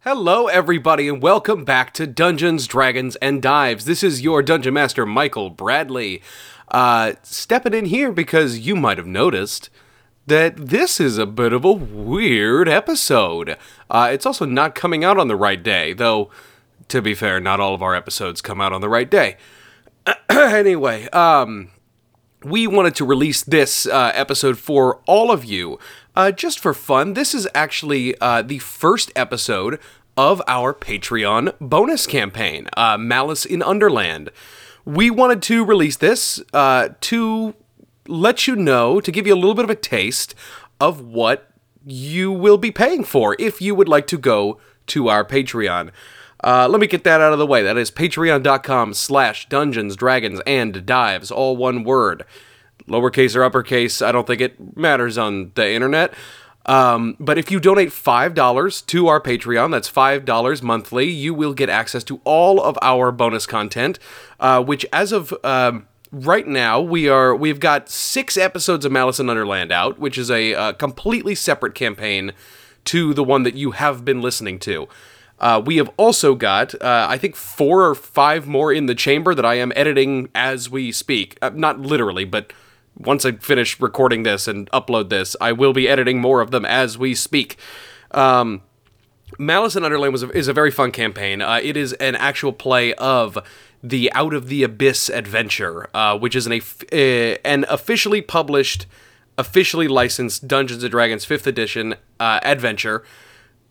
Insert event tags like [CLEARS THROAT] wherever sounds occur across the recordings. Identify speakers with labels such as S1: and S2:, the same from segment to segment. S1: Hello, everybody, and welcome back to Dungeons, Dragons, and Dives. This is your Dungeon Master, Michael Bradley. Uh, stepping in here because you might have noticed that this is a bit of a weird episode. Uh, it's also not coming out on the right day, though, to be fair, not all of our episodes come out on the right day. [CLEARS THROAT] anyway, uh, we wanted to release this uh, episode for all of you uh, just for fun. This is actually uh, the first episode of our Patreon bonus campaign, uh, Malice in Underland. We wanted to release this uh, to let you know, to give you a little bit of a taste of what you will be paying for if you would like to go to our Patreon. Uh, let me get that out of the way. That is patreon.com slash dungeons, dragons, and dives, all one word. Lowercase or uppercase, I don't think it matters on the internet. Um, but if you donate $5 to our Patreon, that's $5 monthly, you will get access to all of our bonus content, uh, which as of. Um, right now we are we've got six episodes of Malice in Underland out, which is a uh, completely separate campaign to the one that you have been listening to. Uh, we have also got uh, I think four or five more in the chamber that I am editing as we speak. Uh, not literally, but once I finish recording this and upload this, I will be editing more of them as we speak. Um, Malice in Underland was a, is a very fun campaign. Uh, it is an actual play of the Out of the Abyss adventure, uh, which is an, aff- uh, an officially published, officially licensed Dungeons and Dragons 5th edition uh, adventure,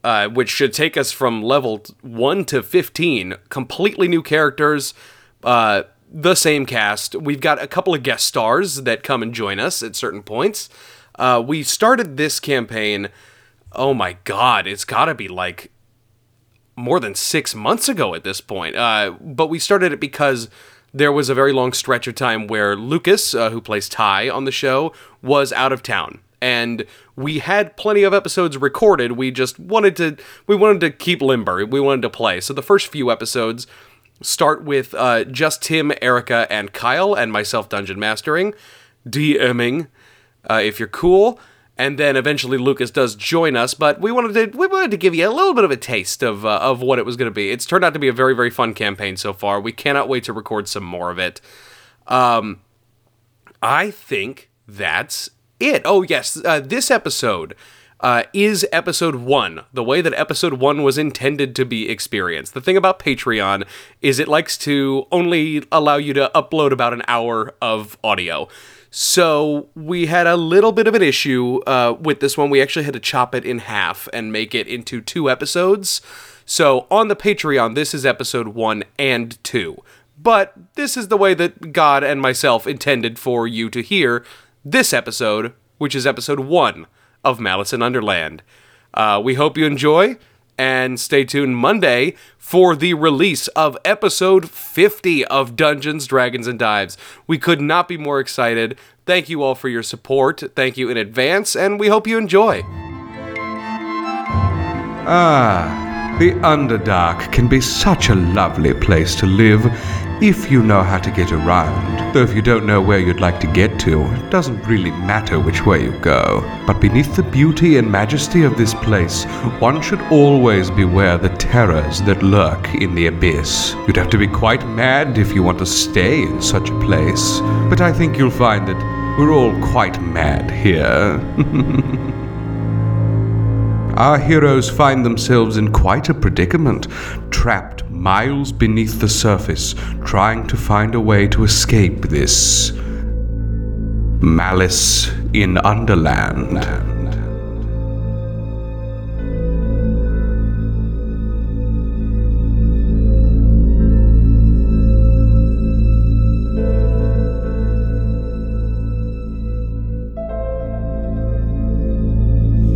S1: uh, which should take us from level t- 1 to 15. Completely new characters, uh, the same cast. We've got a couple of guest stars that come and join us at certain points. Uh, we started this campaign oh my god it's gotta be like more than six months ago at this point uh, but we started it because there was a very long stretch of time where lucas uh, who plays ty on the show was out of town and we had plenty of episodes recorded we just wanted to we wanted to keep limber we wanted to play so the first few episodes start with uh, just tim erica and kyle and myself dungeon mastering dming uh, if you're cool. And then eventually Lucas does join us, but we wanted to we wanted to give you a little bit of a taste of uh, of what it was going to be. It's turned out to be a very very fun campaign so far. We cannot wait to record some more of it. I think that's it. Oh, yes. Uh, this episode uh, is episode one, the way that episode one was intended to be experienced. The thing about Patreon is it likes to only allow you to upload about an hour of audio. So we had a little bit of an issue uh, with this one. We actually had to chop it in half and make it into two episodes. So on the Patreon, this is episode one and two but this is the way that God and myself intended for you to hear this episode, which is episode one of Malice in Underland. Uh, we hope you enjoy, and stay tuned Monday for the release of episode 50 of Dungeons, Dragons, and Dives. We could not be more excited. Thank you all for your support. Thank you in advance, and we hope you enjoy.
S2: Ah, the Underdark can be such a lovely place to live if you know how to get around. Though if you don't know where you'd like to get to, it doesn't really matter which way you go. But beneath the beauty and majesty of this place, one should always beware the terrors that lurk in the abyss. You'd have to be quite mad if you want to stay in such a place, but I think you'll find that we're all quite mad here. Our heroes find themselves in quite a predicament, trapped miles beneath the surface, trying to find a way to escape this malice in Underland.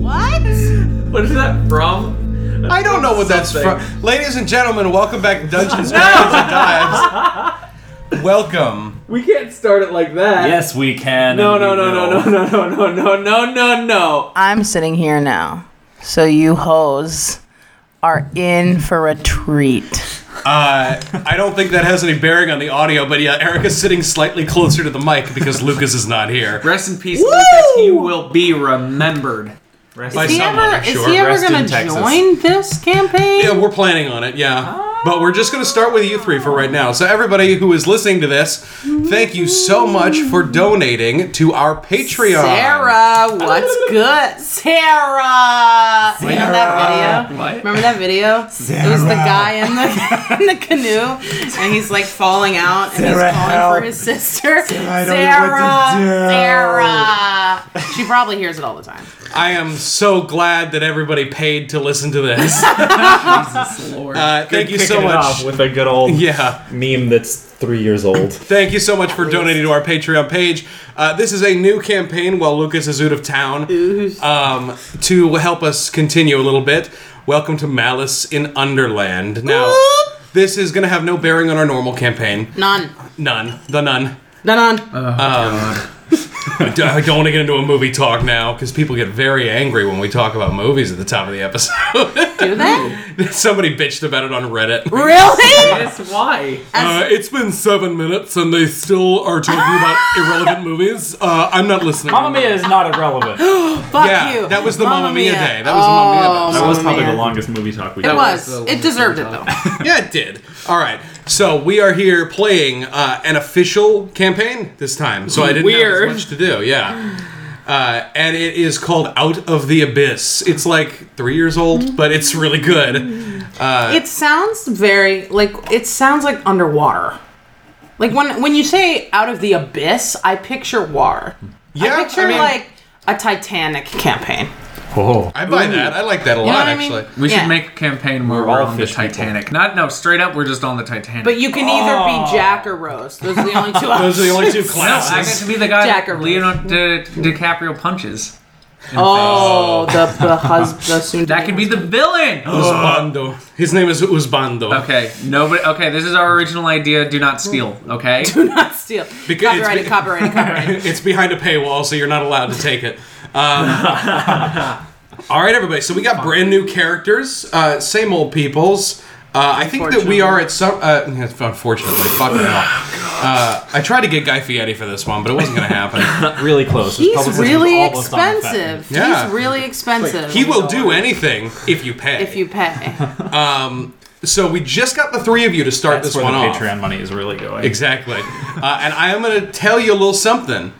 S3: What?
S4: What is that from?
S1: I don't know what that's
S4: Something.
S1: from. Ladies and gentlemen, welcome back to Dungeons, Dragons, and Dives. Welcome.
S4: We can't start it like that.
S5: Yes, we can.
S4: No,
S5: and
S4: no,
S5: we
S4: no, no,
S5: will.
S4: no, no, no, no, no, no, no, no.
S3: I'm sitting here now. So you hoes are in for a treat.
S1: Uh, I don't think that has any bearing on the audio, but yeah, Erica's sitting slightly closer
S3: [LAUGHS]
S1: to the mic because Lucas is not here.
S4: Rest in peace, Lucas. You will be remembered.
S6: Rest
S3: Is he
S6: in-
S3: ever, is he ever
S6: Rest in
S3: going to
S6: Texas.
S3: join Oh. this campaign?
S1: Yeah, we're planning on it, yeah. But we're just going to start with you three for right now. So, everybody who is listening to this, thank you so much for donating to our Patreon.
S3: Mm. Sarah, what's good? Sarah! Remember that video?
S4: What?
S3: Remember that video? It was the guy in the in the canoe, and he's like falling out, and
S7: Sarah,
S3: he's calling
S7: help.
S3: for his sister. Sarah,
S7: I don't know what to do.
S3: Sarah, She probably hears it all the time.
S1: I am so glad that everybody paid to listen to
S3: [LAUGHS]
S1: this. [LAUGHS] Uh, thank you so
S6: Kicking it
S1: much.
S6: off with a good old
S1: [LAUGHS] Yeah.
S6: meme that's three years [LAUGHS] old.
S1: Thank you so much for donating to our Patreon page. Uh, this is a new campaign while Lucas is out of town um, to help us continue a little bit. Welcome to Malice in Underland. Now, this is going to have no bearing on our normal campaign.
S3: None.
S1: None. The none.
S3: None. on.
S1: I don't- I don't want to get into a movie talk now because people get very angry when we talk about movies at the top of the episode. [LAUGHS]
S3: Do that?
S1: Somebody bitched about it on Reddit.
S3: Really?
S4: Yes, why?
S1: Uh, it's been seven minutes and they still are talking about irrelevant movies. Uh, I'm not listening.
S6: Mamma Mia is not
S3: [GASPS]
S6: irrelevant.
S3: Fuck
S1: Yeah,
S3: you. Oh.
S1: that was the Mamma Mia day. That was the
S6: That
S1: Mamma Mia
S6: was
S1: day.
S6: probably
S3: man.
S6: the longest movie talk we've
S3: It
S6: had.
S3: was. It deserved it though.
S1: Yeah, it did. All right. So we are here playing uh, an official campaign this time. So I didn't
S4: Weird.
S1: have as much to do. Yeah. Uh, and it is called Out of the Abyss. It's like three years old, but it's really good.
S3: It sounds very like it sounds like underwater. Like when when you say out of the abyss, I picture water.
S1: Yeah,
S3: I picture
S1: I mean-
S3: like a Titanic campaign.
S6: Oh.
S1: I buy that. I like that a
S3: You know
S1: lot,
S3: what I mean?
S1: actually.
S7: We
S3: Yeah.
S7: should make a campaign where we're,
S6: all
S7: on the
S6: fish people.
S7: Titanic. Not no, straight up, we're just on the Titanic.
S3: But you can either be Jack or Rose. Those are the only two.
S1: Oh. [LAUGHS] Those are the
S3: [LAUGHS]
S1: only two
S7: no, I
S1: classes.
S7: get to be the guy
S3: Jack
S7: Jack
S3: or
S7: Leonardo Di- DiCaprio punches. in
S3: Oh, the the husband.
S1: [LAUGHS]
S3: soon
S7: face. that could be the
S6: [GASPS]
S7: villain.
S1: Usbando. His name is Usbando.
S7: okay, nobody. Okay, this is our original idea. Do not steal. Okay.
S3: [LAUGHS] Do not steal.
S1: Because it's
S3: copyrighted,
S1: be- [LAUGHS]
S3: copyrighted, copyrighted.
S1: it's behind a paywall, so you're not allowed to take it.
S6: [LAUGHS]
S1: Um, all right, everybody. So we got brand new characters, uh, same old peoples. Uh, I think that we are at some. Uh, unfortunately, fucking hell. Uh, I tried to get Guy Fieri for this one, but it wasn't going to
S6: [LAUGHS]
S1: happen.
S6: Really close. It was
S3: He's
S6: probably
S3: really
S6: almost on the fat end.
S3: expensive.
S1: Yeah.
S3: He's really expensive.
S1: He will do anything if you pay.
S3: if you pay.
S1: so we just got the three of you to start
S6: That's
S1: this
S6: where
S1: one
S6: the
S1: off.
S6: Patreon money is really going.
S1: Exactly. Uh, and I am going to tell you a little something.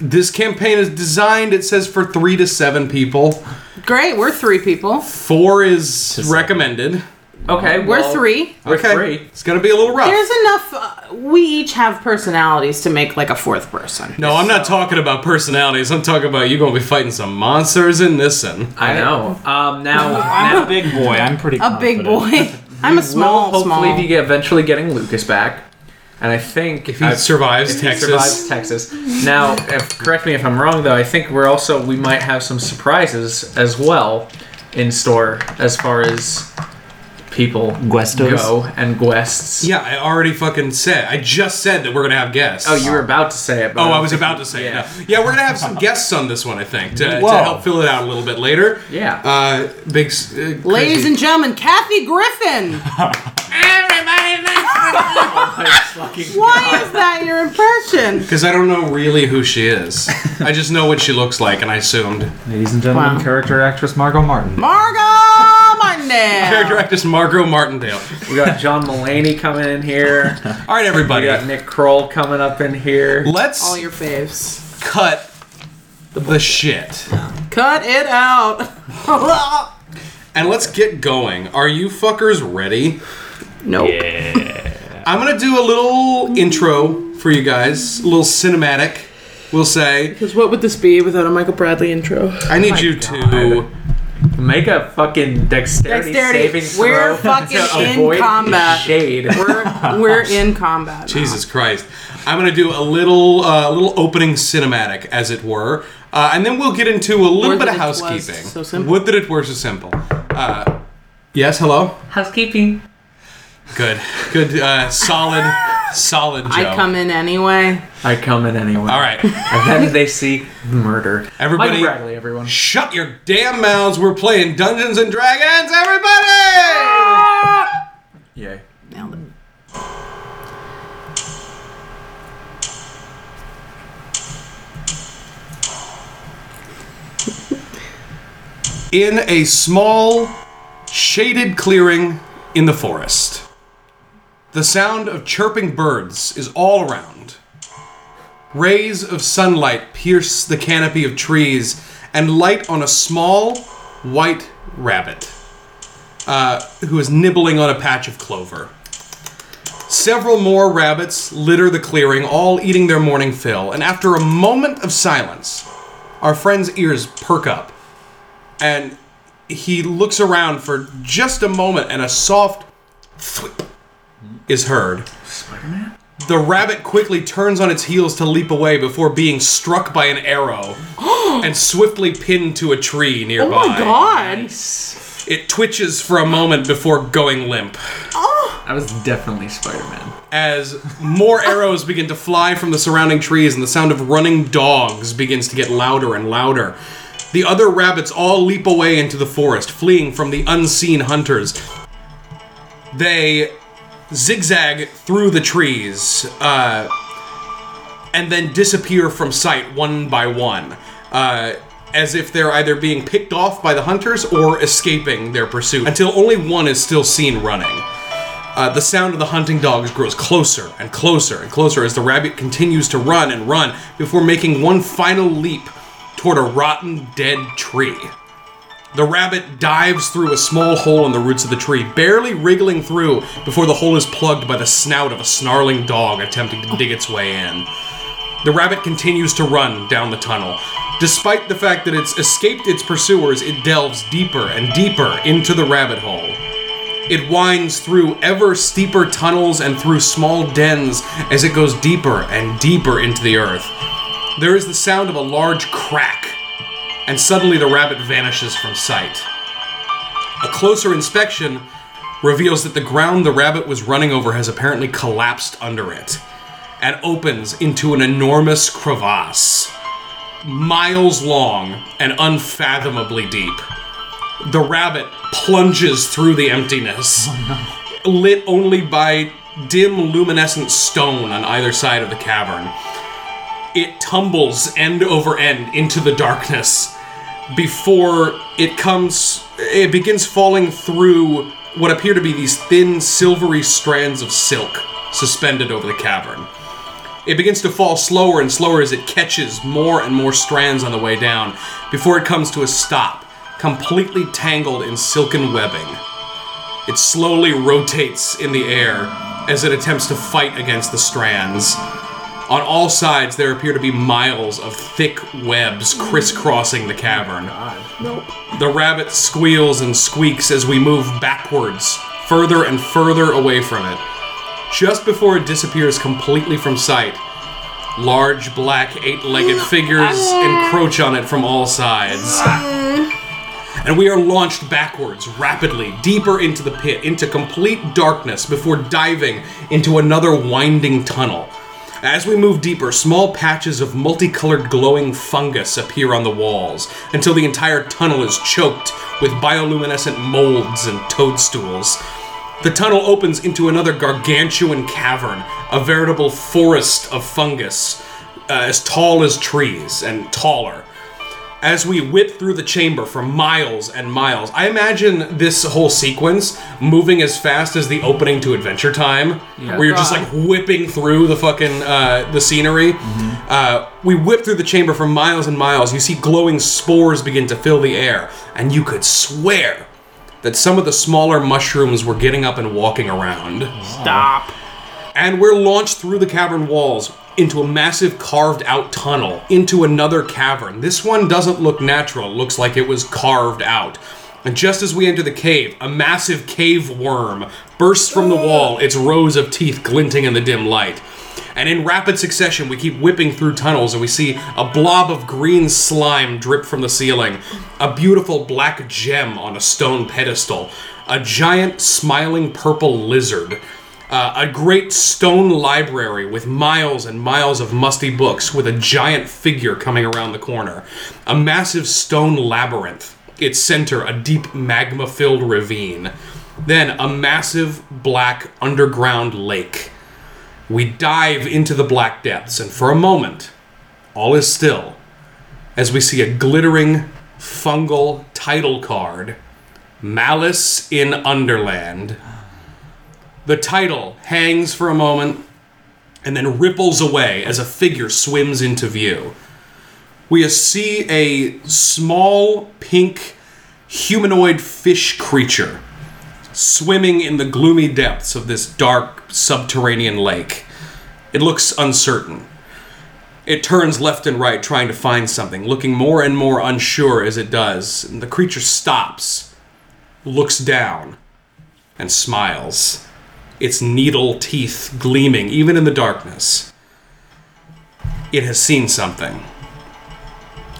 S1: This campaign is designed, it says, for three to seven people.
S3: Great, we're three people.
S1: Four is
S6: seven.
S1: recommended.
S7: Okay,
S3: We're
S7: well,
S3: three.
S4: We're
S1: Okay.
S4: free.
S1: It's gonna be a little rough.
S3: There's enough. Uh, we each have personalities to make like a fourth person.
S1: no, I'm not talking about personalities. I'm talking about you gonna be fighting some monsters in this one.
S7: I know. Um, now,
S6: I'm a
S7: now
S6: big boy. I'm pretty.
S3: A big
S6: confident.
S3: boy. [LAUGHS] I'm a small,
S4: We'll hopefully
S3: small.
S4: be get- eventually getting Lucas back. And I think
S1: If he
S4: I've-
S1: survives
S4: if he
S1: Texas,
S4: survives Texas. Now, if, correct me if I'm wrong, though. I think we're also we might have some surprises as well in store as far as people
S6: Guestos?
S4: go and guests.
S1: yeah, I already fucking said. I just said that we're gonna have guests.
S4: Oh, you were about to say it. But
S1: Oh, I was about to say. Yeah,
S4: Yeah.
S1: yeah, we're gonna have some guests on this one. I think to, to
S6: Whoa.
S1: help fill it out a little bit later.
S4: Yeah.
S1: Uh, big. s- Uh,
S3: Ladies
S1: crazy-
S3: and gentlemen, Kathy Griffin. Why is that your impression?
S1: Because I don't know really who she is. I just know what she looks like, and I assumed.
S6: [LAUGHS] Ladies and gentlemen,
S3: Wow.
S6: character actress Margot Martin.
S3: Margot Martindale.
S1: Character actress Margot Martindale.
S4: we got John Mulaney coming
S1: [LAUGHS]
S4: in here.
S1: All right,
S4: We
S1: everybody.
S4: got Nick Kroll coming up in here.
S1: Let's
S3: All your faves.
S1: cut the shit.
S3: Cut it out.
S1: And let's get going. Are you fuckers ready?
S3: [LAUGHS] nope.
S1: I'm gonna do a little intro for you guys, a little cinematic. We'll say.
S3: Because what would this be without a Michael Bradley intro?
S1: I need you to.
S4: Make a fucking dexterity,
S3: Dexterity.
S4: saving
S3: We're
S4: throw [LAUGHS]
S3: fucking
S4: to
S3: in
S4: avoid
S3: combat.
S4: Shade.
S3: We're we're in combat. now.
S1: Jesus Christ! I'm gonna do a little, uh, little opening cinematic, as it were, uh, and then we'll get into a little
S3: Would
S1: bit of
S3: that it was
S1: housekeeping.
S3: so simple.
S1: Would that it were so simple? Uh, yes. Hello.
S7: housekeeping.
S1: Good. Good. Uh, solid. solid. Joe.
S3: I come in anyway.
S4: I come in anyway.
S1: All
S3: [LAUGHS]
S1: right.
S4: And then they see murder.
S1: Everybody-
S4: Michael Bradley, everyone.
S1: Shut your damn mouths. We're playing Dungeons and Dragons, everybody.
S4: Yay.
S3: Nailed it.
S1: in a small, shaded clearing in the forest. The sound of chirping birds is all around. Rays of sunlight pierce the canopy of trees and light on a small, white rabbit uh, who is nibbling on a patch of clover. Several more rabbits litter the clearing, all eating their morning fill, and after a moment of silence, our friend's ears perk up. And he looks around for just a moment, and a soft thwip is heard. The rabbit quickly turns on its heels to leap away before being struck by an arrow [GASPS] and swiftly pinned to a tree
S8: Oh
S1: nearby.
S8: my god.
S1: It twitches for a moment before going limp.
S4: I was definitely Spider-Man.
S1: as more arrows begin to fly from the surrounding trees and the sound of running dogs begins to get louder and louder. The other rabbits all leap away into the forest, fleeing from the unseen hunters. They zigzag through the trees uh, and then disappear from sight one by one, uh, as if they're either being picked off by the hunters or escaping their pursuit, until only one is still seen running. Uh, the sound of the hunting dogs grows closer and closer and closer as the rabbit continues to run and run before making one final leap toward a rotten, dead tree. The rabbit dives through a small hole in the roots of the tree, barely wriggling through before the hole is plugged by the snout of a snarling dog attempting to dig its way in. The rabbit continues to run down the tunnel. Despite the fact that it's escaped its pursuers, it delves deeper and deeper into the rabbit hole. It winds through ever steeper tunnels and through small dens as it goes deeper and deeper into the earth. There is the sound of a large crack, and suddenly the rabbit vanishes from sight. A closer inspection reveals that the ground the rabbit was running over has apparently collapsed under it and opens into an enormous crevasse, miles long and unfathomably deep the rabbit plunges through the emptiness, lit only by dim luminescent stone on either side of the cavern. It tumbles end over end into the darkness before it comes, it begins falling through what appear to be these thin, silvery strands of silk suspended over the cavern. It begins to fall slower and slower as it catches more and more strands on the way down before it comes to a stop, completely tangled in silken webbing. It slowly rotates in the air as it attempts to fight against the strands. On all sides, there appear to be miles of thick webs crisscrossing the cavern. The rabbit squeals and squeaks as we move backwards, further and further away from it. Just before it disappears completely from sight, large black eight legged figures encroach on it from all sides. And we are launched backwards, rapidly, deeper into the pit, into complete darkness, before diving into another winding tunnel. As we move deeper, small patches of multicolored glowing fungus appear on the walls, until the entire tunnel is choked with bioluminescent molds and toadstools. The tunnel opens into another gargantuan cavern, a veritable forest of fungus, uh, as tall as trees and taller. As we whip through the chamber for miles and miles, I imagine this whole sequence moving as fast as the opening to Adventure Time, where you're just like whipping through the fucking uh, the scenery. Uh, we whip through the chamber for miles and miles. You see glowing spores begin to fill the air, and you could swear that some of the smaller mushrooms were getting up and walking around.
S8: Stop.
S1: And we're launched through the cavern walls into a massive carved out tunnel into another cavern. This one doesn't look natural, it looks like it was carved out. And just as we enter the cave, a massive cave worm bursts from the wall, its rows of teeth glinting in the dim light. And in rapid succession, we keep whipping through tunnels and we see a blob of green slime drip from the ceiling, a beautiful black gem on a stone pedestal, a giant smiling purple lizard, uh, a great stone library with miles and miles of musty books with a giant figure coming around the corner, a massive stone labyrinth, its center a deep magma filled ravine, then a massive black underground lake. We dive into the black depths, and for a moment, all is still as we see a glittering, fungal title card Malice in Underland. The title hangs for a moment and then ripples away as a figure swims into view. We see a small pink humanoid fish creature swimming in the gloomy depths of this dark subterranean lake. It looks uncertain. It turns left and right trying to find something, looking more and more unsure as it does. And the creature stops, looks down, and smiles, its needle teeth gleaming even in the darkness. It has seen something.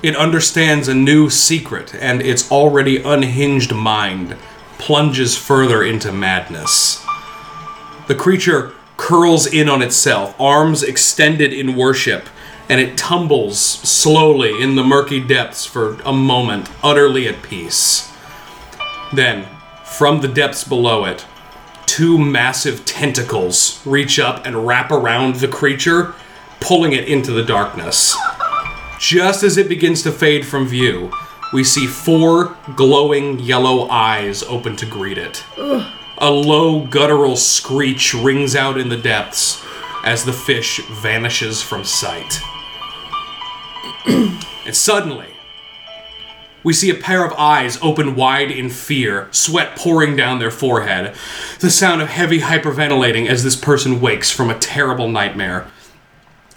S1: It understands a new secret, and its already unhinged mind plunges further into madness. The creature curls in on itself, arms extended in worship, and it tumbles slowly in the murky depths for a moment, utterly at peace. Then, from the depths below it, two massive tentacles reach up and wrap around the creature, pulling it into the darkness. Just as it begins to fade from view, we see four glowing yellow eyes open to greet it. A low guttural screech rings out in the depths as the fish vanishes from sight. [CLEARS THROAT] and suddenly, we see a pair of eyes open wide in fear, sweat pouring down their forehead, the sound of heavy hyperventilating as this person wakes from a terrible nightmare.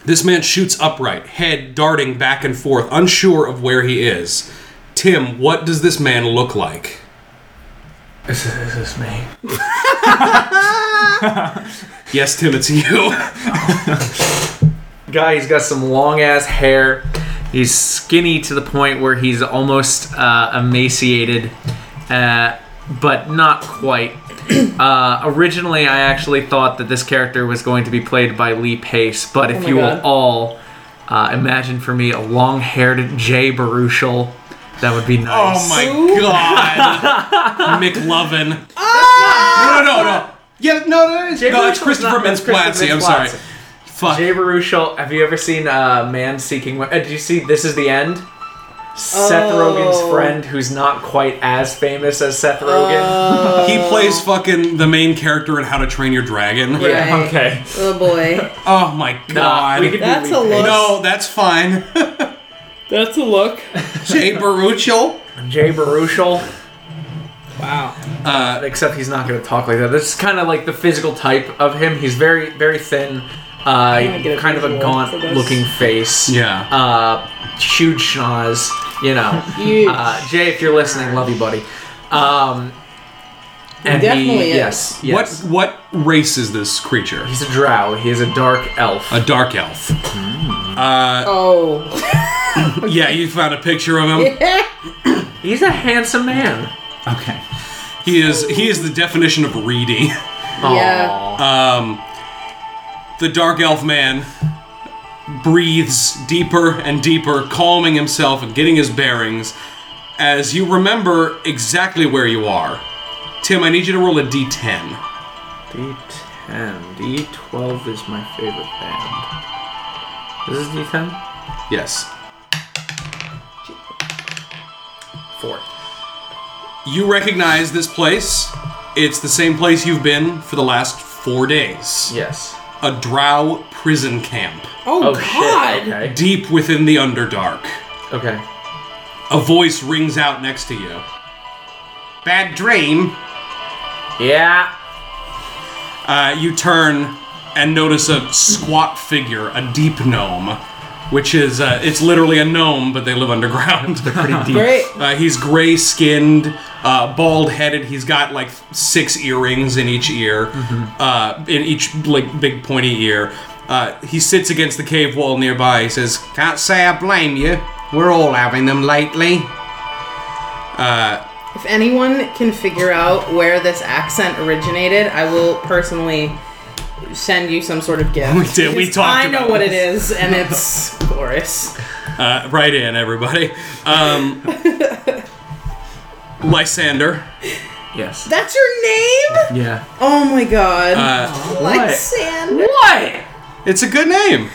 S1: This man shoots upright, head darting back and forth, unsure of where he is. Tim, what does this man look like?
S4: This is, this is me.
S1: Yes, Tim, it's you.
S4: [LAUGHS] Guy, he's got some long ass hair. He's skinny to the point where he's almost uh, emaciated, uh, but not quite. [CLEARS THROAT] Uh, originally, I actually thought that this character was going to be played by Lee Pace, but if
S9: Oh my
S4: you
S9: God.
S4: will all uh, imagine for me a long haired Jay Baruchel, that would be nice.
S1: Oh my [LAUGHS] god. McLovin. No, no, no, no. Yeah, no, no, it's, no, it's
S4: Baruchel's
S1: Christopher
S4: not- that's
S1: Mintz-Plasse.
S4: Christopher
S1: I'm sorry.
S4: Mintz-Plasse.
S1: Fuck.
S4: Jay Baruchel, have you ever seen uh, Man Seeking Women? Uh, did you see This Is the End? Seth
S3: Oh.
S4: Rogen's friend, who's not quite as famous as Seth Rogen.
S3: Uh,
S1: he plays fucking the main character in How to Train Your Dragon.
S4: Yeah.
S9: Right.
S6: Okay.
S3: Oh boy.
S1: Oh my
S4: Nah,
S1: god.
S4: we could do
S3: That's a
S4: Lee
S3: look.
S1: no, that's fine.
S9: [LAUGHS] That's a look.
S1: [LAUGHS] Jay Baruchel.
S4: Pace. Jay Baruchel, Uh,
S9: Wow.
S4: except he's not going to talk like that. This is kind of like the physical type of him. He's very, very thin, uh,
S3: gonna get a
S4: kind of a
S3: visual for this.
S4: gaunt-looking face.
S1: Yeah.
S4: Uh, huge schnoz, you know.
S9: Huge.
S4: Uh, Jay, if you're listening, love you, buddy. Um, and he-
S3: definitely is.
S4: yes, yes.
S1: What what race is this creature?
S4: He's a drow. He is a dark elf.
S1: A dark elf.
S3: Oh.
S1: Yeah, you found a picture of him.
S4: He's a handsome man.
S6: Okay.
S1: He is he is the definition of reedy. [LAUGHS]
S3: Yeah.
S1: The dark elf man breathes deeper and deeper, calming himself and getting his bearings as you remember exactly where you are. Tim, I need you to roll a d10.
S4: D10. D12 is my favorite band. This is D10?
S1: Yes.
S4: Four.
S1: You recognize this place. It's the same place you've been for the last four days.
S4: Yes.
S1: A drow prison camp,
S9: Oh,
S4: Oh,
S9: God.
S4: shit. Okay.
S1: deep within the Underdark.
S4: Okay.
S1: A voice rings out next to you. Bad dream.
S4: Yeah.
S1: Uh, you turn and notice a squat figure, a deep gnome, which is uh, it's literally a gnome, but they live underground. They're [LAUGHS] pretty deep.
S3: Great.
S1: Uh, he's gray skinned, uh, bald headed. He's got like six earrings in each ear, uh, in each like big pointy ear. Uh, he sits against the cave wall nearby. He says, "Can't say I blame you. We're all having them lately."
S3: If anyone can figure out where this accent originated, I will personally send you some sort of gift.
S1: We did- we
S3: 'Cause
S1: talked
S3: I know
S1: about
S3: what it
S1: [LAUGHS]
S3: is, and it's Boris.
S1: Uh, right in, everybody. Um, Lysander.
S4: Yes.
S3: That's your name?
S4: Yeah.
S3: Oh my god.
S1: Uh,
S3: Lysander.
S4: What?
S1: It's a good name.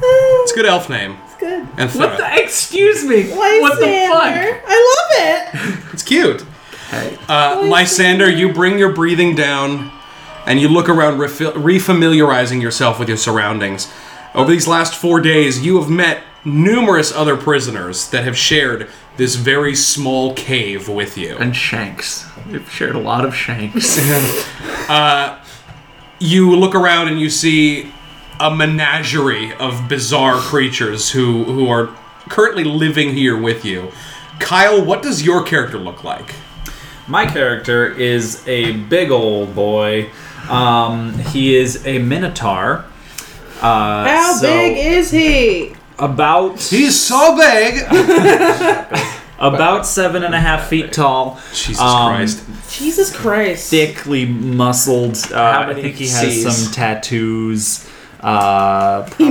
S1: It's a good elf name.
S3: good.
S1: and
S4: What
S1: Thra-
S4: the? Excuse me.
S3: Lysander.
S4: what the fuck?
S3: I love it.
S1: It's cute. Uh, Lysander, you bring your breathing down and you look around, refi- refamiliarizing yourself with your surroundings. Over these last four days, you have met numerous other prisoners that have shared this very small cave with you.
S4: And shanks. We've shared a lot of shanks.
S1: you look around and you see a menagerie of bizarre creatures who who are currently living here with you. Kyle, what does your character look like?
S6: My character is a big old boy. Um, he is a minotaur. Uh,
S3: How
S6: so
S3: big is he?
S6: about
S1: He's so big.
S6: about seven and a half feet tall,
S1: Jesus
S6: Um,
S1: Christ.
S3: Jesus Christ.
S6: thickly muscled. Uh, I
S4: many
S6: think he
S4: Cs?
S6: has some tattoos. Uh,
S3: He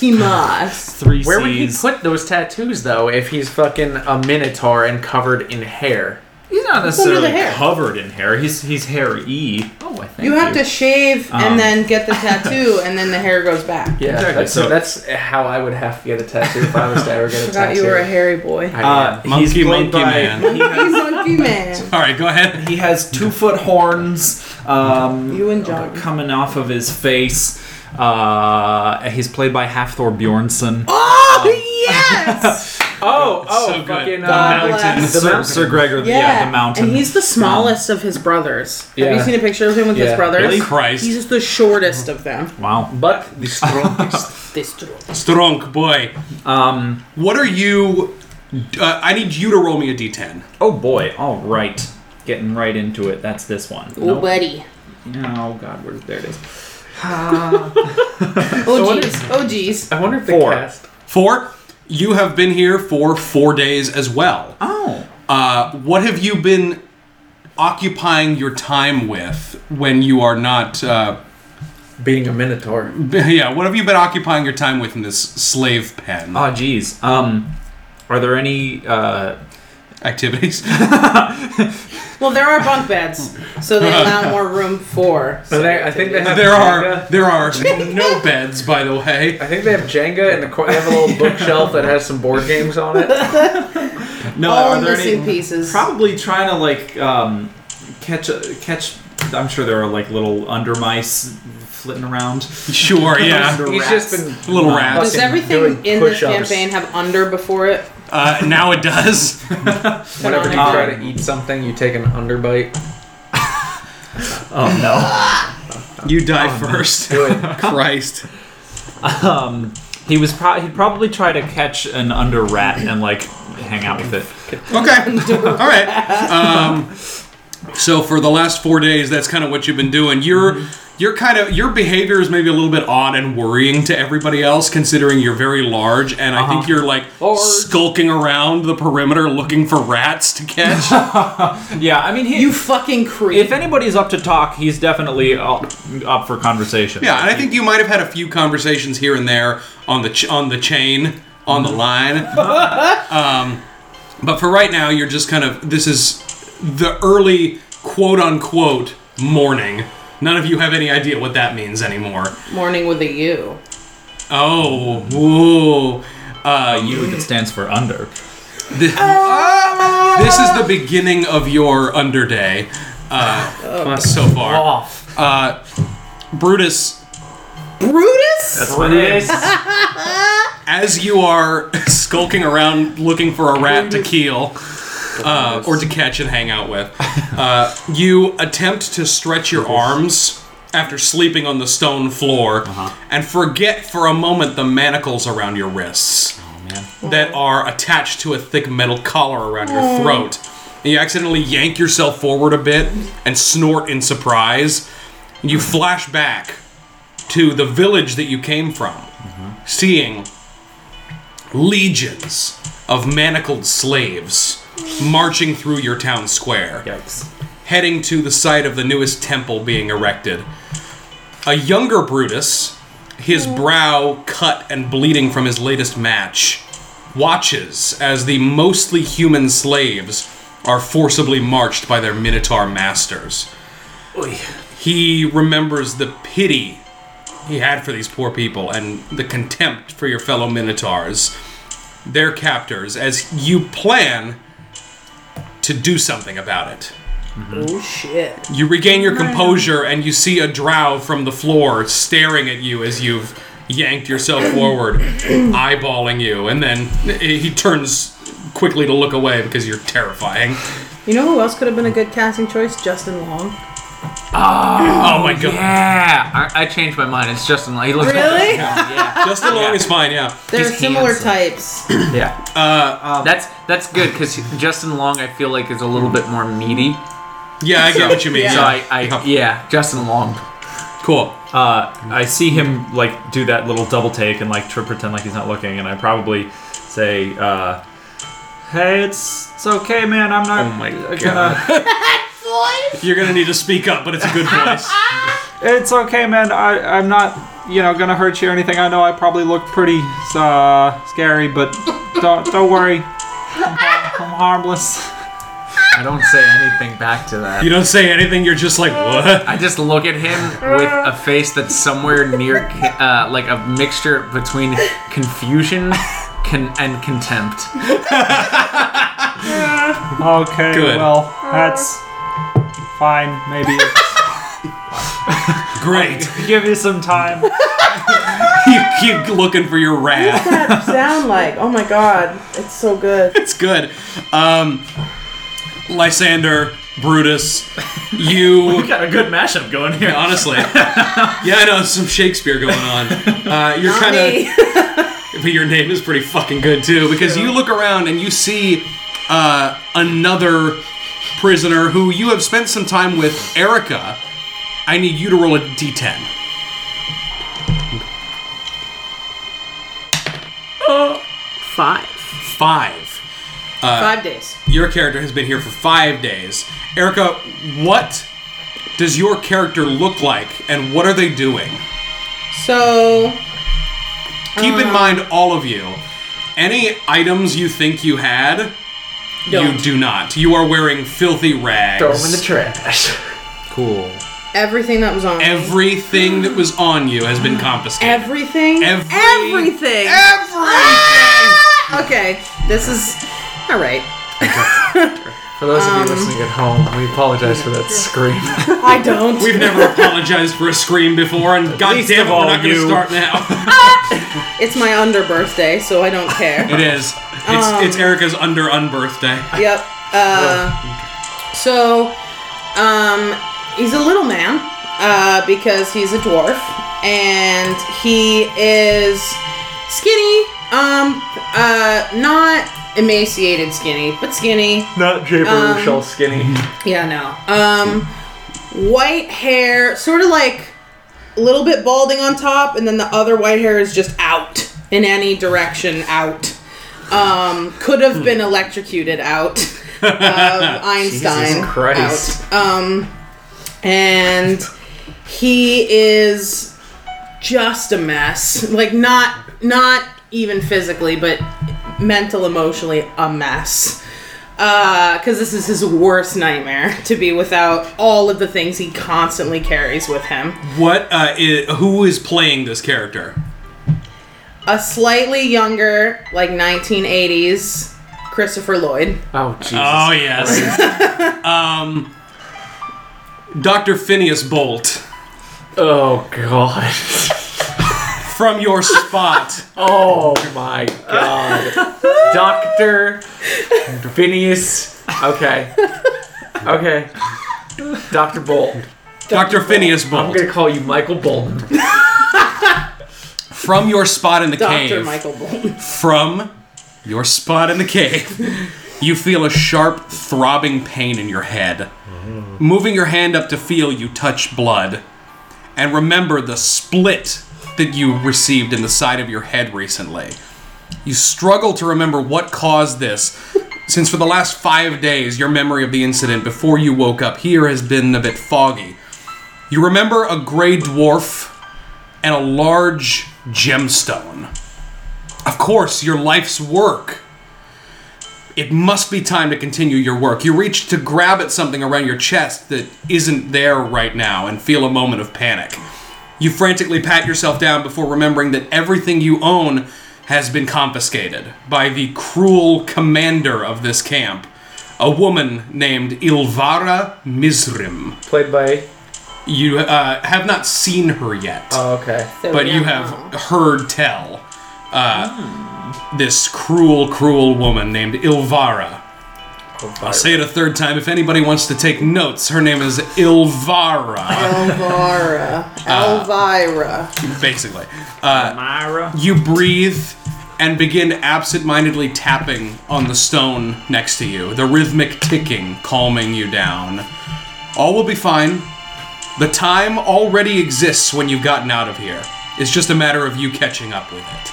S4: [LAUGHS]
S3: He must.
S4: [LAUGHS]
S6: three
S4: Where would he
S6: Cs.
S4: put those tattoos though? If he's fucking a minotaur and covered in hair.
S6: He's not
S3: Under the
S6: necessarily
S3: hair.
S6: covered in hair. He's he's hairy.
S4: Oh, I think.
S3: You have to shave and then get the tattoo, and then the hair goes back.
S4: Yeah,
S6: Exactly.
S4: that's,
S6: So-
S4: that's how I would have to get a tattoo if [LAUGHS] I was to ever get a
S3: Forgot
S4: tattoo.
S3: you were a hairy boy.
S4: I
S6: Uh,
S4: am.
S6: he's
S1: Monkey,
S6: played
S1: monkey
S6: by-
S1: man.
S3: [LAUGHS]
S6: He has,
S3: Monkey man.
S1: All right, go ahead.
S6: he has two foot horns. Um,
S3: You and John.
S6: coming off of his face. Uh, he's played by Hafthor Bjornsson.
S3: Oh yes.
S4: oh, oh,
S1: so good.
S4: fucking
S1: The
S4: uh,
S3: mountain.
S4: The
S6: Sir,
S4: mountain.
S6: Sir Gregor, yeah. the mountain.
S3: And he's the smallest of his brothers. Have you
S4: Yeah.
S3: seen a picture of him with his
S4: Yeah.
S3: brothers?
S1: Really? Christ.
S3: He's just the shortest of them.
S6: wow.
S4: But the strongest.
S3: This dude.
S1: Strong boy.
S6: Um.
S1: What are you? Uh, I need you to roll me a d10.
S6: Oh boy. All right. Getting right into it. That's this one.
S3: Oh, buddy.
S6: No. Oh God. Where? There it is.
S3: Oh, geez. Oh, geez.
S4: I wonder if
S6: Four.
S4: they cast.
S1: Four. You have been here for four days as well.
S6: Oh.
S1: Uh, what have you been occupying your time with when you are not? Uh, [LAUGHS]
S4: Being a minotaur.
S1: yeah. What have you been occupying your time with in this slave pen
S6: Ah. Geez. Um. Are there any? Uh.
S1: [LAUGHS] activities?
S3: Well, there are bunk beds, so they allow more room for.
S4: So they, I think they have
S1: there are
S4: Jenga.
S1: there [LAUGHS] are no beds, by the way.
S4: I think they have Jenga in the corner. They have a little bookshelf that has some board games on it.
S6: No.
S3: All
S6: are there
S3: missing
S6: any?
S3: pieces.
S6: Probably trying to like um catch a, catch. I'm sure there are like little under mice flitting around.
S1: Sure. [LAUGHS] Yeah.
S6: Under
S4: [LAUGHS] He's
S6: rats.
S4: just been
S1: Little rat.
S3: Does
S4: fucking
S3: everything
S4: doing
S3: in this
S4: push-ups.
S3: campaign have under before it?
S1: Uh, now it does.
S4: Whenever you
S6: Um,
S4: try to eat something, you take an underbite.
S6: Oh no.
S1: You die first. [LAUGHS] Christ.
S6: Um, he was pro- he'd probably try to catch an under rat and like hang out [LAUGHS] with it.
S1: Okay. All right. Um, so for the last four days, that's kind of what you've been doing. You're you're kind of your behavior is maybe a little bit odd and worrying to everybody else, considering you're very large, and I think you're like skulking around the perimeter looking for rats to catch.
S6: Yeah, I mean, he,
S3: You fucking creep.
S6: if anybody's up to talk, he's definitely up, up for conversation.
S1: yeah, and I think you might have had a few conversations here and there on the ch- on the chain on the line. um, but for right now, you're just kind of this is the early quote unquote morning. None of you have any idea what that means anymore.
S3: Morning with a U.
S1: Oh, whoa. Uh, you,
S6: you that stands for under.
S1: th- this is the beginning of your underday uh, so far.
S4: Off.
S1: Uh, Brutus,
S3: Brutus?
S1: as you are [LAUGHS] skulking around looking for a rat to keel uh, or to catch and hang out with, uh, you attempt to stretch your arms after sleeping on the stone floor and forget for a moment the manacles around your wrists that are attached to a thick metal collar around your throat. And you accidentally yank yourself forward a bit and snort in surprise. You flash back to the village that you came from, seeing legions of manacled slaves marching through your town square,
S6: Yikes.
S1: heading to the site of the newest temple being erected. A younger Brutus, his brow cut and bleeding from his latest match, watches as the mostly human slaves are forcibly marched by their minotaur masters. He remembers the pity he had for these poor people and the contempt for your fellow Minotaurs, their captors, as you plan to do something about it.
S3: Oh shit.
S1: You regain your composure and you see a drow from the floor staring at you as you've yanked yourself forward, [CLEARS THROAT] eyeballing you, and then he turns quickly to look away because you're terrifying.
S3: You know who else could have been a good casting choice? Justin Long.
S1: Oh, my god.
S4: Yeah, I, I changed my mind. It's Justin. Long. He looks
S3: [LAUGHS] Really?
S1: Justin Long is fine, yeah.
S3: They're
S4: He's
S3: similar
S4: handsome.
S3: types.
S4: Yeah.
S1: Uh, um,
S4: that's that's good because Justin Long, I feel like, is a little bit more meaty.
S1: Yeah, I get what you mean.
S4: So I, I yeah, Justin Long.
S1: Cool.
S6: Uh, I see him like do that little double take and like tr- pretend like he's not looking, and I probably say, uh, "Hey, it's it's okay, man. I'm not.
S4: Oh my
S6: Gonna,
S1: You're gonna need to speak up, but it's a good voice.
S6: it's okay, man. I I'm not you know gonna hurt you or anything. I know I probably look pretty uh scary, but don't don't worry. I'm, har- I'm harmless.
S4: I don't say anything back to that.
S1: You don't say anything, you're just like, what?
S4: I just look at him with a face that's somewhere near, uh, like a mixture between confusion con- and contempt.
S6: Okay,
S1: Good.
S6: well that's fine. Maybe
S5: [LAUGHS]
S1: Great.
S6: give you some time.
S1: [LAUGHS] you keep looking for your
S3: [LAUGHS]
S1: wrath.
S3: That sound like, oh my god, it's so good.
S1: It's good. Um, Lysander, Brutus, you.
S6: Got a good mashup going here. [LAUGHS]
S1: Honestly, yeah, I know some Shakespeare going on. Uh, you're kind of,
S3: Me.
S1: but [LAUGHS] your name is pretty fucking good too because you look around and you see uh, another prisoner who you have spent some time with, Erica. I need you to roll a d10.
S3: Five.
S1: Five.
S3: Five days.
S1: Your character has been here for five days. Erica, what does your character look like and what are they doing?
S3: So,
S1: Keep in mind, all of you, any items you think you had, you do not. You are wearing filthy rags.
S4: trash.
S6: Cool.
S3: everything that was on me.
S1: Everything that was on you has been confiscated.
S3: Everything.
S1: Every-
S3: everything.
S1: Everything!
S3: okay, this is all right.
S4: For those of you listening at home, we apologize for that scream. [LAUGHS]
S3: I don't.
S1: We've never apologized for a scream before, and
S6: least
S1: goddamn it,
S6: of
S1: we're
S6: all
S1: not going to
S6: you.
S1: start now.
S6: [LAUGHS]
S3: It's my under birthday, so I don't care.
S1: it is. It's, it's Erica's under unbirthday.
S3: Yep. Uh, so, um, he's a little man uh, because he's a dwarf, and he is skinny. Um, uh, not emaciated skinny, but skinny.
S6: Not Jay Baruchel skinny.
S3: Yeah, no. Um, white hair, sort of like a little bit balding on top, and then the other white hair is just out in any direction out. Um, could have been electrocuted out. Uh, Einstein
S4: Christ.
S3: out. Um, and he is just a mess. Like not not even physically, but mental, emotionally a mess because Uh, this is his worst nightmare to be without all of the things he constantly carries with him.
S1: What? Uh, i who is playing this character?
S3: A slightly younger, like 1980s, Christopher Lloyd.
S4: Oh Jesus.
S1: Oh yes. um, Doctor Phineas Bolt
S4: oh God.
S1: from your spot.
S4: Oh my god.
S10: [LAUGHS]
S4: Dr. Phineas. Okay. Okay. Dr. Bolt.
S1: Doctor Phineas
S4: I'm
S1: Bolt
S4: gonna call you Michael Bolton.
S1: from your spot in the
S3: Dr.
S1: cave.
S3: Michael Bolton.
S1: From your spot in the cave. You feel a sharp throbbing pain in your head. Moving your hand up to feel, you touch blood. And remember the split that you received in the side of your head recently. You struggle to remember what caused this, since for the last five days, your memory of the incident before you woke up here has been a bit foggy. You remember a gray dwarf and a large gemstone. Of course, your life's work. It must be time to continue your work. You reach to grab at something around your chest that isn't there right now and feel a moment of panic. You frantically pat yourself down before remembering that everything you own has been confiscated by the cruel commander of this camp, a woman named Ilvara Mizrim.
S10: Played by.
S1: You uh, have not seen her yet
S10: Oh, okay.
S1: [LAUGHS]
S3: So
S1: but you
S3: now-
S1: have heard tell uh, this cruel, cruel woman named Ilvara. I'll say it a third time. If anybody wants to take notes, her name is
S3: [LAUGHS]
S1: Ilvara, [LAUGHS]
S3: Elvira.
S1: Uh.
S3: Elvira.
S1: basically. Uh, you breathe and begin absentmindedly tapping on the stone next to you, the rhythmic ticking calming you down. All will be fine. The time already exists when you've gotten out of here. It's just a matter of you catching up with it.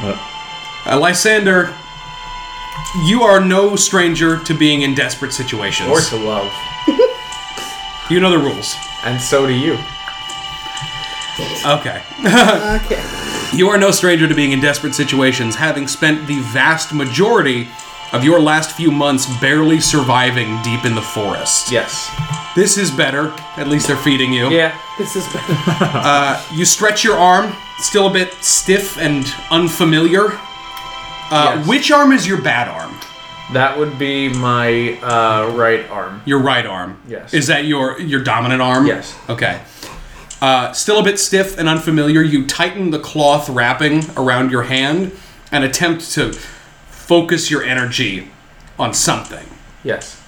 S1: Uh, Lysander, you are no stranger to being in desperate situations.
S10: Or to love.
S1: You know the rules.
S10: And so do you.
S1: Okay.
S3: Okay.
S1: You are no stranger to being in desperate situations, having spent the vast majority of your last few months barely surviving deep in the forest.
S10: Yes.
S1: This is better. At least they're feeding you.
S10: Yeah.
S3: This is
S1: You stretch your arm, still a bit stiff and unfamiliar. Uh,
S10: Yes.
S1: Which arm is your bad arm?
S10: That would be my uh, right arm.
S1: Your right arm.
S10: Yes.
S1: Is that your your dominant arm?
S10: Yes.
S1: Okay. Uh, still a bit stiff and unfamiliar, you tighten the cloth wrapping around your hand and attempt to focus your energy on something.
S10: Yes.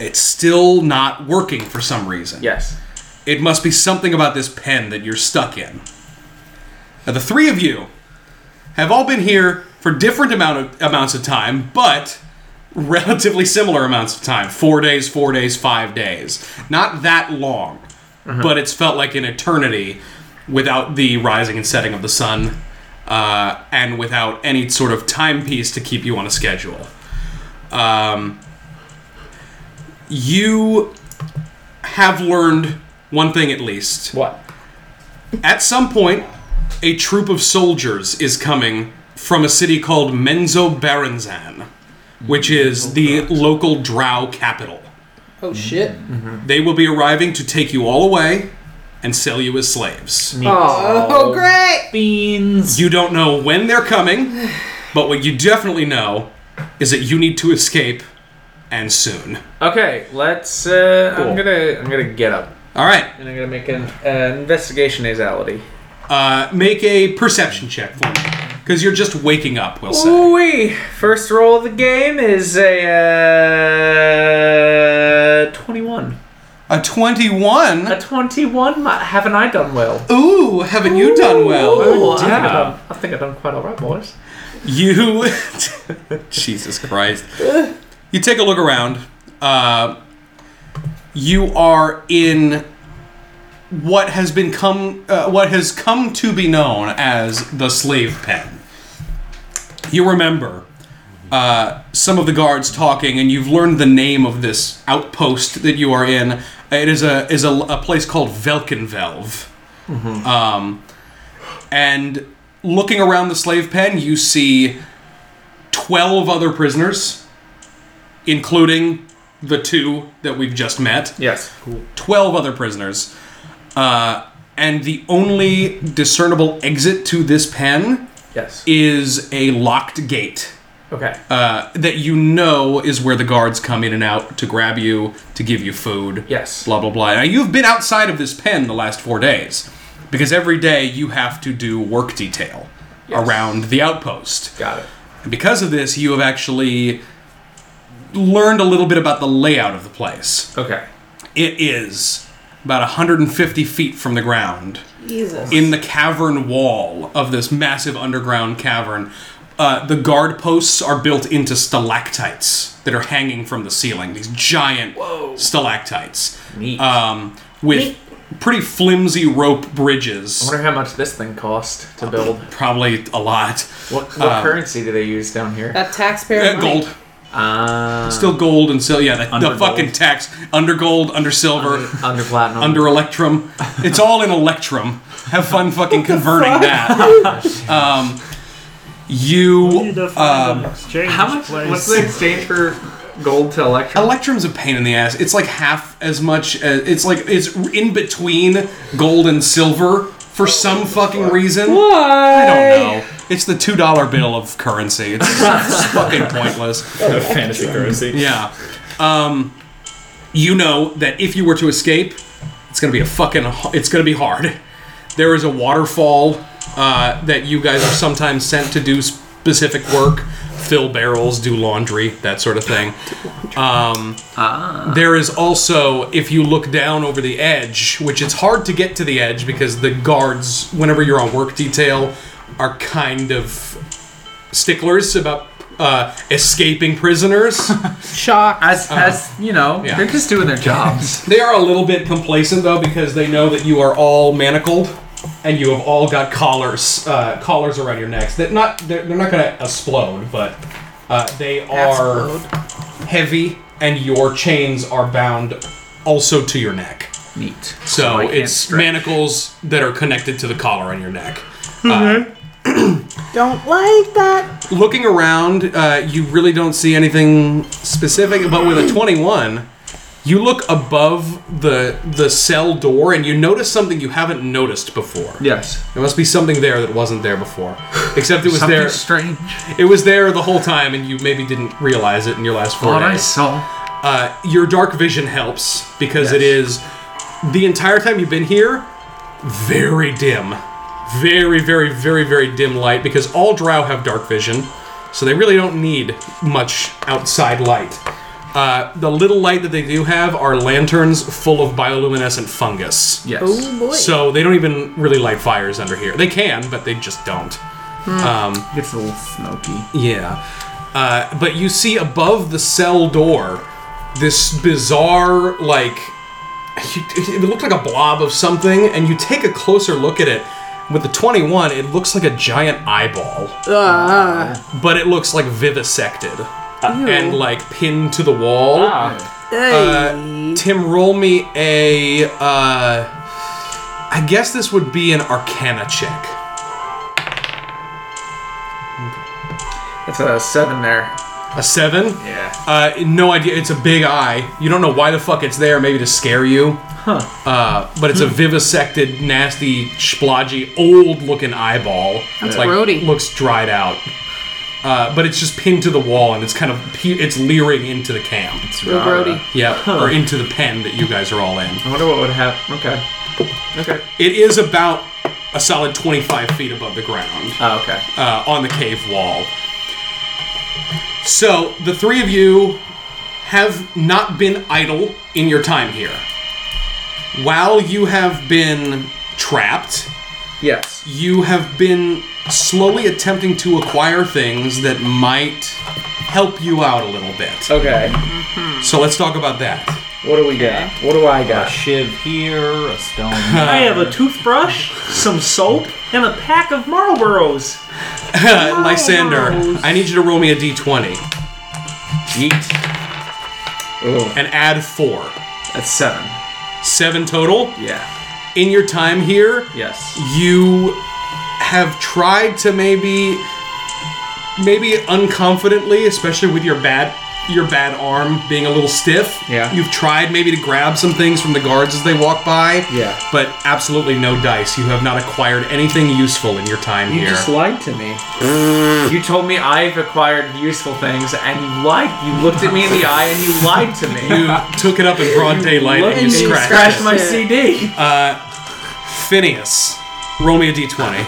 S1: It's still not working for some reason.
S10: Yes.
S1: It must be something about this pen that you're stuck in. Now, the three of you have all been here for different amount of, amounts of time, but relatively similar amounts of time. Four days, four days, five days. Not that long, but it's felt like an eternity without the rising and setting of the sun uh, and without any sort of timepiece to keep you on a schedule. Um, you have learned one thing at least.
S10: What?
S1: At some point, a troop of soldiers is coming from a city called Menzo Baranzan, which is the local drow capital.
S3: oh shit.
S1: They will be arriving to take you all away and sell you as slaves.
S3: Oh great.
S11: Beans.
S1: You don't know when they're coming, but what you definitely know is that you need to escape and soon.
S10: Okay, let's. Uh, I'm gonna. I'm gonna get up,
S1: All right,
S10: and I'm gonna make an uh, investigation nasality.
S1: uh, make a perception check for me, because you're just waking up. We'll say.
S10: Ooh-wee. First roll of the game is a uh, 21.
S1: A 21?
S10: A 21? Ma- Haven't I done well?
S1: Ooh, haven't you done well?
S10: Ooh, I, think I've done, I think I've done quite alright, boys.
S1: You. [LAUGHS] Jesus Christ. You take a look around. Uh, you are in what has been come, uh, what has come to be known as the slave pen. You remember uh, some of the guards talking, and you've learned the name of this outpost that you are in. It is a is a, a place called Velkenvelve. and looking around the slave pen, you see 12 other prisoners, including the two that we've just met.
S10: Yes. Cool.
S1: 12 other prisoners. Uh, and the only discernible exit to this pen
S10: Yes.
S1: is a locked gate
S10: Okay.
S1: uh, that you know is where the guards come in and out to grab you, to give you food.
S10: Yes.
S1: Blah, blah, blah. Now, you've been outside of this pen the last four days because every day you have to do work detail around the outpost.
S10: Got it.
S1: And because of this, you have actually learned a little bit about the layout of the place.
S10: Okay.
S1: It is about 150 feet from the ground
S3: Jesus.
S1: in the cavern wall of this massive underground cavern. Uh, the guard posts are built into stalactites that are hanging from the ceiling. These giant stalactites
S10: Neat.
S1: um, with pretty flimsy rope
S10: I
S1: bridges.
S10: wonder how much this thing cost to build.
S1: Probably a lot.
S10: uh, What, uh, what currency do they use down here?
S3: that taxpayer
S1: Uh,
S3: money.
S1: gold,
S10: Uh,
S1: still gold and silver. Yeah, the, the
S11: Under
S1: fucking
S11: gold.
S1: tax under gold, under silver,
S10: under platinum.
S1: under electrum. It's all in electrum. Have fun fucking converting that. Um, you
S6: Need to find an exchange
S10: how much?
S6: place.
S10: What's the exchange for gold to electrum?
S1: Electrum's a pain in the ass. It's like half as much as it's like it's in between gold and silver for some fucking reason. I don't know. It's the two dollar bill of currency. It's fucking pointless.
S5: fantasy currency.
S1: [LAUGHS] Yeah. Um, you know that if you were to escape, it's gonna be a fucking. It's gonna be hard. There is a waterfall uh, that you guys are sometimes sent to do specific work, fill barrels, do laundry, that sort of thing. Um, There is also, if you look down over the edge, which it's hard to get to the edge because the guards, whenever you're on work detail, are kind of sticklers about uh, escaping prisoners. [LAUGHS]
S3: Shock.
S10: As, as you know,
S1: yeah.
S10: they're just doing their jobs.
S1: [LAUGHS] they are a little bit complacent though because they know that you are all manacled and you have all got collars, uh, collars around your necks. That not they're, they're not gonna explode, but uh, they are heavy, and your chains are bound also to your neck.
S10: Neat.
S1: So
S10: I can't
S1: it's
S10: stretch.
S1: manacles that are connected to the collar on your neck.
S3: Don't like that.
S1: Looking around, uh, you really don't see anything specific, but with a 21, you look above the the cell door and you notice something you haven't noticed before.
S10: Yes.
S1: There must be something there that wasn't there before. Except it was
S10: Something
S1: there
S10: strange.
S1: it was there the whole time and you maybe didn't realize it in your last four
S10: What I
S1: days.
S10: saw.
S1: uh, your dark vision helps because it
S10: Yes.
S1: is the entire time you've been here very dim very very very very dim light because all drow have dark vision so they really don't need much outside light uh, the little light that they do have are lanterns full of bioluminescent fungus
S10: Yes.
S1: so they don't even really light fires under here they can but they just don't Um,
S10: It's a little smoky.
S1: yeah. Uh, but you see above the cell door this bizarre, like, you- it looked like a blob of something, and you take a closer look at it. With the 21, it looks like a giant eyeball. But it looks like vivisected and, like, pinned to the wall. Uh, Tim, roll me a. Uh, I guess this would be an arcana check.
S10: It's a seven there.
S1: A seven?
S10: Yeah.
S1: Uh, no idea. It's a big eye. You don't know why the fuck it's there. Maybe to scare you. Huh. Uh, but it's a vivisected, nasty, splodgy, old-looking eyeball. That's like,
S8: grody.
S1: Looks dried out. Uh, but it's just pinned to the wall, and it's kind of pe- it's leering into the camp.
S8: Real grody.
S1: Yeah, or into the pen that you guys are all in.
S10: I wonder what would happen. Okay. Okay.
S1: It is about a solid 25 feet above the ground.
S10: Oh, okay.
S1: uh, on the cave wall. So the three of you have not been idle in your time here. While you have been trapped,
S10: Yes.
S1: you have been slowly attempting to acquire things that might help you out a little bit.
S4: Oh.
S10: Okay.
S1: So let's talk about that.
S10: What do we got? What do I got?
S5: Shiv here, a [LAUGHS] stone. there.
S6: I have a toothbrush, some soap, and a pack of Marlboros.
S1: Uh, Lysander, I need you to roll me a d20
S10: Yeet. Oh,
S1: and add four.
S10: that's seven.
S1: Seven total.
S10: Yeah.
S1: In your time here,
S10: Yes.
S1: you have tried to maybe maybe unconfidently especially with your bad your bad arm being a little stiff
S10: Yeah.
S1: you've tried maybe to grab some things from the guards as they walk by
S10: Yeah.
S1: but absolutely no dice you have not acquired anything useful in your time
S10: You
S1: here
S10: just lied to me. you told me I've acquired useful things, and you lied. You looked at me in the eye, and you lied to me.
S1: [LAUGHS] you took it up in broad daylight and you
S10: And you
S1: scratched,
S10: scratched my
S3: it.
S10: CD.
S4: [LAUGHS]
S1: phineas roll me a d20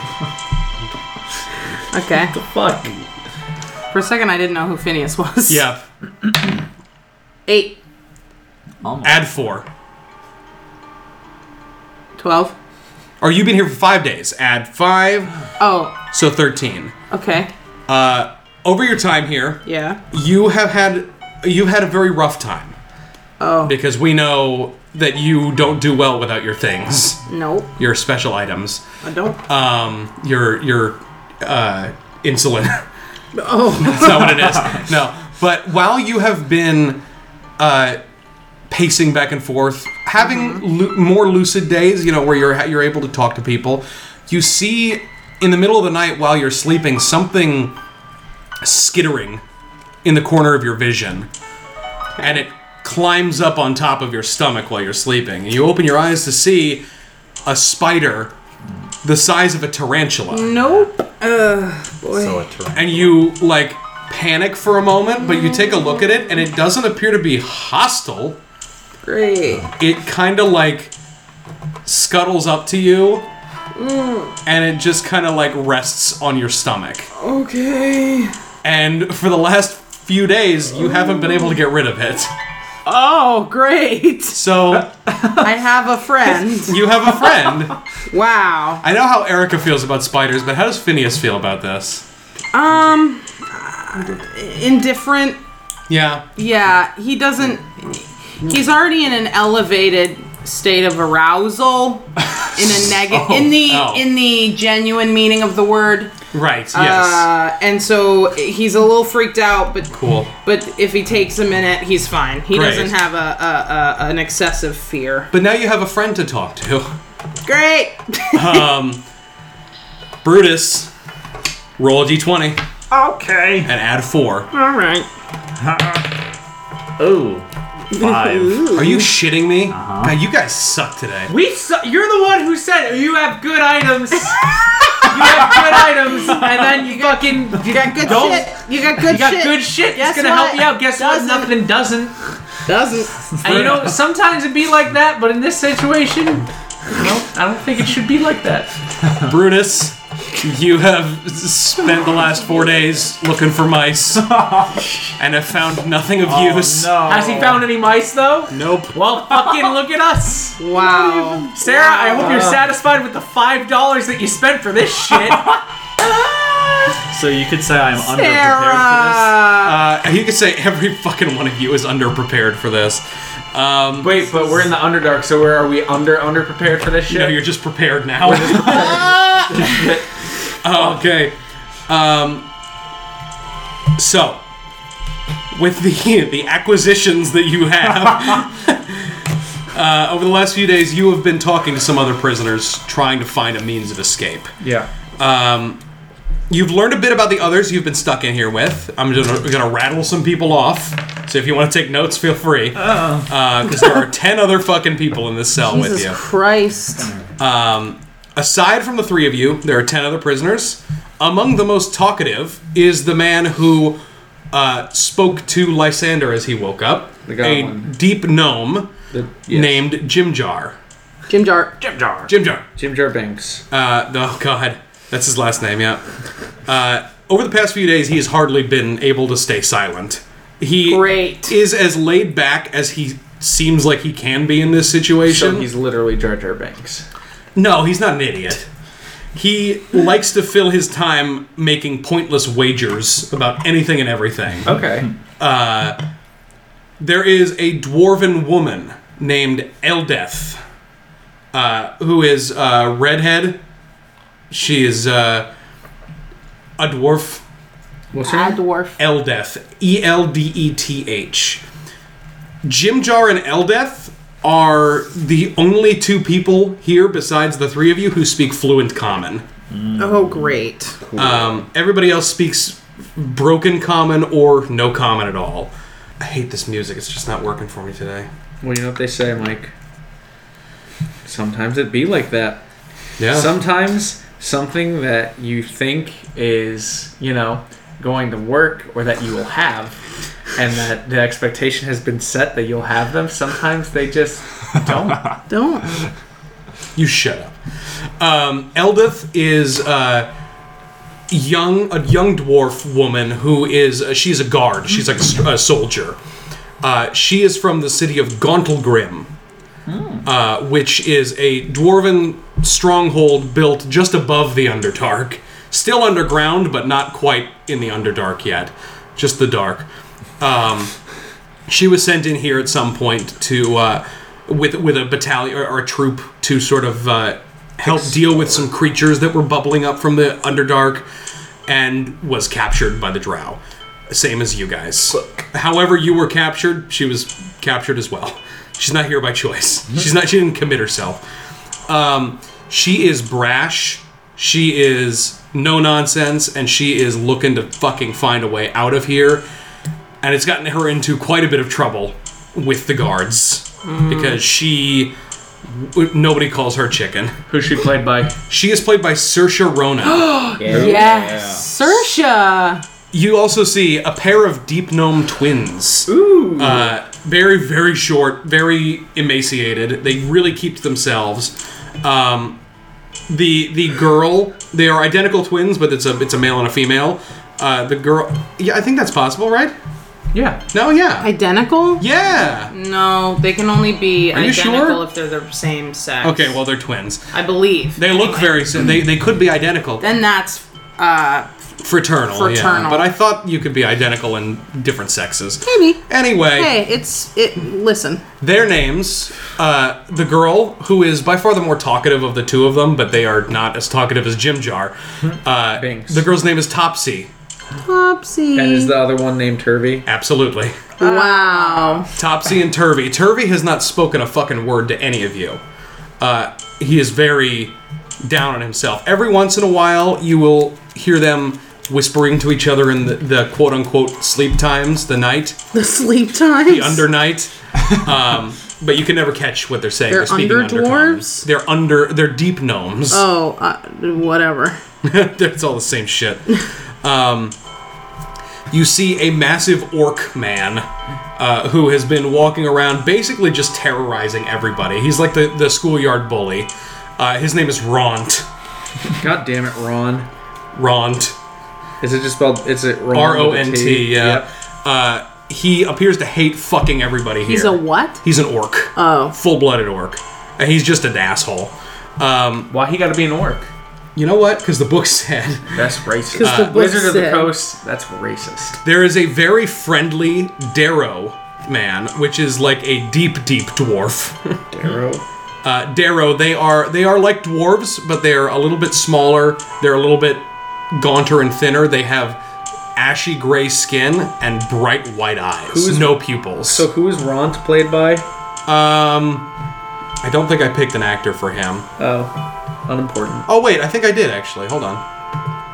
S8: Okay.
S10: Fuck.
S8: For a second, I didn't know who Phineas was.
S1: yep
S8: Eight.
S1: add four
S8: Twelve.
S1: or you've been here for five days add five
S8: Oh,
S1: so 13
S8: okay.
S1: over your time here
S8: Yeah.
S1: you have had you've had a very rough time. Oh. Because we know that you don't do well without your things,
S8: Nope.
S1: your special items,
S8: I don't.
S1: your your uh, insulin. [LAUGHS] Oh, that's not what it is. No, but while you have been uh, pacing back and forth, having lu- more lucid days, you know, where you're you're able to talk to people, you see in the middle of the night while you're sleeping something skittering in the corner of your vision. and it climbs up on top of your stomach while you're sleeping. And you open your eyes to see a spider the size of a tarantula.
S3: Nope. Ugh, boy.
S1: And you like panic for a moment, but you take a look at it and it doesn't appear to be hostile.
S3: Great.
S1: It kind of like scuttles up to you
S3: Mm,
S1: and it just kind of like rests on your stomach.
S3: okay.
S1: And for the last few days, you haven't been able to get rid of it.
S3: Oh, great.
S1: [LAUGHS] So
S3: I have a friend.
S1: you have a friend.
S3: Wow.
S1: I know how Erica feels about spiders, but how does Phineas feel about this?
S3: Um, indifferent.
S1: Yeah.
S3: Yeah, he doesn't. He's already in an elevated state of
S1: [LAUGHS]
S3: arousal in a negative in the
S1: oh.
S3: in the genuine meaning of the word.
S1: Right, yes.
S3: Uh, and so he's a little freaked out, but
S1: Cool.
S3: But if he takes a minute, he's fine. He
S1: Great.
S3: doesn't have a, a, a an excessive fear.
S1: But now you have a friend to talk to.
S3: Great.
S1: Um, Brutus, roll a d20
S12: Okay.
S1: and add four.
S3: All right.
S12: oh, five.
S1: Are you shitting me? God, you guys suck today.
S4: We su- you're the one who said you have good
S3: [LAUGHS]
S4: items. you have good items, and then you fucking you got
S3: good shit. You got good
S4: You got
S3: shit.
S4: good shit.
S3: Guess
S4: it's gonna
S3: what?
S4: help you out. Guess
S3: Doesn't.
S4: what? Nothing doesn't.
S3: Doesn't.
S4: And you know, sometimes it'd be like that, but in this situation, you know, I don't think it should be like that.
S1: Brutus, you have s- spent the last four days looking for mice and have found nothing of use.
S4: Has he found any mice though?
S1: Nope.
S4: Well, fucking look at us.
S3: Wow.
S4: Sarah, I hope you're
S12: Wow.
S4: satisfied with the five dollars that you spent for this
S1: [LAUGHS]
S4: shit.
S6: So you could say I'm
S4: Sarah.
S6: underprepared
S1: Uh, you could say every fucking one of you is underprepared for this. Um,
S4: Wait, but we're in the Underdark, so where are we under underprepared for this shit?
S1: No, you're just prepared now. [LAUGHS] okay. Um, so, with the the acquisitions that you have uh, over the last few days, you have been talking to some other prisoners, trying to find a means of escape.
S13: Yeah.
S1: Um, you've learned a bit about the others you've been stuck in here with. I'm just gonna rattle some people off. So if you want to take notes, feel free. Because there are ten other fucking people in this cell with
S3: Jesus
S1: you.
S3: Christ.
S1: Um, aside from the three of you, there are 10 other prisoners. Among the most talkative is the man who uh, spoke to Lysander as he woke up.
S3: goblin.
S1: A deep gnome named Jimjar.
S3: Jim Jar.
S4: Jim Jar.
S1: Jimjar.
S4: Jimjar Banks.
S1: Uh, oh, God. That's his last name, yeah. Uh, over the past few days, he has hardly been able to stay silent. He
S3: Great.
S1: is as laid back as he seems like he can be in this situation.
S4: So he's literally Jar Jar Banks.
S1: No, he's not an idiot. He likes to fill his time making pointless wagers about anything and everything.
S4: Okay.
S1: Uh, there is a dwarven woman named Eldeth, uh, who is uh, redhead. She is uh, a dwarf.
S4: What's
S3: her name? dwarf.
S1: Eldeth. E L D E T H. Jimjar and Eldeth are the only two people here besides the three of you who speak fluent common.
S3: Oh, great.
S1: Um, everybody else speaks broken common or no common at all. I hate this music. It's just not working for me today.
S4: Well, you know what they say, Mike. Sometimes it be like that.
S1: Yeah.
S10: Uh-huh.
S4: Sometimes something that you think is, you know, going to work or that you will have, and that the expectation has been set that you'll have them. Sometimes they just don't.
S3: Don't.
S1: You shut up. Um, Eldith is uh, young, a young dwarf woman who is uh, she's a guard. She's like a, s- a soldier. Uh, she is from the city of Gontalgrim, uh, which is a dwarven stronghold built just above the Underdark. Still underground, but not quite in the Underdark yet. Just the dark. Um, she was sent in here at some point to uh, with with a battalion or, or a troop to sort of uh, help deal with some creatures that were bubbling up from the Underdark, and was captured by the Drow, same as you guys. However, you were captured. She was captured as well. She's not here by choice. She's not. She didn't commit herself. Um, she is brash. She is no nonsense, and she is looking to fucking find a way out of here and it's gotten her into quite a bit of trouble with the guards
S5: Mm.
S1: because she w- nobody calls her chicken.
S10: Who's she played by?
S1: She is played by Saoirse Ronan.
S8: yes, Sersha.
S1: You also see a pair of deep gnome twins. Ooh. Uh, very, very short, very emaciated. They really keep to themselves. Um, the the girl, they are identical twins, but it's a it's a male and a female. Uh, the girl, yeah, I think that's possible, right?
S10: Yeah.
S1: No, yeah.
S8: Identical?
S1: Yeah.
S3: Mm. No, they can only be
S1: Are you
S3: identical
S1: sure?
S3: if they're the same sex.
S1: Okay, well they're twins.
S3: I believe.
S1: They look very sim- they they could be identical.
S3: Then that's uh
S1: fraternal, yeah.
S3: Fraternal.
S1: But I thought you could be identical in different sexes.
S8: maybe.
S1: Anyway.
S8: Hey, it's it. Listen,
S1: Their names, uh, the girl who is by far the more talkative of the two of them, but they are not as talkative as Jim Jar. Uh, the girl's name is Topsy.
S8: Popsy.
S10: And is the other one named Turvy?
S1: Absolutely.
S8: wow.
S1: Topsy and Turvy. Turvy has not spoken a fucking word to any of you. Uh, he is very down on himself. Every once in a while, you will hear them whispering to each other in the, the quote unquote sleep times, the night,
S8: The sleep times.
S1: the under night. Um, [LAUGHS] but you can never catch what they're saying.
S8: They're
S1: speaking
S8: under
S1: undercommon.
S8: dwarves?
S1: They're under. They're deep gnomes. [LAUGHS]
S8: Oh, uh, whatever.
S1: it's all the same shit. Um, you see a massive orc man uh, who has been walking around basically just terrorizing everybody. He's like the, the schoolyard bully. Uh, his name is Ront.
S10: God damn it, Ron.
S1: Ront.
S10: Is it just spelled? Is it Ron?
S1: R O
S10: with a
S1: N
S10: T?
S1: T, yeah. Uh, he appears to hate fucking everybody here.
S8: He's a what?
S1: He's an orc.
S8: Oh.
S1: Full blooded orc. And he's just an asshole. Um,
S10: Why he gotta be an orc?
S1: You know what? Because the book [LAUGHS] said.
S10: That's racist.
S1: 'Cause the book
S10: Uh, Wizard of the
S1: said-
S10: Coast. That's racist.
S1: There is a very friendly Darrow man, which is like a deep, deep dwarf.
S10: [LAUGHS] Darrow.
S1: Uh, Darrow. They are they are like dwarves, but they're a little bit smaller. They're a little bit gaunter and thinner. They have ashy gray skin and bright white eyes.
S10: Who's-
S1: no pupils.
S10: So who is Ront played by?
S1: Um, I don't think I picked an actor for him.
S10: Oh, unimportant.
S1: Oh wait, I think I did actually. Hold on.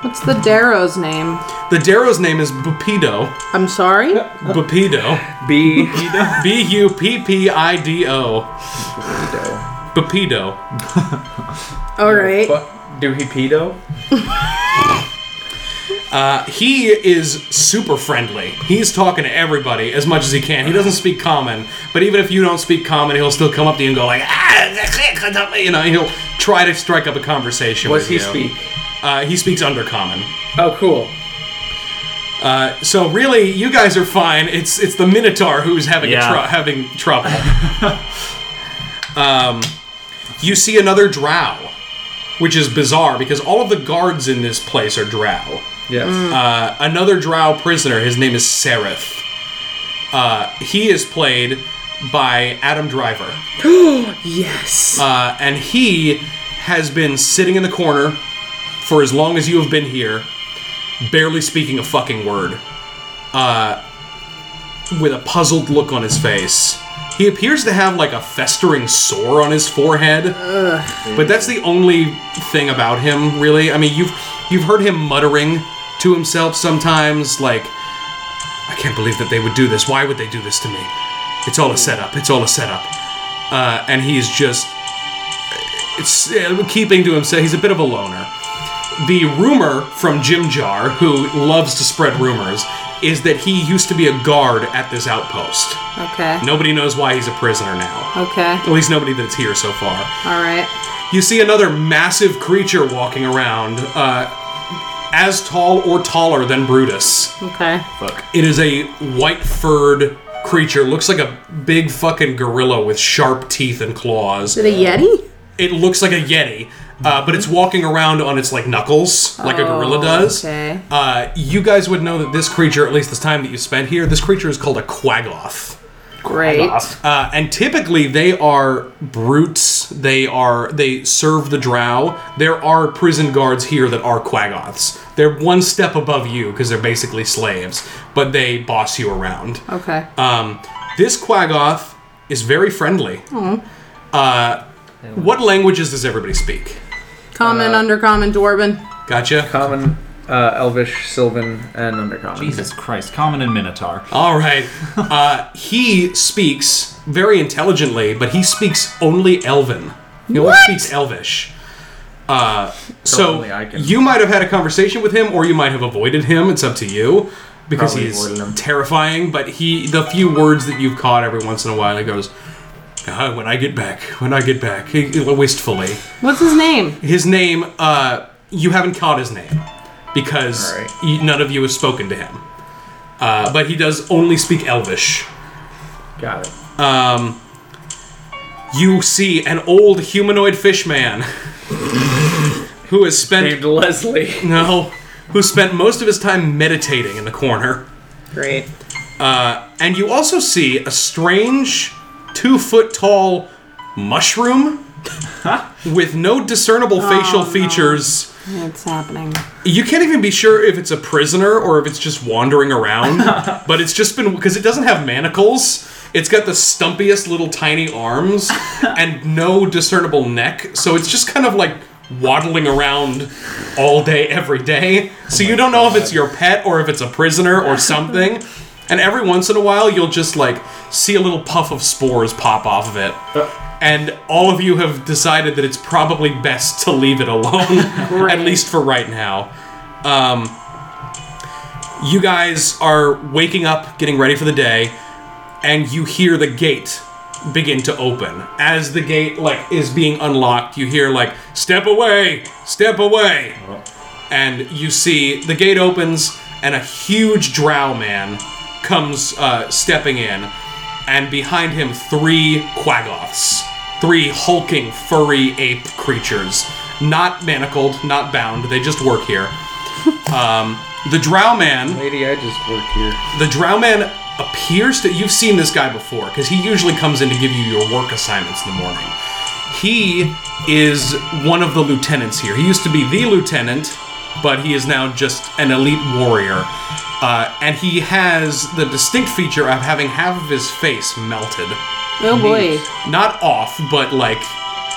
S8: What's the Darrow's name?
S1: The Darrow's name is Bupido.
S8: I'm sorry.
S1: Bupido.
S10: B.
S1: B U P P I D O. Bupido.
S8: All right.
S10: Do he pedo?
S1: Uh, he is super friendly. He's talking to everybody as much as he can. He doesn't speak common, but even if you don't speak common, he'll still come up to you and go like, ah, [LAUGHS] you know, he'll try to strike up a conversation.
S10: What's
S1: with
S10: he
S1: you.
S10: speak?
S1: Uh, he speaks undercommon.
S10: Oh, cool.
S1: Uh, so really, you guys are fine. It's it's the Minotaur who's having a
S5: Yeah.
S1: tru- having trouble. [LAUGHS] um, you see another Drow, which is bizarre because all of the guards in this place are Drow.
S10: Yes. Mm.
S1: Uh, another Drow prisoner. His name is Sereth. Uh, he is played by Adam Driver.
S8: yes.
S1: Uh, and he has been sitting in the corner for as long as you have been here, barely speaking a fucking word, uh, with a puzzled look on his face. He appears to have like a festering sore on his forehead, but that's the only thing about him, really. I mean, you've you've heard him muttering to himself sometimes, like, "I can't believe that they would do this. Why would they do this to me? It's all a setup. It's all a setup." Uh, and he's just it's uh, keeping to himself. He's a bit of a loner. The rumor from Jim Jar, who loves to spread rumors, is that he used to be a guard at this outpost.
S8: Okay.
S1: Nobody knows why he's a prisoner now.
S8: Okay.
S1: At least nobody that's here so far.
S8: All right.
S1: You see another massive creature walking around, uh, as tall or taller than Brutus.
S8: Okay.
S1: Fuck. It is a white furred creature. Looks like a big fucking gorilla with sharp teeth and claws.
S8: Is it a yeti?
S1: It looks like a yeti, uh, but it's walking around on its like knuckles, like a gorilla
S8: Oh,
S1: does.
S8: Okay.
S1: Uh, you guys would know that this creature, at least this time that you spent here, this creature is called a quaggoth.
S8: Great.
S1: Uh, and typically they are brutes. They are they serve the drow. There are prison guards here that are quaggoths. They're one step above you because they're basically slaves, but they boss you around.
S8: Okay.
S1: Um, this quaggoth is very friendly.
S8: Oh.
S1: Uh, what languages does everybody speak?
S8: uh, Common, undercommon, dwarven.
S1: Gotcha.
S10: Common, uh, Elvish, Sylvan, and Undercommon.
S5: Jesus Christ, Common and Minotaur.
S1: All right. Uh, he speaks very intelligently, but he speaks only Elven. He only speaks Elvish. Uh, so you might have had a conversation with him, or you might have avoided him. It's up to you because
S10: Probably avoided
S1: he's terrifying. But he, the few words that you've caught every once in a while, he goes, "Ah, "When I get back, when I get back," he- he- wistfully.
S8: What's his name?
S1: His name, uh, you haven't caught his name because y- none of you have spoken to him. Uh, but he does only speak Elvish.
S10: Got it.
S1: Um, you see an old humanoid fish man [LAUGHS] who has spent named
S10: Leslie.
S1: No, who spent most of his time meditating in the corner.
S3: Great.
S1: Uh, and you also see a strange, two foot tall mushroom with no discernible facial features.
S8: It's happening.
S1: You can't even be sure if it's a prisoner or if it's just wandering around, but it's just been because it doesn't have manacles. It's got the stumpiest little tiny arms and no discernible neck, so it's just kind of like waddling around all day, every day. So you don't know if it's your pet or if it's a prisoner or something. And every once in a while, you'll just like see a little puff of spores pop off of it. And all of you have decided that it's probably best to leave it alone, at least for right now. Um, you guys are waking up, getting ready for the day, and you hear the gate begin to open. As the gate like is being unlocked, you hear like "Step away, step away," and you see the gate opens, and a huge drow man comes uh, stepping in, and behind him three quaggoths, three hulking furry ape creatures, not manacled, not bound. They just work here. [LAUGHS] Um, the drow man.
S10: Lady, I just work here.
S1: The drow man appears to. You've seen this guy before, because he usually comes in to give you your work assignments in the morning. He is one of the lieutenants here. He used to be the lieutenant, but he is now just an elite warrior. Uh, and he has the distinct feature of having half of his face melted.
S8: Oh boy.
S1: Not off, but like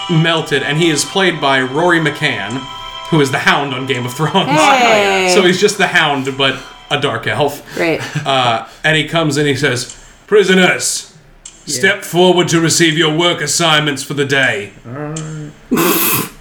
S1: melted. And he is played by Rory McCann, who is the hound on Game of Thrones.
S8: Hey.
S1: [LAUGHS] so he's just the hound, but a dark elf.
S8: Great.
S1: [LAUGHS] Uh, and he comes and he says, Prisoners, step forward to receive your work assignments for the day.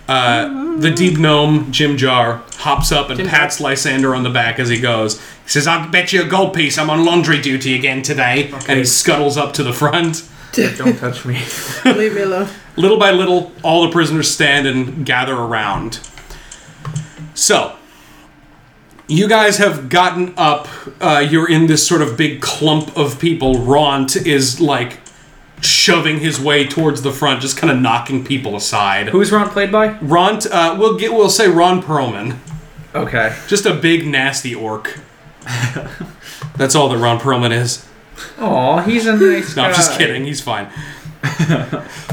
S1: Uh, the deep gnome, Jim Jar, hops up and pats Lysander on the back as he goes. He says, I'll bet you a gold piece I'm on laundry duty again today. And he scuttles up to the front.
S10: Don't touch me.
S3: Leave me alone.
S1: Little by little, all the prisoners stand and gather around. So, you guys have gotten up. Uh, you're in this sort of big clump of people. Ront is like shoving his way towards the front, just kind of knocking people aside.
S10: [LAUGHS] Who's Ron played by?
S1: Ront? Uh, we'll get. We'll say Ron Perlman.
S10: Okay.
S1: Just a big nasty orc. That's all that Ron Perlman is.
S10: Aw, he's a nice
S1: No, I'm just
S10: guy.
S3: Uh,
S1: kidding. He's fine.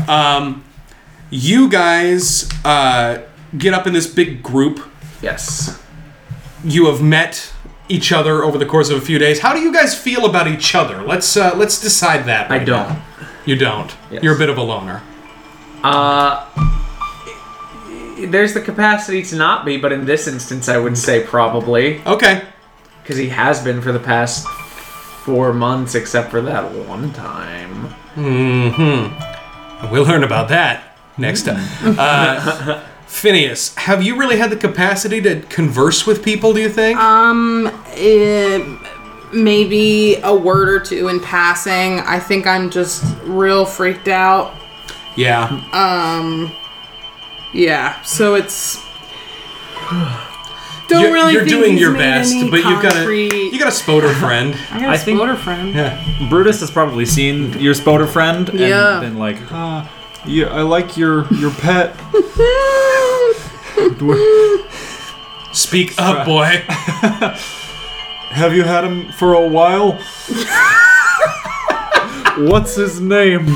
S1: um, you guys uh, get up in this big group.
S10: Yes.
S1: You have met each other over the course of a few days. How do you guys feel about each other? Let's uh, let's decide that.
S10: I
S1: right
S10: don't.
S1: now. You don't. You're a bit of a loner.
S10: Uh, there's the capacity to not be, but in this instance, I would say probably.
S1: Okay.
S10: Because he has been for the past four months, except for that one time.
S1: Mm-hmm. We'll learn about that
S10: [LAUGHS]
S1: next time. Uh, Phineas, have you really had the capacity to converse with people? Do you think?
S3: Uh,
S8: Um, eh,
S3: maybe a word or two in passing. I think I'm just real freaked out.
S1: Yeah.
S3: Um, yeah. So it's [SIGHS] don't
S1: you're,
S3: really.
S1: You're
S3: think
S1: doing
S3: he's
S1: your
S3: made
S1: best,
S3: any
S1: but you've got a
S3: concrete-
S1: you got a spoder friend.
S8: I got a spoder friend.
S1: Yeah.
S5: Brutus has probably seen your spoder friend and
S8: Yeah.
S5: been like, ah, yeah, I like your your pet.
S1: Speak up, boy.
S5: Have you had him for a
S6: [LAUGHS]
S5: while? What's his name?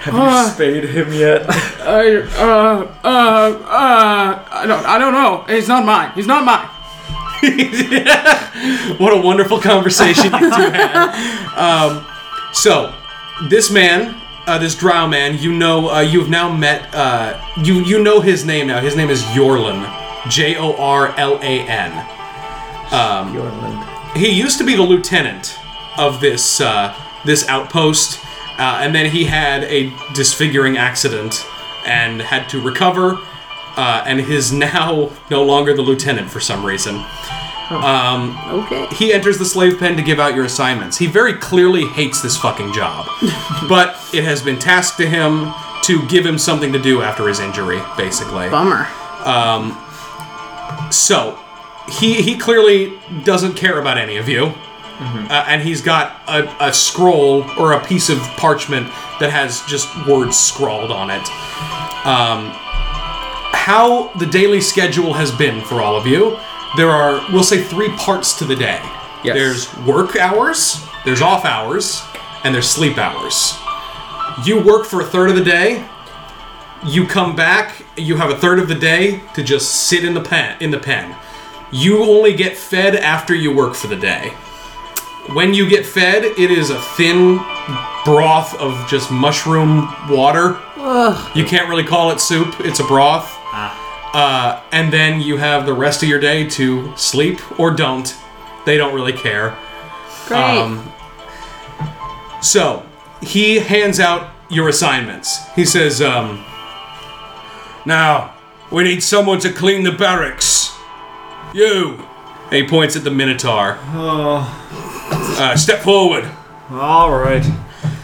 S5: Have
S3: Ah.
S5: spayed him yet?
S8: I, uh, uh, uh, I don't, I don't know. He's not mine. He's not mine.
S1: what a wonderful conversation you two had. Um, so, this man, uh, this drow man, you know, uh, you've now met. Uh, you you know his name now. His name is Yorlin, J O R L A N. Um, he used to be the lieutenant of this uh, this outpost, uh, and then he had a disfiguring accident and had to recover, uh, and is [LAUGHS] now no longer the lieutenant for some reason. Um,
S8: okay.
S1: He enters the slave pen to give out your assignments. He very clearly hates this fucking job, but it has been tasked to him to give him something to do after his injury, basically.
S8: Bummer.
S1: Um, so he he clearly doesn't care about any of you, uh, and he's got a, a scroll or a piece of parchment that has just words scrawled on it. Um, how the daily schedule has been for all of you? There are we'll say three parts to the day.
S10: Yes.
S1: There's work hours, there's off hours, and there's sleep hours. You work for a third of the day, you come back. You have a third of the day to just sit in the pen. In the pen, you only get fed after you work for the day. When you get fed, it is a thin broth of just mushroom water.
S8: Ugh. Ah.
S1: You can't really call it soup; it's a broth. Uh, and then you have the rest of your day to sleep or don't. They don't really care. Um,
S8: Great.
S1: so he hands out your assignments. He says, um, "Now we need someone to clean the barracks. You." And he points at the Minotaur. Uh, step forward.
S6: Oh. All right.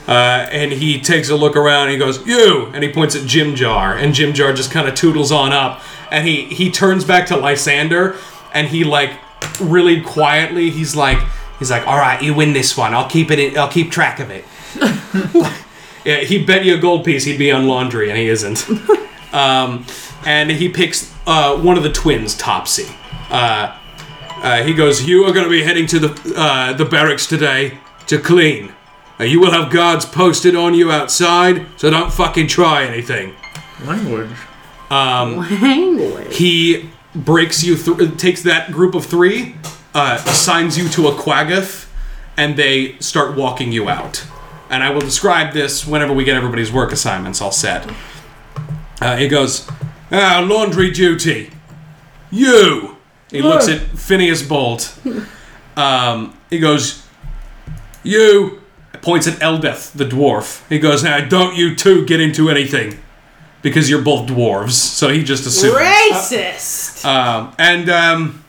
S1: Uh, and he takes a look around and he goes, You! And he points at Jim Jar. And Jim Jar just kind of toodles on up. And he, he turns back to Lysander and he, like, really quietly, he's like, He's like, All right, you win this one. I'll keep it, in, I'll keep track of
S6: [LAUGHS]
S1: it. yeah, he'd bet you a gold piece he'd be on laundry and he isn't. [LAUGHS] um, and he picks uh, one of the twins, Topsy. Uh, uh, he goes, "You are going to be heading to the uh, the barracks today to clean. Uh, you will have guards posted on you outside, so don't fucking try anything."
S6: Language.
S1: Um,
S8: Language.
S1: he breaks you through, takes that group of three, uh, assigns you to a quaggoth, and they start walking you out. And I will describe this whenever we get everybody's work assignments all set. Uh, he goes, ah, laundry duty. You. He looks at Phineas Bolt. Um, he goes, you. Points at Eldeth, the dwarf. He goes, now don't you two get into anything. Because you're both dwarves. So he just assumes.
S3: Racist.
S1: Um, and um,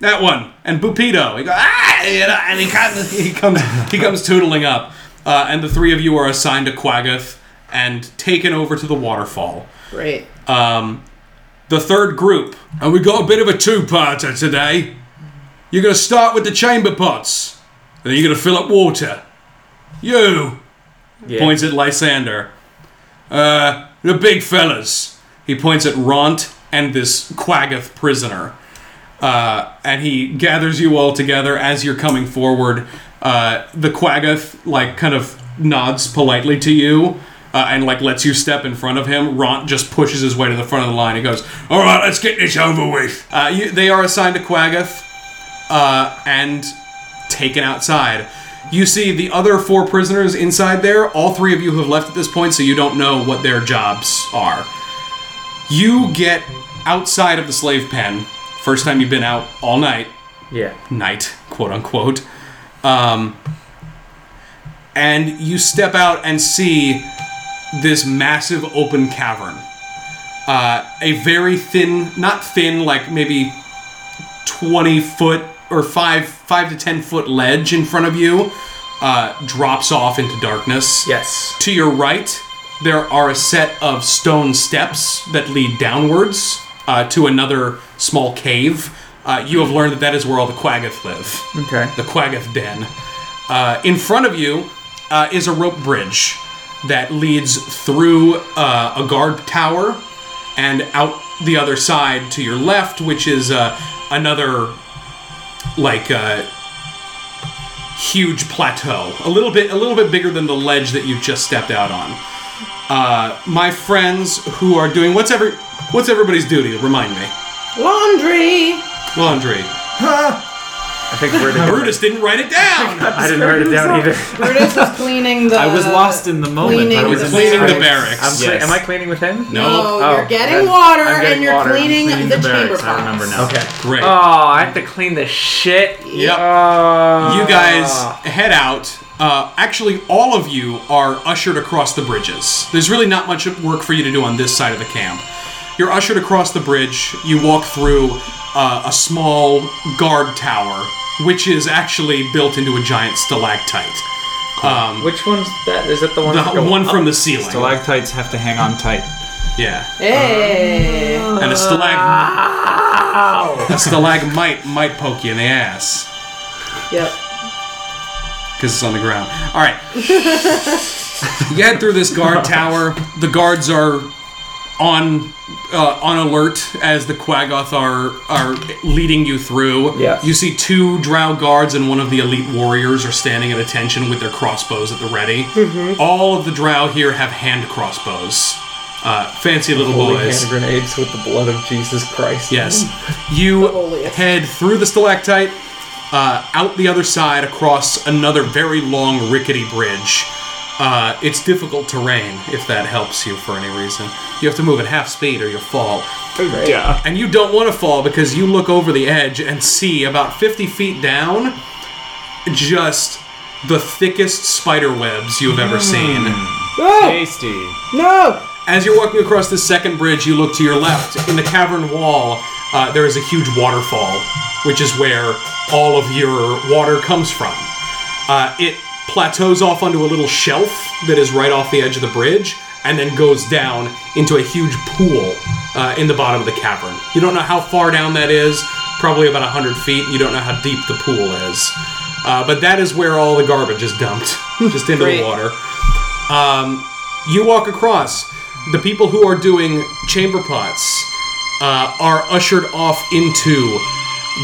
S1: that one, and Bupito. He goes, ah, you know, and he comes, he comes, he comes tootling up. Uh, and the three of you are assigned to Quaggoth and taken over to the waterfall.
S3: Great.
S1: Um, the third group, and we got a bit of a two-parter today. You're gonna start with the chamber pots, and then you're gonna fill up water. You points at Lysander. Uh, the big fellas. He points at Ront and this Quaggoth prisoner. Uh, and he gathers you all together as you're coming forward. Uh, the Quaggoth, like, kind of nods politely to you uh, and, like, lets you step in front of him. Ront just pushes his way to the front of the line. He goes, All right, let's get this over with. Uh, you, they are assigned to Quaggoth uh, and taken outside. You see the other four prisoners inside there. All three of you have left at this point, so you don't know what their jobs are. You get outside of the slave pen. First time you've been out all night.
S10: Yeah.
S1: Night, quote unquote. Um, and you step out and see this massive open cavern. Uh, a very thin, not thin, like maybe 20 foot or 5 5 to 10 foot ledge in front of you uh, drops off into darkness
S10: Yes.
S1: to your right there are a set of stone steps that lead downwards uh, to another small cave uh, you have learned that that is where all the quaggoth live
S10: Okay.
S1: the quaggoth den uh, in front of you uh, is a rope bridge that leads through uh, a guard tower and out the other side to your left, which is uh, another like uh, huge plateau, a little bit a little bit bigger than the ledge that you just stepped out on. Uh, my friends who are doing what's every what's everybody's duty? Remind me.
S3: Laundry.
S1: Laundry.
S10: I think we're the-
S1: Brutus didn't write it
S10: [LAUGHS]
S1: down.
S10: I didn't write it down either.
S3: Brutus was cleaning the.
S6: I was lost in the moment.
S3: cleaning
S6: I was
S3: the
S6: in
S1: Cleaning the
S6: space.
S1: barracks.
S10: I'm cle-
S6: Yes.
S10: Am I cleaning with him?
S3: No,
S10: Oh,
S3: you're getting
S10: good.
S3: water
S10: I'm getting
S3: and you're
S10: water.
S3: cleaning,
S6: Cleaning
S3: the,
S6: the
S3: chamber
S6: barracks,
S3: pots.
S6: I remember now.
S10: Okay.
S1: Great.
S10: Oh, I have to clean the shit.
S1: Yep.
S10: Oh.
S1: You guys head out. Uh, actually, all of you are ushered across the bridges. There's really not much work for you to do on this side of the camp. You're ushered across the bridge. You walk through uh, a small guard tower, which is actually built into a giant stalactite. Um,
S10: Which one's that? Is it the one?
S1: the
S10: that go
S1: one
S10: up?
S1: from the ceiling.
S11: Stalactites have to hang on tight.
S1: yeah.
S3: Hey.
S1: and a stalag a stalagmite might poke you in the ass
S3: Yep.
S1: because it's on the ground. All right, [LAUGHS] you head through this
S10: [LAUGHS]
S1: guard tower. The guards are on uh, on alert as the Quaggoth are are leading you through.
S10: Yeah.
S1: you see two Drow guards and one of the elite warriors are standing at attention with their crossbows at the ready.
S10: Mm-hmm.
S1: All of the Drow here have hand crossbows. Uh, fancy little
S10: Holy
S1: boys.
S10: hand grenades with the blood of Jesus Christ.
S1: Yes. You
S3: holiest.
S1: head through the stalactite, uh, out the other side, across another very long, rickety bridge. Uh, it's difficult terrain, if that helps you for any reason. You have to move at half speed or you'll fall.
S6: Yeah.
S1: And you don't want to fall because you look over the edge and see about 50 feet down just the thickest spider webs you've ever seen.
S6: Tasty.
S3: No.
S1: As you're walking across this second bridge, you look to your left. In the cavern wall, uh, there is a huge waterfall, which is where all of your water comes from. Uh, it plateaus off onto a little shelf that is right off the edge of the bridge, and then goes down into a huge pool uh, in the bottom of the cavern. You don't know how far down that is, probably about 100 feet, and you don't know how deep the pool is. Uh, but that is where all the garbage is dumped, [LAUGHS] just into the
S3: Great.
S1: water. Um, you walk across. The people who are doing chamber pots uh, are ushered off into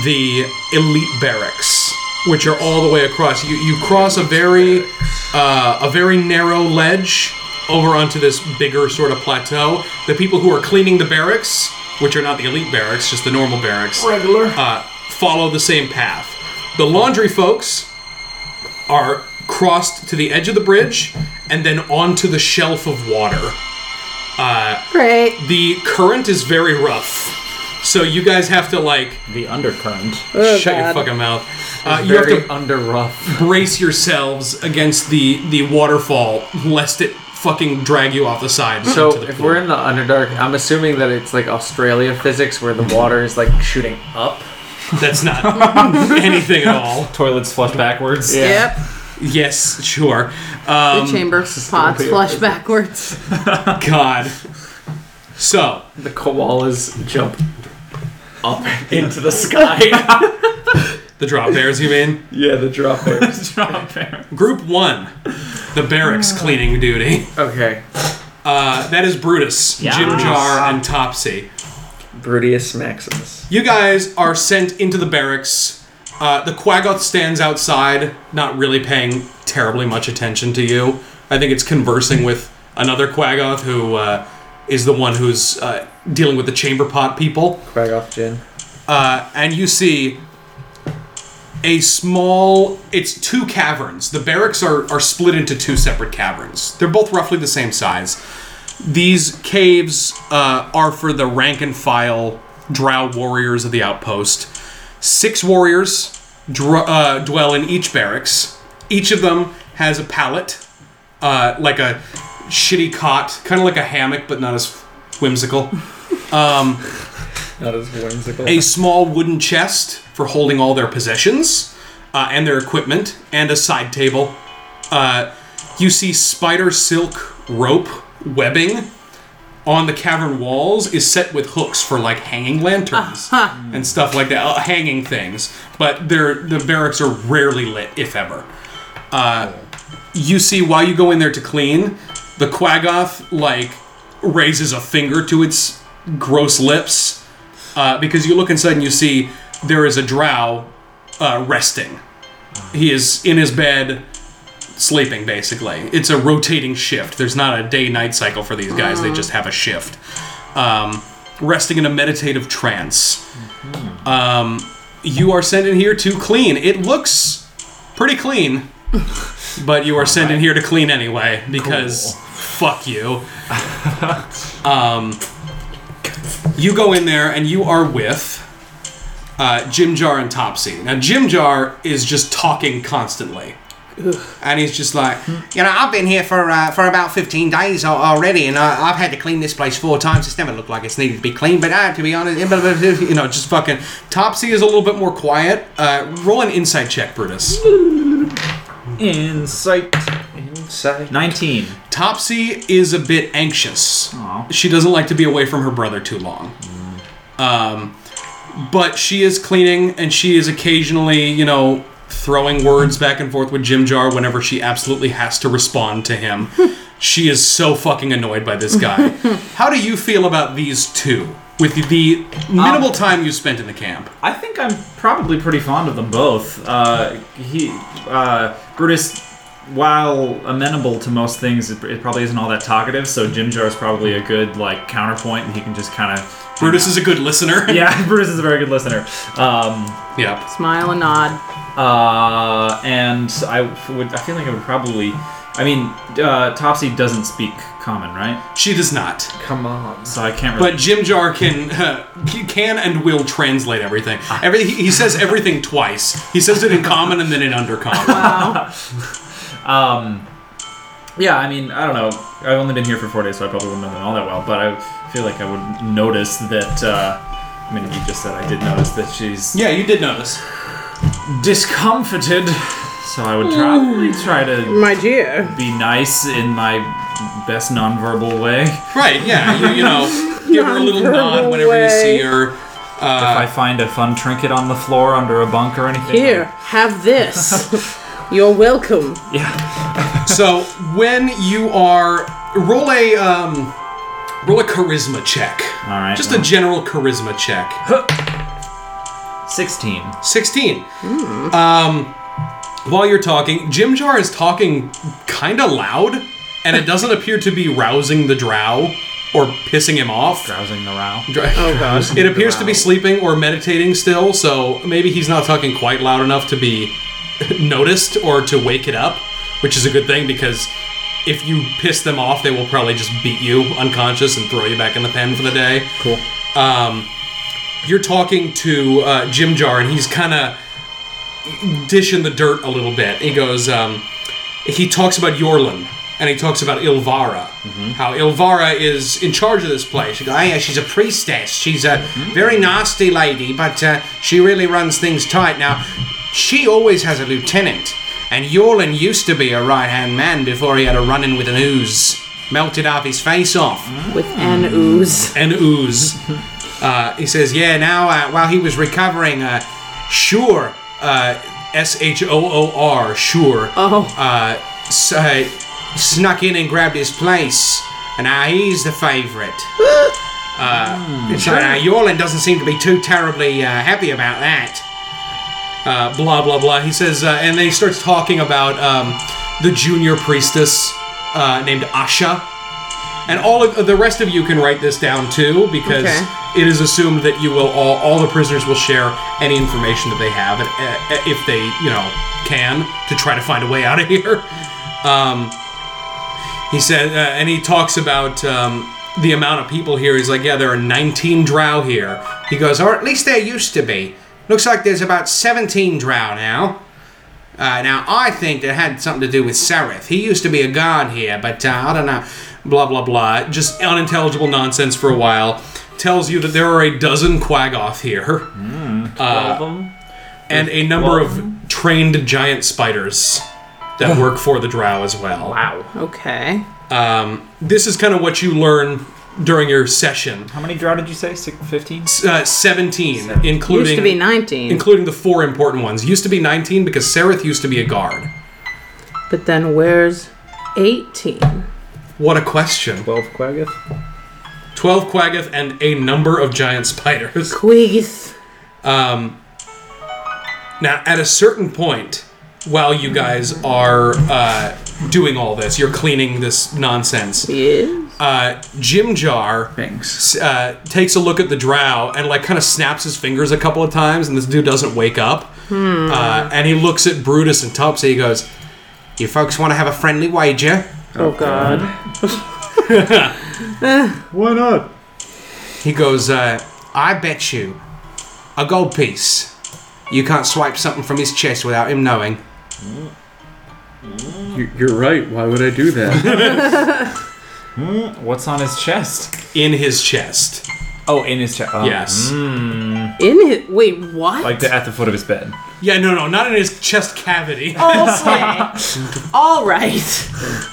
S1: the elite barracks, which are all the way across. You you cross a very uh, a very narrow ledge over onto this bigger sort of plateau. The people who are cleaning the barracks, which are not the elite barracks, just the normal barracks,
S6: Regular.
S1: uh, follow the same path. The laundry folks are crossed to the edge of the bridge and then onto the shelf of water.
S3: Great.
S1: The current is very rough, so you guys have to like
S6: the undercurrent.
S10: Oh,
S1: shut your
S3: God.
S1: fucking mouth. Uh, you have
S10: Very
S1: to
S10: under rough.
S1: brace yourselves against the the waterfall lest it fucking drag you off the side.
S10: So
S1: into the
S10: if
S1: pool.
S10: we're in the underdark, I'm assuming that it's like Australia physics where the water is like shooting up. [LAUGHS]
S1: that's not anything at all.
S6: Toilets flush backwards.
S3: Yep.
S1: Yes, sure.
S3: The
S1: Um,
S3: chamber pots flush backwards.
S1: God. So
S10: The koalas jump up into the sky.
S1: the drop bears, you mean?
S10: yeah, the drop
S4: [LAUGHS]
S10: bears.
S6: Drop there.
S1: Group one, the barracks cleaning duty.
S10: Okay.
S1: Uh, that is Brutus, Jim Jar, and Topsy.
S10: Brutius Maximus.
S1: You guys are sent into the barracks. Uh, the Quaggoth stands outside, not really paying terribly much attention to you. I think it's conversing with another Quaggoth who uh, is the one who's uh, dealing with the chamber pot people.
S10: Quag off gin.
S1: uh, and you see a small it's two caverns the barracks are, are split into two separate caverns they're both roughly the same size these caves uh, are for the rank and file drow warriors of the outpost six warriors dr- uh, dwell in each barracks each of them has a pallet uh, like a shitty cot kind of like a hammock but not as
S10: [LAUGHS]
S1: whimsical Um,
S10: Not as whimsical.
S1: a small wooden chest for holding all their possessions uh, and their equipment, and a side table. Uh, you see spider silk rope webbing on the cavern walls is set with hooks for like hanging lanterns and stuff like that, uh, hanging things. But they're, the barracks are rarely lit, if ever Uh, you see while you go in there to clean, the Quaggoth like raises a finger to its gross lips uh, because you look inside and you see there is a drow uh, resting. He is in his bed sleeping basically. It's a rotating shift. There's not a day night cycle for these guys, they just have a shift. Um, resting in a meditative trance. Um, you are sent in here to clean. It looks pretty clean, [LAUGHS] but you are sent in here to clean anyway because fuck you. um, you go in there and you are with uh, Jim Jar and Topsy. Now Jim Jar is just talking constantly. And he's just like,
S14: You know, I've been here for uh, for about 15 days al- already, and I, I've had to clean this place four times. It's never looked like it's needed to be cleaned, but I, to be honest,
S1: you know, just fucking. Topsy is a little bit more quiet. Uh, roll an insight check, Brutus.
S6: Insight. Insight. 19.
S1: Topsy is a bit anxious. She doesn't like to be away from her brother too long. Um, but she is cleaning and she is occasionally, you know, throwing words back and forth with Jim Jar whenever she absolutely has to respond to
S6: [LAUGHS]
S1: him. she is so fucking annoyed by this guy. How do you feel about these two with the minimal time you spent in the camp?
S6: Um, I think I'm probably pretty fond of them both. Uh, he, uh, Brutus, while amenable to most things, it, it probably isn't all that talkative. So Jim Jar is probably a good like counterpoint, and he can just kind of.
S1: Brutus is a good listener.
S6: [LAUGHS] yeah, [LAUGHS] Brutus is a very good listener. Um,
S1: [LAUGHS] yeah.
S3: Smile and nod.
S6: Uh, and I would. I feel like I would probably. I mean, uh, Topsy doesn't speak Common, right?
S1: She does not.
S6: Come on. So I can't. Really
S1: But Jim Jar can [LAUGHS] can and will translate everything. Every, he he says everything twice. He says it in common and then in undercommon.
S6: Um, yeah, I mean, I don't know. I've only been here for four days, so I probably wouldn't know them all that well. But I feel like I would notice that. Uh, I mean, you just said I did notice that she's
S1: Yeah, you did notice.
S6: discomfited. So I would probably try to
S3: My dear.
S6: be nice in my best nonverbal way.
S1: Right? Yeah. You, you know, give her a little nod whenever you see her.
S6: if I find a fun trinket on the floor under a bunk or anything.
S3: Here, have [LAUGHS] this. You're welcome.
S1: So when you are roll a um, roll a charisma check.
S6: All right.
S1: Just a general charisma check.
S6: sixteen.
S1: 16. Um, while you're talking, Jim Jar is talking kind of loud, and it doesn't appear to be rousing the drow or pissing him off.
S6: Rousing the row.
S1: Oh, gosh. It appears to be sleeping or meditating still, so maybe he's not talking quite loud enough to be [LAUGHS] noticed or to wake it up, which is a good thing because if you piss them off, they will probably just beat you unconscious and throw you back in the pen for the day. Cool. Um, you're talking to uh, Jim Jar, and he's kind of dishing the dirt a little bit. He goes, um, he talks about Yorlin, and he talks about Ilvara, how Ilvara is in charge of this place. She goes,
S14: Oh, yeah, she's a priestess. She's a very nasty lady, but uh, she really runs things tight. Now, she always has a lieutenant, and Yorlin used to be a right hand man before he had a run in with an ooze. Melted half his face off.
S3: With an ooze.
S1: and ooze.
S14: Uh, he says, Yeah, now uh, while he was recovering, uh, sure, uh,
S1: S H O O R, sure.
S3: Oh.
S14: uh, s- uh, snuck in and grabbed his place, and now he's the favourite. Uh, so now Yorlin doesn't seem to be too terribly uh, happy about that.
S1: uh, blah blah blah. He says, uh, and then he starts talking about um, the junior priestess uh, named Asha, and all of the rest of you can write this down too because
S3: Okay.
S1: it is assumed that you will all all the prisoners will share any information that they have and, uh, if they you know can to try to find a way out of [LAUGHS] here. Um, he said, uh, and he talks about um, the amount of people here. He's like, yeah, there are 19 drow here.
S14: He goes, or at least there used to be. Looks like there's about 17 drow now. Uh, now, I think that had something to do with Sereth. He used to be a guard here, but uh, I don't know.
S1: blah blah blah, just unintelligible nonsense for a while. Tells you that there are a dozen quaggoth here,
S6: All of them.
S1: and a number of trained giant spiders
S3: [SIGHS]
S1: that work for the Drow as well.
S6: Wow.
S3: Okay.
S1: Um, this is kind of what you learn during your session.
S6: How many drow did you say? Six, Fifteen.
S1: Uh, Seventeen, including
S3: Used to be 19.
S1: including the four important ones. Used to be nineteen because Sereth used to be a guard.
S3: But then where's 18?
S1: What a question!
S4: 12 Quaggoth?
S1: Twelve quaggoth and a number of giant spiders.
S3: Queeth.
S1: Um, now, at a certain point, while you guys are uh, doing all this, you're cleaning this nonsense.
S3: Yes.
S14: uh, Jim Jar s- uh, takes a look at the drow and like kind of snaps his fingers a couple of times, and this dude doesn't wake up.
S1: Hmm.
S14: Uh, and he looks at Brutus and Topsy. He goes,
S1: You folks want to have a friendly wager?
S14: Oh, God.
S1: Why not? He goes, uh, I bet you a gold piece. You can't swipe something from his chest without him knowing.
S15: You're right. Why would I do that?
S6: What's on his chest?
S14: In his chest.
S6: Oh, in his chest. Oh.
S14: Yes.
S3: In it. Wait, what?
S6: Like the, at the foot of his bed.
S14: "Yeah, no, no, not in his chest cavity."
S3: Okay. [LAUGHS] All right.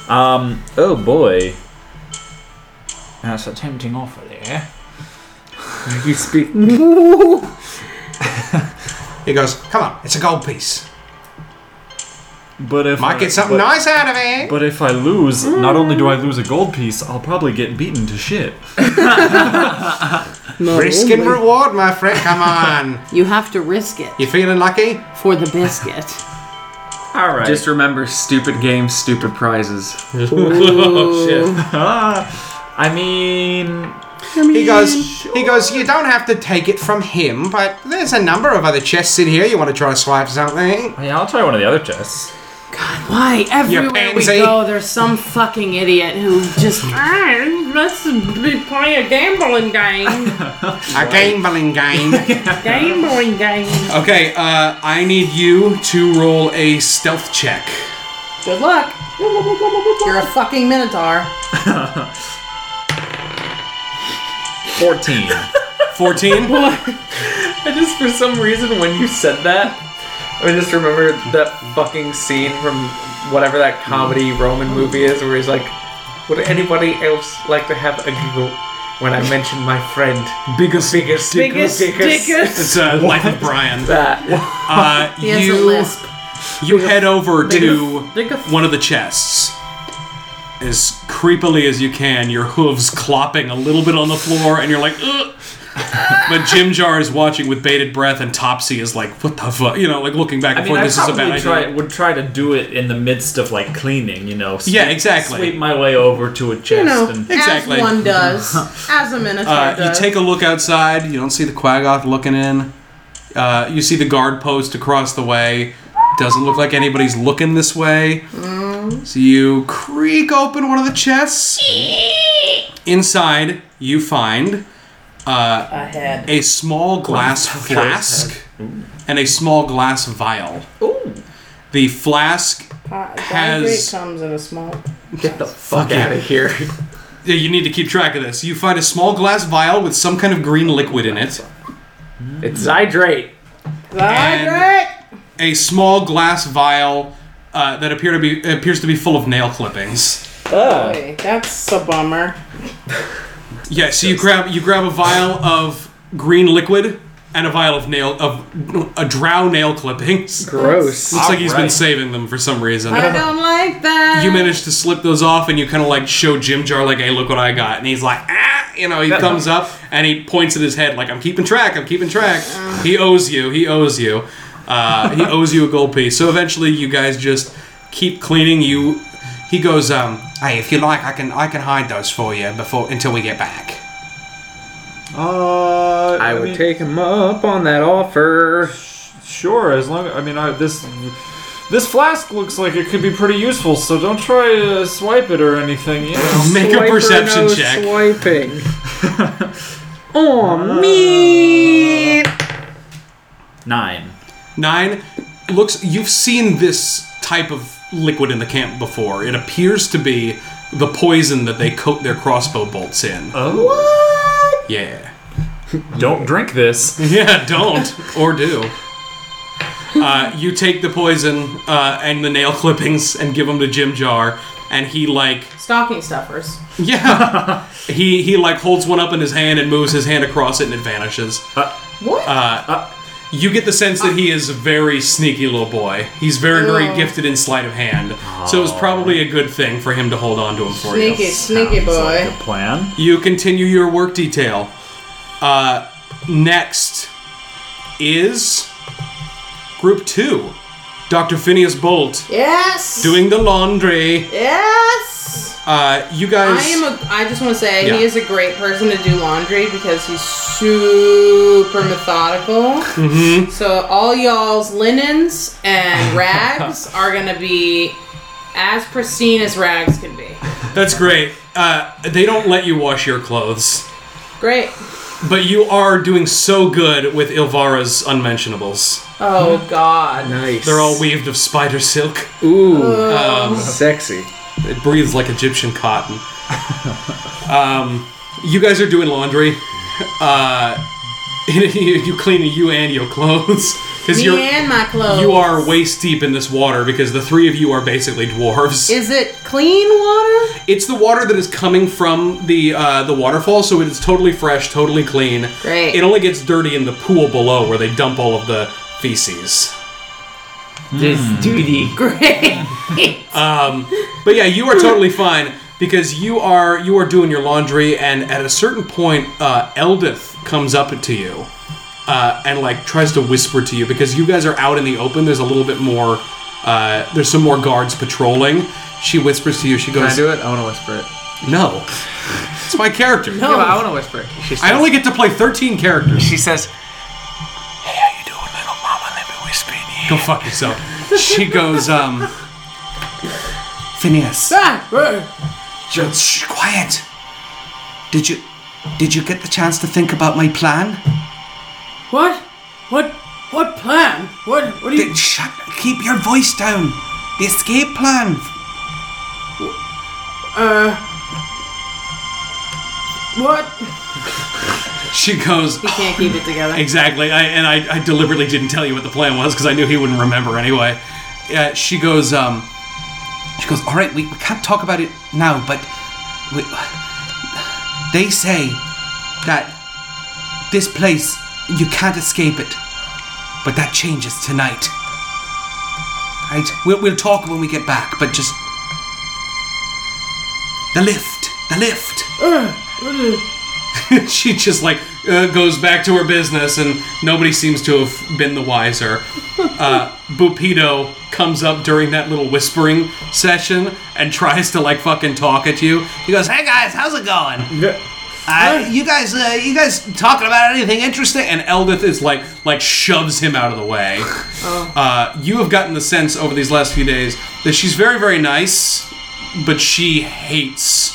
S6: Um. Oh boy. That's a tempting offer there.
S15: you speak.
S1: he goes, Come on, it's a gold piece.
S6: But if
S1: Might
S6: I-
S1: get something
S6: but-
S1: nice out of it.
S6: But if I lose, not only do I lose a gold piece, I'll probably get beaten to shit.
S1: Risk and reward, my friend. Come on.
S3: You have to risk it.
S1: [LAUGHS] You feeling lucky?
S3: For the biscuit.
S6: All right.
S4: Just remember, stupid games, stupid prizes.
S6: Oh, shit. [LAUGHS] I mean,
S1: he goes. He goes. You don't have to take it from him, but there's a number of other chests in here. You want to try to swipe something?
S6: Yeah, I'll try one of the other chests.
S3: Why everywhere we
S1: pansy.
S3: go, there's some fucking idiot who just let's be playing a gambling game.
S1: A gambling game.
S3: gambling game.
S14: [LAUGHS] Okay, uh, I need you to roll a stealth check.
S3: Good luck. You're a fucking minotaur.
S14: [LAUGHS]
S6: 14.
S14: 14?
S1: [LAUGHS]
S4: I just, for some reason, when you said that, I just remembered that fucking scene from whatever that comedy Roman movie is where he's like, Would anybody else like to have a giggle when I mention my friend?
S14: Biggest,
S4: biggest,
S3: Biggest dickus.
S14: It's uh, Life of Brian.
S4: That.
S14: Uh,
S3: He has a
S14: you
S3: lisp.
S14: you head over to
S3: Think of-
S14: one of the chests. As creepily as you can, your hooves clopping a little bit on the floor, and you're like, ugh. But Jim Jar is watching with bated breath, and Topsy is like, what the fuck? You know, like looking back
S6: I
S14: and
S6: mean,
S14: forth,
S6: I
S14: this is a bad
S6: probably
S14: idea.
S6: try, would try to do it in the midst of like cleaning, you know.
S14: Yeah, exactly.
S6: Sweep my way over to a chest
S3: You know,
S6: and
S14: Exactly.
S3: as one does, as a minotaur
S14: Uh, you
S3: does.
S14: take a look outside. You don't see the Quaggoth looking in. Uh, you see the guard post across the way. Doesn't look like anybody's looking this way. So you creak open one of the chests. Inside, you find uh,
S3: a head,
S14: a small glass
S6: Glass
S14: flask, and a small glass vial. The flask
S3: Pot-
S14: has-
S3: concrete comes in a small.
S4: Get the
S14: Fuck outta
S4: here.
S14: Yeah, you need to keep track of this. You find a small glass vial with some kind of green liquid in it.
S4: It's Zydrate.
S3: Zydrate!
S14: A small glass vial uh, that appear to be appears to be full of nail clippings.
S3: Boy, that's a bummer.
S14: Yeah, so you grab you grab a vial of green liquid and a vial of nail of a drow nail clippings.
S3: Gross.
S14: Looks like he's been
S3: Alright.
S14: saving them for some reason.
S3: I don't like that.
S14: You manage to slip those off, and you kind of like show Jim Jar like, "Hey, look what I got!" And he's like, "Ah!" You know, he comes up and he points at his head like, "I'm keeping track. I'm keeping track. He owes you. He owes you. Uh, he owes you a gold piece." So eventually, you guys just keep cleaning. You, he goes, um,
S1: Hey, if you like, I can I can hide those for you before until we get back.
S6: Uh,
S4: I would take him up on that offer.
S6: Sure, as long I mean I, this this flask looks like it could be pretty useful, so don't try to swipe it or anything. You know.
S14: Make a perception check.
S15: Swiping.
S4: oh me.
S6: Nine.
S14: Nine looks. You've seen this type of liquid in the camp before. It appears to be the poison that they coat their crossbow bolts in.
S6: Oh.
S14: Yeah.
S6: [LAUGHS] Don't drink this.
S14: [LAUGHS] Yeah, don't or do. Uh, you take the poison uh, and the nail clippings and give them to Jim Jar, and he like
S3: Stocking stuffers.
S14: yeah he he like holds one up in his hand and moves his hand across it and it vanishes.
S3: what? Uh.
S14: Uh, you get the sense that he is a very sneaky little boy. He's very
S3: Oh.
S14: very gifted in sleight of hand, so it was probably a good thing for him to hold on to him for you.
S3: Sneaky, sneaky boy.
S6: plan.
S14: You continue your work detail. Uh, next is Group 2. Dr. Phineas Bolt
S3: Yes.
S14: doing the laundry.
S3: Yes.
S1: Uh, you guys.
S3: I am a. I just want to say
S1: Yeah.
S3: he is a great person to do laundry because he's super methodical.
S1: Mhm.
S3: So all y'all's linens and rags are gonna be as pristine as rags can be.
S1: That's great. Uh, they don't let you wash your clothes,
S3: Great.
S1: but you are doing so good with Ilvara's unmentionables.
S3: Oh God.
S1: They're all weaved of spider silk.
S16: Ooh,
S1: Um,
S16: sexy.
S1: It breathes like Egyptian cotton. um, you guys are doing laundry. Uh, [LAUGHS] you, you clean you and your clothes because
S3: Me
S1: you're
S3: and my clothes.
S1: you are waist deep in this water because the three of you are basically dwarves.
S3: Is it clean water?
S1: It's the water that is coming from the uh, the waterfall, so it is totally fresh, totally clean.
S3: Great.
S1: It only gets dirty in the pool below where they dump all of the feces.
S4: This
S17: Hmm.
S4: duty.
S3: Great.
S1: Um, but yeah, you are totally fine because you are you are doing your laundry, and at a certain point, uh, Eldith comes up to you uh, and like tries to whisper to you because you guys are out in the open. There's a little bit more. Uh, there's some more guards patrolling. She whispers to you. She
S17: Can
S1: goes,
S17: I do it? I want to whisper it.
S1: "No, it's my character.
S17: Yeah, but I want to whisper it. She
S1: I only get to play 13 characters."
S17: She says,
S1: Go fuck yourself. She goes, um, Phineas,
S14: Just shh, quiet. Did you did you get the chance to think about my plan?
S18: What? What? What plan? What? What are you?
S14: shut, keep your voice down. The escape plan.
S18: Uh. What?
S1: she goes,
S3: He can't keep it together.
S1: Exactly, I, and I, I deliberately didn't tell you what the plan was because I knew he wouldn't remember anyway. Uh, she goes, um,
S14: She goes, all right, we, we can't talk about it now, but we, they say that this place, you can't escape it. But that changes tonight. Right? We'll, we'll talk when we get back, but just. The lift! The lift!
S1: she just like uh, goes back to her business, and nobody seems to have been the wiser. Uh, Bupido comes up during that little whispering session and tries to like fucking talk at you. He goes, "Hey guys, how's it going?" Uh, you guys, uh, you guys talking about anything interesting? And Eldith is like, like shoves him out of the way.
S3: [LAUGHS] Oh.
S1: Uh, you have gotten the sense over these last few days that she's very, very nice, but she hates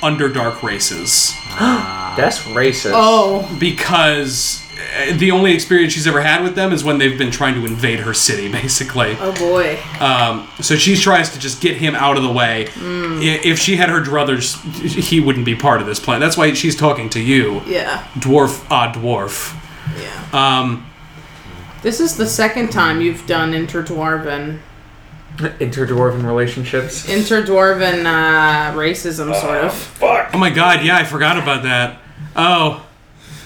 S1: Underdark races.
S4: That's racist.
S3: Oh.
S1: Because uh, the only experience she's ever had with them is when they've been trying to invade her city, basically.
S3: Oh boy.
S1: Um, so she tries to just get him out of the way.
S3: Mm.
S1: I- If she had her druthers, he wouldn't be part of this plan. That's why she's talking to you
S3: Yeah.
S1: dwarf ah dwarf. Yeah. Um,
S3: This is the second time you've done interdwarven,
S4: Interdwarven relationships.
S3: interdwarven uh, racism, sort of.
S1: fuck. Oh my god, yeah, I forgot about that. Oh.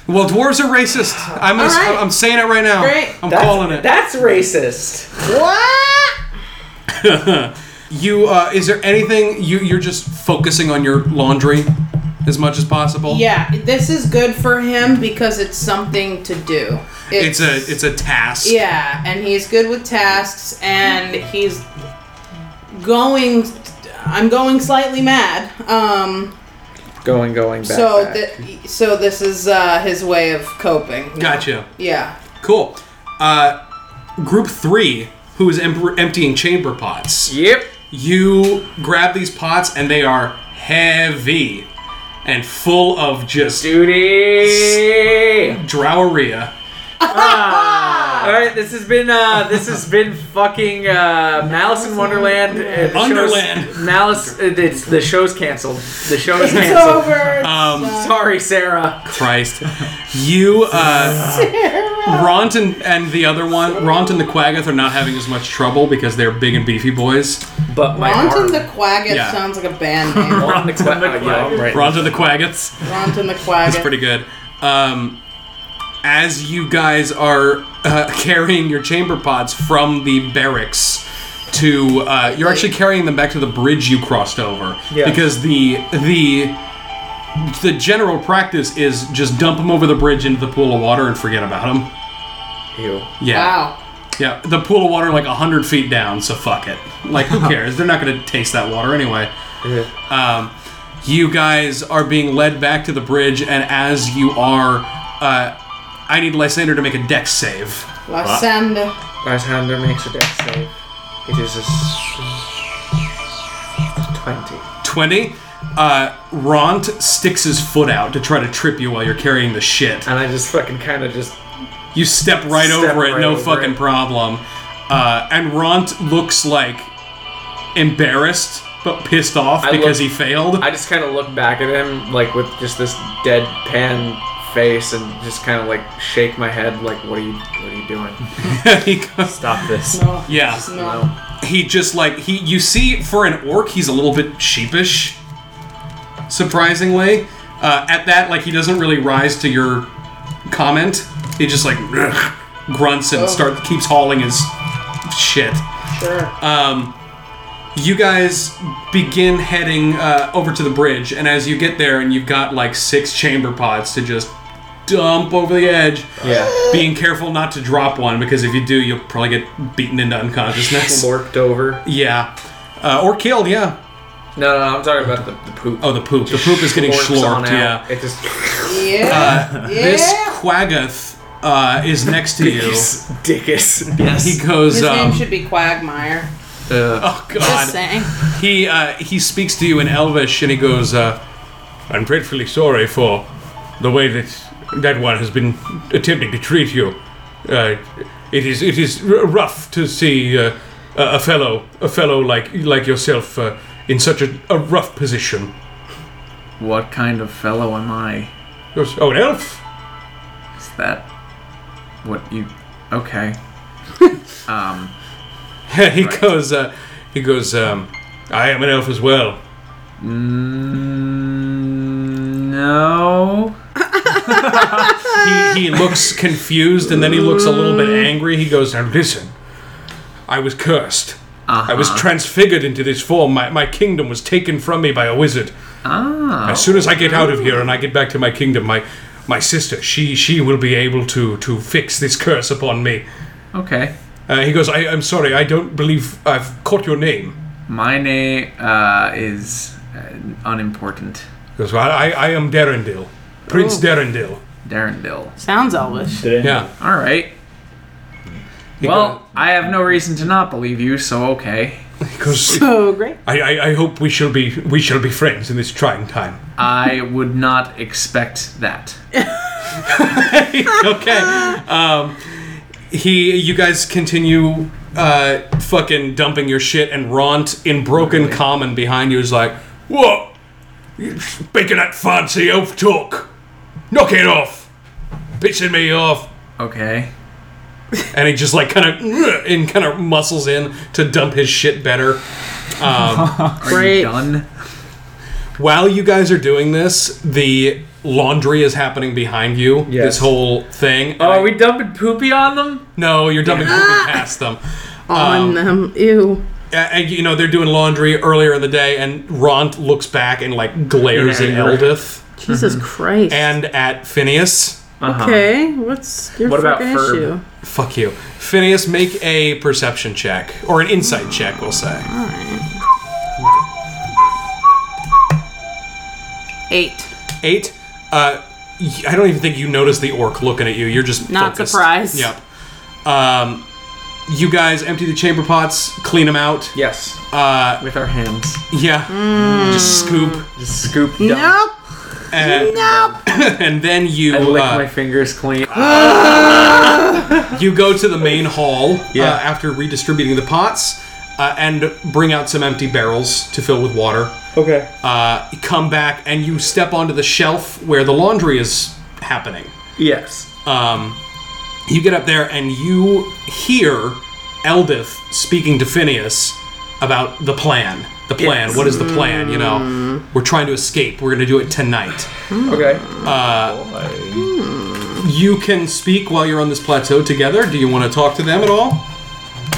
S1: Well, dwarves are racist. I'm gonna,
S3: All right.
S1: I'm saying it right now.
S3: Great.
S1: I'm
S3: That's-
S1: calling it. That's racist.
S3: What?
S1: you uh, is there anything you you're just focusing on your laundry as much as possible?
S3: Yeah, this is good for him because it's something to do.
S1: It's, a it's a task.
S3: Yeah, and he's good with tasks, and he's going. I'm going slightly mad. Um,
S17: Going, going back.
S3: so
S17: back.
S3: th- so this is uh, his way of coping.
S1: Gotcha.
S3: Yeah.
S1: Cool. Uh, group three, who is em- emptying chamber pots.
S4: Yep.
S1: You grab these pots, and they are heavy and full of just
S4: duty
S1: droweria.
S4: All right, this has been uh, this has been fucking uh, Malice in Wonderland. Uh, the show's-
S1: Underland.
S4: Malice. uh, It's the show's canceled. The show
S1: It's
S4: is canceled.
S1: over. Uh, It's
S4: Um,
S1: done.
S4: sorry, Sarah.
S1: Christ, you uh, Ront and, and the other one, Ront and the Quaggoth are not having as much trouble because they're big and beefy boys. But
S3: Ronton the Quagget
S1: Yeah.
S3: sounds like a
S1: [LAUGHS]
S3: band name.
S1: Ront the Quaggoth. Ront and the Quaggoths.
S3: Ronton the
S1: That's
S3: Quagget.
S1: pretty good. Um, as you guys are
S14: [LAUGHS]
S1: uh, carrying your chamber pods from the barracks to, uh, you're actually carrying them back to the bridge you crossed over
S19: Yeah.
S1: because the the the general practice is just dump them over the bridge into the pool of water and forget about them.
S4: Ew.
S1: Yeah.
S3: Wow.
S1: Yeah, the pool of water like hundred feet down, so fuck it. Like who cares? They're not gonna taste that water anyway.
S14: Um, you guys are being led back to the bridge, and as you are, uh, I need Lysander to make a dex save.
S3: Lysander.
S4: Lysander makes a death save. It is a s- 20.
S14: 20. Uh, Ront sticks his foot out to try to trip you while you're carrying the shit.
S4: And I just fucking kind of just.
S14: You step right
S4: Step
S14: over it,
S4: right
S14: no
S4: over
S14: fucking
S4: it.
S14: problem. Uh, and Ront looks like embarrassed but pissed off
S4: I
S14: because
S4: look-
S14: he failed.
S4: I just kind of look back at him, like with just this deadpan face, and just kind of like shake my head, like, "What are you? What are you doing?
S14: [LAUGHS] he goes,
S4: Stop this!"
S14: Yeah. He just like he you see for an orc he's a little bit sheepish. Surprisingly, uh, at that like he doesn't really rise to your comment. He just like [CLEARS THROAT] grunts and
S20: Oh.
S14: start keeps hauling his shit.
S3: Sure.
S1: uh,
S14: Um, you guys begin heading uh, over to the bridge, and as you get there, and you've got like six chamber pots to just dump over the edge.
S4: [LAUGHS] Yeah.
S14: Being careful not to drop one because if you do, you'll probably get beaten into unconsciousness.
S4: Lorked over.
S14: Yeah. Uh, or killed, yeah.
S4: No, no, no, I'm talking about the, the poop.
S14: Oh, the poop. The poop is getting
S4: Slurps on
S14: slurped,
S4: out.
S14: yeah.
S4: It
S14: [LAUGHS]
S4: just.
S3: Yeah. yeah.
S14: Uh, This Quaggoth uh, is next to you.
S4: Dickus. Dickus. [LAUGHS]
S14: Yes. He goes,
S3: His
S14: um,
S3: name should be Quagmire.
S14: oh, God.
S3: Just saying.
S14: He uh, he speaks to you in Elvish, and he goes, uh, "I'm dreadfully sorry for the way that that one has been attempting to treat you. Uh, it is it is r- rough to see uh, a a fellow a fellow like like yourself uh, in such a, a rough position."
S4: What kind of fellow am I?
S14: He goes, Oh, an elf. [LAUGHS]
S4: Is that what you? Okay. um.
S14: he goes. Uh, he goes. Um, I am an elf as well.
S4: No.
S14: he, he looks confused and then he looks a little
S4: Uh.
S14: bit angry. He goes, Now listen, I was cursed. I was
S4: Uh-huh.
S14: transfigured into this form. My, my kingdom was taken from me by a wizard.
S4: Ah.
S14: As soon as I get out of here and I get back to my kingdom, my my sister, she she will be able to to fix this curse upon me.
S4: Okay.
S14: Uh, he goes, I, I'm sorry, I don't believe I've caught your name.
S4: My name uh, is uh, unimportant.
S14: He goes, well, I, I am Derendil, Prince
S4: Oh.
S14: Derendil.
S4: Darendil.
S21: Sounds Elvish.
S14: Yeah.
S4: All right. well, I have no reason to not believe you, so okay.
S14: Because
S21: So
S3: Oh,
S21: great.
S14: I, I, I hope we shall be we shall be friends in this trying time.
S4: I would not expect that.
S14: [LAUGHS] okay. Um, he, you guys continue uh, fucking dumping your shit, and Ront in broken common behind you is like, "What? You Speaking that fancy elf talk? Knock it off! Pissing me off!"
S4: Okay.
S14: And he just like kind of [CLEARS THROAT] and kind of muscles in to dump his shit better. Um,
S4: Are you done?
S14: While you guys are doing this, the laundry is happening behind you. This whole thing.
S4: Oh, are we dumping poopy on them?
S14: No, you're
S4: [LAUGHS]
S14: dumping
S4: Damn.
S14: poopy past them.
S3: On
S14: Um,
S3: them. Ew.
S14: And, Uh, you know, they're doing laundry earlier in the day, and Ront looks back and, like, glares
S3: In
S14: at
S3: anger.
S14: Eldith.
S3: Jesus Christ.
S14: mm-hmm. And uh-huh. at Phineas.
S3: Okay, what's your fucking issue?
S14: Fuck you. Phineas, make a perception check, or an insight check, we'll say.
S21: Eight.
S14: Eight. Uh, y- I don't even think you notice the orc looking at you. You're just
S21: Not
S14: focused.
S21: surprised.
S14: Yep. Um, you guys empty the chamber pots, clean them out.
S4: Yes.
S14: Uh,
S4: With our hands.
S14: Yeah.
S21: Mm.
S14: Just scoop.
S4: Just scoop.
S3: Nope.
S4: [LAUGHS]
S14: And, and then you
S4: I lick
S14: uh,
S4: my fingers clean.
S14: you go to the main hall
S4: Yeah.
S14: uh, after redistributing the pots uh, and bring out some empty barrels to fill with water.
S4: Okay.
S14: Uh, you come back and you step onto the shelf where the laundry is happening.
S4: Yes.
S14: Um, you get up there and you hear Eldith speaking to Phineas about the plan. The plan.
S4: Yes. Mm-hmm.
S14: What is the plan? You know, we're trying to escape. We're going to do it tonight.
S4: Okay.
S14: Uh, you can speak while you're on this plateau together. Do you want to talk to them at all?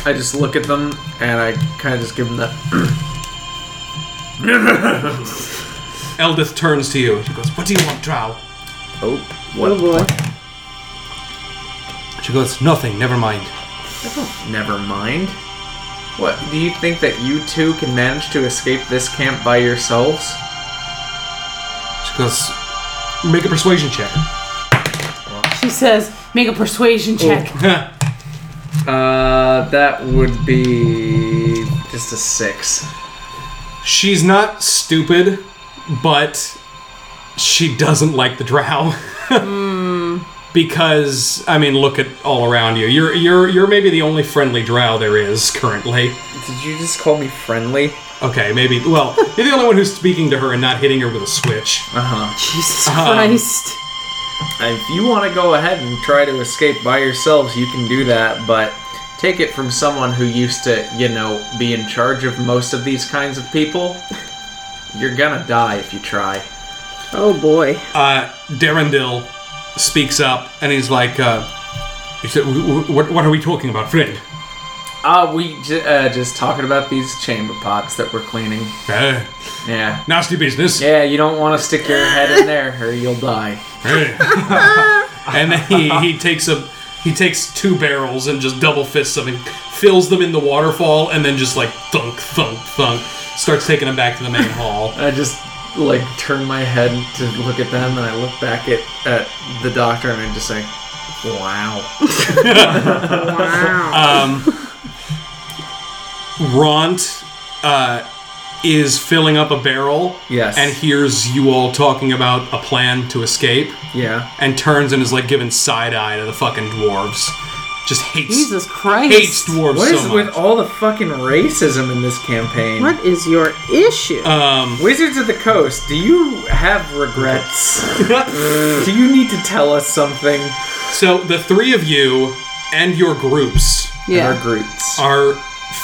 S4: I just look at them and I kind of just give them the.
S14: Eldith turns to you. She goes, What do you want, Drow?
S4: Oh,
S14: what? She goes, Nothing, never mind.
S4: Never mind. What do you think that you two can manage to escape this camp by yourselves?
S14: She goes, make a persuasion check.
S3: She says, make a persuasion
S14: Oh.
S3: check.
S4: uh, that would be just a six.
S14: [LAUGHS] She's not stupid, but she doesn't like the drow. [LAUGHS] Because I mean, look at all around you. You're you're you're maybe the only friendly drow there is currently.
S4: Did you just call me friendly?
S14: Okay, maybe. Well, [LAUGHS] you're the only one who's speaking to her and not hitting her with a switch. Uh
S4: huh.
S3: Jesus
S14: Uh-huh.
S4: Christ. If you want to go ahead and try to escape by yourselves, you can do that, but take it from someone who used to, you know, be in charge of most of these kinds of people. [LAUGHS] You're gonna die if you try.
S22: Oh boy.
S14: Uh, Darendil speaks up and he's like, uh, he said, "W- w- what, what are we talking about, friend?
S4: Ah, we j- uh, just talking about these chamber pots that we're cleaning.
S14: Eh,
S4: Yeah.
S14: nasty business.
S4: Yeah, you don't want to stick your head in there or you'll die.
S14: and then he, he takes a he takes two barrels and just double fists them and fills them in the waterfall and then just like thunk thunk thunk starts taking them back to the main hall.
S4: I just like turn my head to look at them and I look back at, at the doctor and I just say, wow.
S14: Um, Ront uh, is filling up a barrel.
S4: Yes.
S14: And hears you all talking about a plan to escape.
S4: Yeah.
S14: And turns and is like giving side eye to the fucking dwarves. Just hates.
S4: Jesus
S3: Christ.
S14: Hates dwarves
S4: What
S14: so
S4: is
S14: much.
S4: with all the fucking racism in this campaign?
S22: What is your issue?
S14: Um,
S4: Wizards of the Coast, do you have
S14: [LAUGHS]
S4: regrets? do you need to tell us something?
S14: So the three of you and your groups,
S4: Yeah. Our groups
S14: are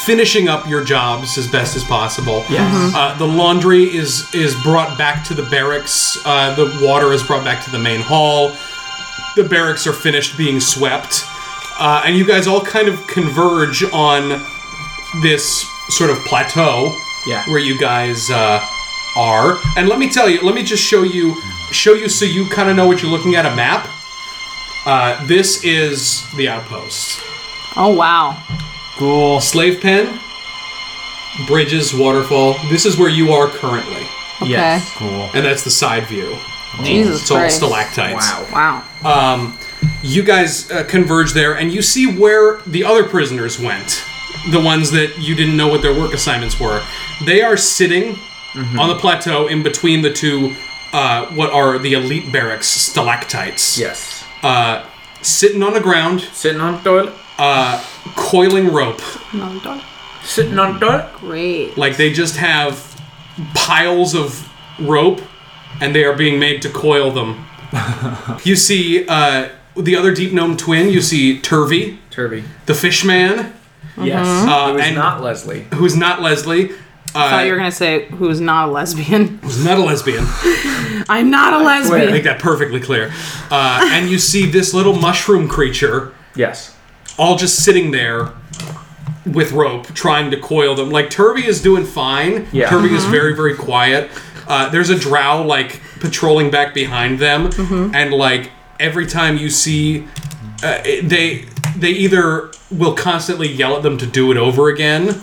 S14: finishing up your jobs as best as possible.
S4: Yes. Mhm.
S14: Uh, the laundry is is brought back to the barracks. Uh, the water is brought back to the main hall. The barracks are finished being swept, uh, and you guys all kind of converge on this sort of plateau
S4: Yeah.
S14: where you guys uh, are. And let me tell you, let me just show you, show you so you kind of know what you're looking at a map. Uh, this is the outpost.
S3: Oh, wow.
S14: Cool. Slave pen, bridges, waterfall. This is where you are currently.
S3: Okay. Yes.
S14: Cool. And that's the side view.
S3: Jesus
S14: It's all
S3: Christ.
S14: stalactites.
S3: Wow.
S14: Um, you guys uh, converge there, and you see where the other prisoners went. The ones that you didn't know what their work assignments were. They are sitting on the plateau in between the two, uh, what are the elite barracks stalactites.
S4: Yes.
S14: Uh, sitting on the ground.
S4: Sitting on toilet.
S14: Uh, coiling rope.
S3: No, don't.
S4: Sitting on toilet.
S3: Great.
S14: Like they just have piles of rope, and they are being made to coil them. you see uh, the other deep gnome twin. You see Turvey,
S4: Turvey,
S3: Mm-hmm.
S14: the fish man.
S4: Yes.
S14: uh,
S4: Who is
S14: and
S4: not Leslie.
S14: who is not Leslie.
S3: I thought you
S14: Uh,
S3: were going to say, who's not a lesbian. [LAUGHS]
S14: who's not a lesbian.
S3: I'm not a
S14: Wait, Make
S3: lesbian.
S14: that perfectly clear. Uh, and you see this little mushroom creature.
S4: Yes.
S14: All just sitting there with rope, trying to coil them. Like Turvey is doing fine.
S4: Yeah.
S14: Turvey is
S4: Mhm.
S14: very, very quiet. Uh, there's a drow like patrolling back behind them, and like every time you see, uh, it- they they either will constantly yell at them to do it over again,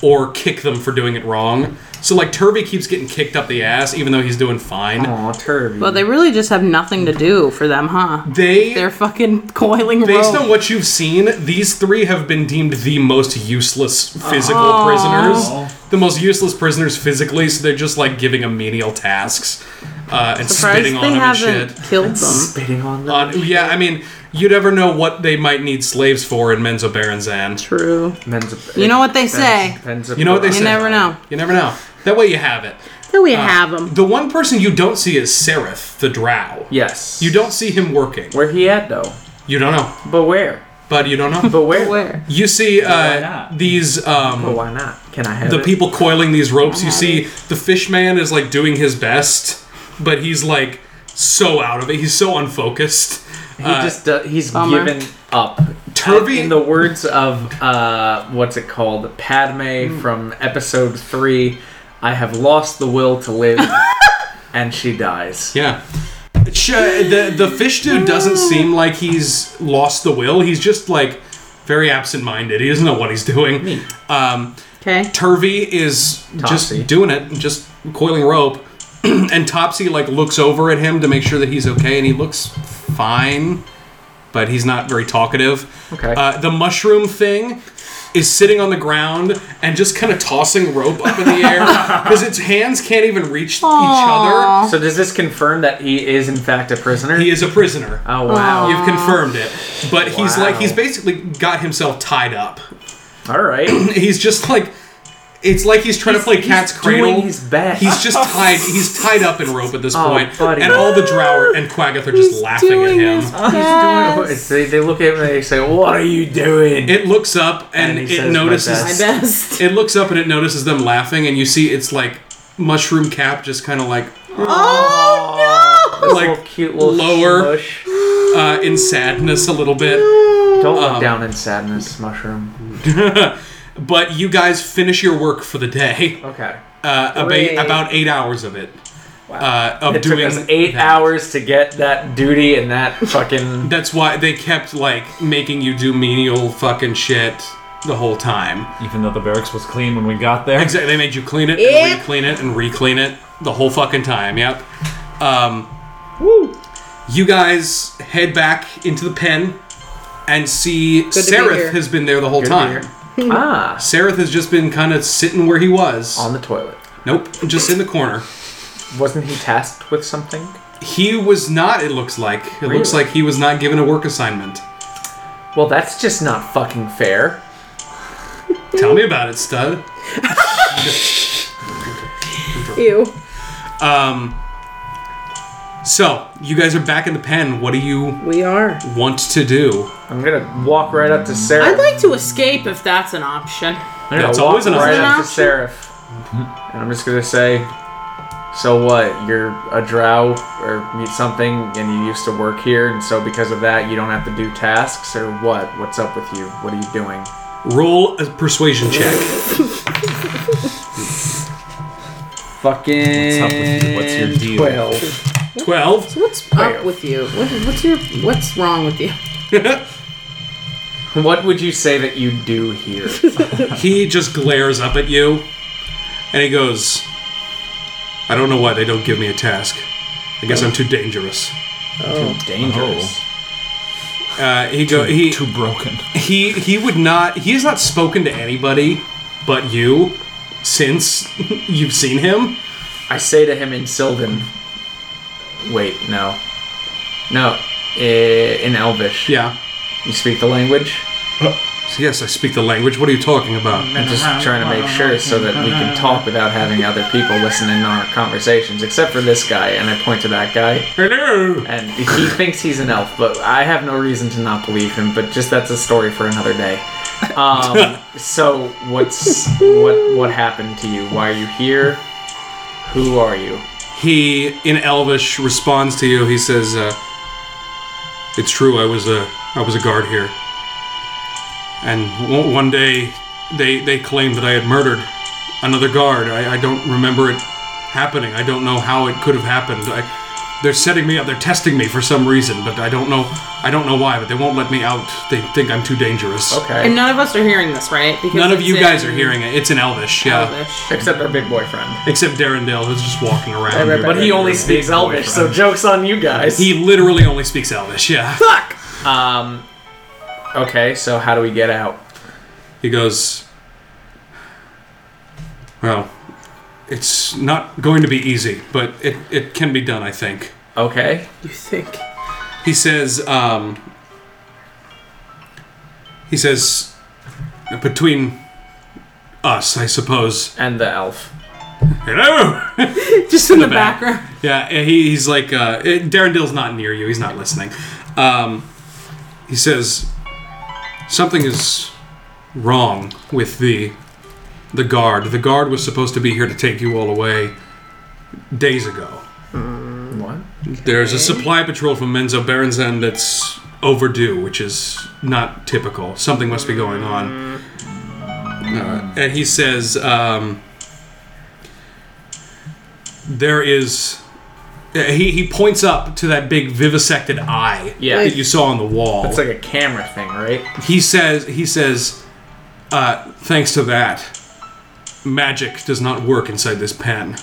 S14: or kick them for doing it wrong. So like Turvey keeps getting kicked up the ass, even though he's doing fine.
S4: Aw, Turvey.
S3: Well, they really just have nothing to do for them, huh?
S14: They
S3: they're fucking coiling
S14: Based
S3: rope.
S14: on what you've seen, these three have been deemed the most useless physical
S3: Aw.
S14: prisoners. The most useless prisoners physically, so they're just like giving them menial tasks uh, and
S3: Surprised
S14: spitting on
S3: they
S14: them and
S3: haven't
S14: shit.
S3: killed them.
S4: Spitting on them.
S14: On- yeah, I mean, you never know what they might need slaves for in Menzo Baranzan.
S3: True.
S4: Menzo.
S3: You know what they say.
S14: You know what they say.
S3: You never know.
S14: You never know. That way you have it.
S3: That we
S14: Uh,
S3: have them.
S14: The one person you don't see is Sereth, the Drow.
S4: Yes.
S14: You don't see him working.
S4: Where he at though?
S14: You don't know.
S4: But where?
S14: But you don't
S4: [LAUGHS]
S14: know.
S4: But where?
S3: where?
S14: You see
S4: why
S14: uh, these. Um,
S4: But why not? Can I have
S14: the
S4: it?
S14: people coiling these ropes. You see, the fish man is like doing his best, but he's like so out of it. He's so unfocused.
S4: He
S14: Uh,
S4: just uh, he's
S14: Bummer.
S4: given up.
S14: Turvy-
S4: in the words of uh, what's it called, Padme
S14: Hmm.
S4: from episode three, I have lost the will to
S14: [LAUGHS]
S4: live, and she dies.
S14: Yeah. uh, Sh- the the fish dude doesn't seem like he's lost the will. He's just like very absent-minded. He doesn't know what he's doing. Me. Um,
S23: okay.
S14: Turvy is
S23: Topsy.
S14: just doing it, just coiling rope, [CLEARS THROAT] and Topsy like looks over at him to make sure that he's okay, and he looks fine, but he's not very talkative. Okay. Uh, the mushroom thing is sitting on the ground and just kind of tossing rope up in the air because its hands can't even reach each other.
S4: So does this confirm that he is in fact a prisoner?
S14: He is a prisoner.
S4: Oh wow!
S14: You've confirmed it. But he's
S4: Wow.
S14: like he's basically got himself tied up.
S4: All right.
S14: he's just like it's like he's trying to play cat's cradle.
S4: doing his best.
S14: He's
S4: [LAUGHS]
S14: just tied. He's tied up in rope at this
S4: Oh,
S14: point,
S4: buddy.
S14: and all the Drower and Quaggoth are just laughing at
S4: doing
S14: him.
S4: his
S3: [LAUGHS]
S4: Oh, he's doing- they, they look at him and they say, "What are you doing?"
S14: It looks up and,
S4: And he
S14: it
S4: says, "My
S14: notices.
S4: best."
S14: [LAUGHS] It looks up and it notices them laughing, and you see it's like mushroom cap just kind of like
S4: Oh, no!
S14: like
S4: cute little
S14: lower uh, in sadness a little bit.
S4: Don't look
S14: Um,
S4: down in sadness, mushroom.
S14: but you guys finish your work for the day.
S4: Okay.
S14: Uh,
S4: Great.
S14: about, about eight hours of it. Uh, of
S4: It took
S14: doing
S4: us eight
S14: hours to get that duty and that
S4: [LAUGHS]
S14: fucking. That's why they kept like making you do menial fucking shit the whole time.
S6: Even though the barracks was clean when we got there.
S14: Exactly. They made you clean it
S6: Yeah.
S14: and re-clean it and re-clean it the whole fucking time. Yep. Um, You guys head back into the pen and see
S4: to be here.
S14: Seraph has been there the whole
S4: Good to be
S14: time.
S4: here. [LAUGHS] Ah.
S14: Seraph has just been kind of sitting where he was on
S4: the toilet.
S14: Nope, just in the corner.
S4: Wasn't he tasked with something?
S14: He was not. It looks like it looks
S4: Really?
S14: like he was not given a work assignment.
S4: Well, that's just not fucking fair.
S14: Tell me about it, stud.
S3: Ew.
S14: Um. So you guys are back in the pen. What do you?
S3: We are.
S14: Want to do?
S4: I'm gonna walk right up to Seraph.
S3: I'd like to escape if that's an option.
S4: I'm gonna walk right up to Seraph. And I'm just gonna say, so what? You're a drow or something, and you used to work here, and so because of that, you don't have to do tasks or what? What's up with you? What are you doing?
S14: Roll a persuasion check.
S4: Fucking.
S14: What's your deal?
S4: Twelve.
S14: Twelve.
S3: So what's up with you? What, what's your what's wrong with you?
S4: What would you say that you do here?
S14: [LAUGHS] he just glares up at you and he goes, I don't know why they don't give me a task. I guess I'm too dangerous.
S4: Oh. Too dangerous.
S14: Uh, he go he too broken. He he would not he has not spoken to anybody but you since [LAUGHS] you've seen him.
S4: I say to him in Sylvan. Wait, no. No, eh, in Elvish.
S14: Yeah.
S4: You speak the language?
S14: yes, I speak the language. What are you talking about?
S4: I'm just trying to make sure so that we can talk without having other people listen in on our conversations, except for this guy, and I point to that guy.
S14: Hello!
S4: And he thinks he's an elf, but I have no reason to not believe him, but just that's a story for another day. Um, so what's what what happened to you? Why are you here? Who are you?
S14: He in Elvish responds to you. He says, uh, "It's true. I was a I was a guard here, and w- one day they they claimed that I had murdered another guard. I, I don't remember it happening. I don't know how it could have happened. I, they're setting me up. They're testing me for some reason, but I don't know. I don't know why. But they won't let me out. They think I'm too dangerous.
S3: And none of us are hearing this, right? Because
S14: None of
S3: it's
S14: you guys
S3: in-
S14: are hearing uh, it. It's in Elvish, yeah.
S3: Elvish.
S4: Except our big boyfriend.
S14: Except Darendale, who's just walking around.
S4: Right, right,
S14: here.
S4: right, But he right, only right. speaks Big Elvish, so boyfriend. joke's on you guys.
S14: He literally only speaks Elvish, yeah. [LAUGHS]
S4: Fuck. Um. Okay, so how do we get out?
S14: He goes. Well, it's not going to be easy, but it, it can be done, I think.
S4: Okay.
S3: You think?
S14: He says, um. He says, between us, I suppose. [LAUGHS]
S4: And the elf.
S14: Hello!
S3: Just in, the, background.
S14: [LAUGHS] Yeah, and he, he's like, uh, eh, Darren Dill's not near you. He's not listening. Um, he says, something is wrong with the the guard. The guard was supposed to be here to take you all away days ago.
S4: What?
S14: There's a supply patrol from Menzo Berenzan that's overdue, which is not typical. Something must be going on. Uh, and he says, um, There is Uh, He, he points up to that big vivisected eye
S4: Yeah.
S14: that you saw on the wall.
S4: That's
S14: It's
S4: like a camera thing, right?
S14: He says he says, uh, thanks to that, magic does not work inside this pen.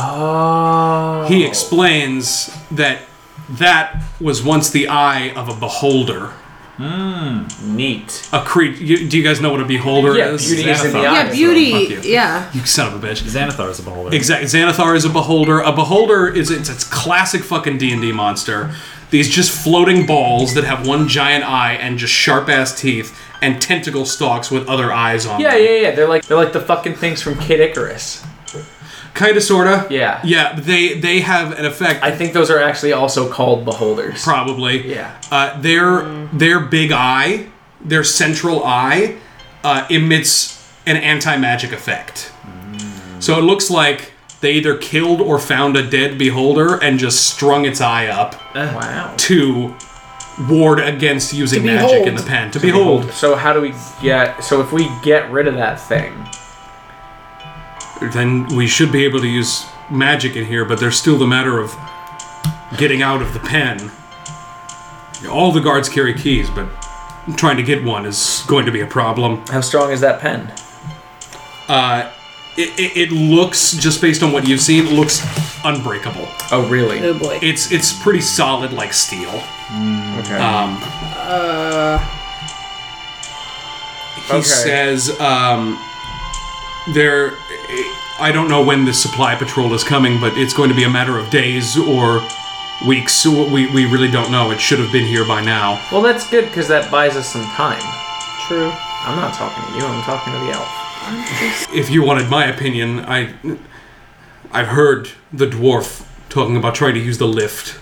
S4: Oh.
S14: He explains that that was once the eye of a beholder.
S4: neat.
S14: A cre- you, Do you guys know what a beholder
S4: Yeah,
S14: is?
S4: beauty is in the
S14: Xanathar.
S4: eye,
S24: Yeah, beauty.
S14: Fuck you.
S24: Yeah.
S14: You son of a bitch.
S6: Xanathar is a beholder.
S14: Exactly. Xanathar is a beholder. A beholder is it's its classic fucking D and D monster. These just floating balls that have one giant eye and just sharp ass teeth and tentacle stalks with other eyes on.
S4: Yeah,
S14: them.
S4: yeah, yeah. They're like they're like the fucking things from Kid Icarus.
S14: Kinda, sorta.
S4: Yeah.
S14: Yeah, but they they have an effect.
S4: I think those are actually also called beholders.
S14: Probably.
S4: Yeah.
S14: Uh, their their big eye, their central eye, uh, emits an anti magic effect. So it looks like they either killed or found a dead beholder and just strung its eye up.
S4: wow.
S14: To ward against using magic in the pen. To, behold.
S4: So how do we get? So if we get rid of that thing,
S14: Then we should be able to use magic in here, but there's still the matter of getting out of the pen. All the guards carry keys, but trying to get one is going to be a problem.
S4: How strong is that pen?
S14: Uh, it, it, it looks just based on what you've seen, it looks unbreakable.
S4: Oh, really?
S24: Oh, boy.
S14: It's it's pretty solid, like steel.
S4: okay.
S14: Um,
S24: Uh,
S14: He
S24: Okay.
S14: says, um, there. I don't know when this supply patrol is coming, but it's going to be a matter of days or weeks. We, we really don't know. It should have been here by now.
S4: Well, that's good because that buys us some time.
S24: True.
S4: I'm not talking to you. I'm talking to the elf.
S14: If you wanted my opinion, I. I've heard the dwarf talking about trying to use the lift.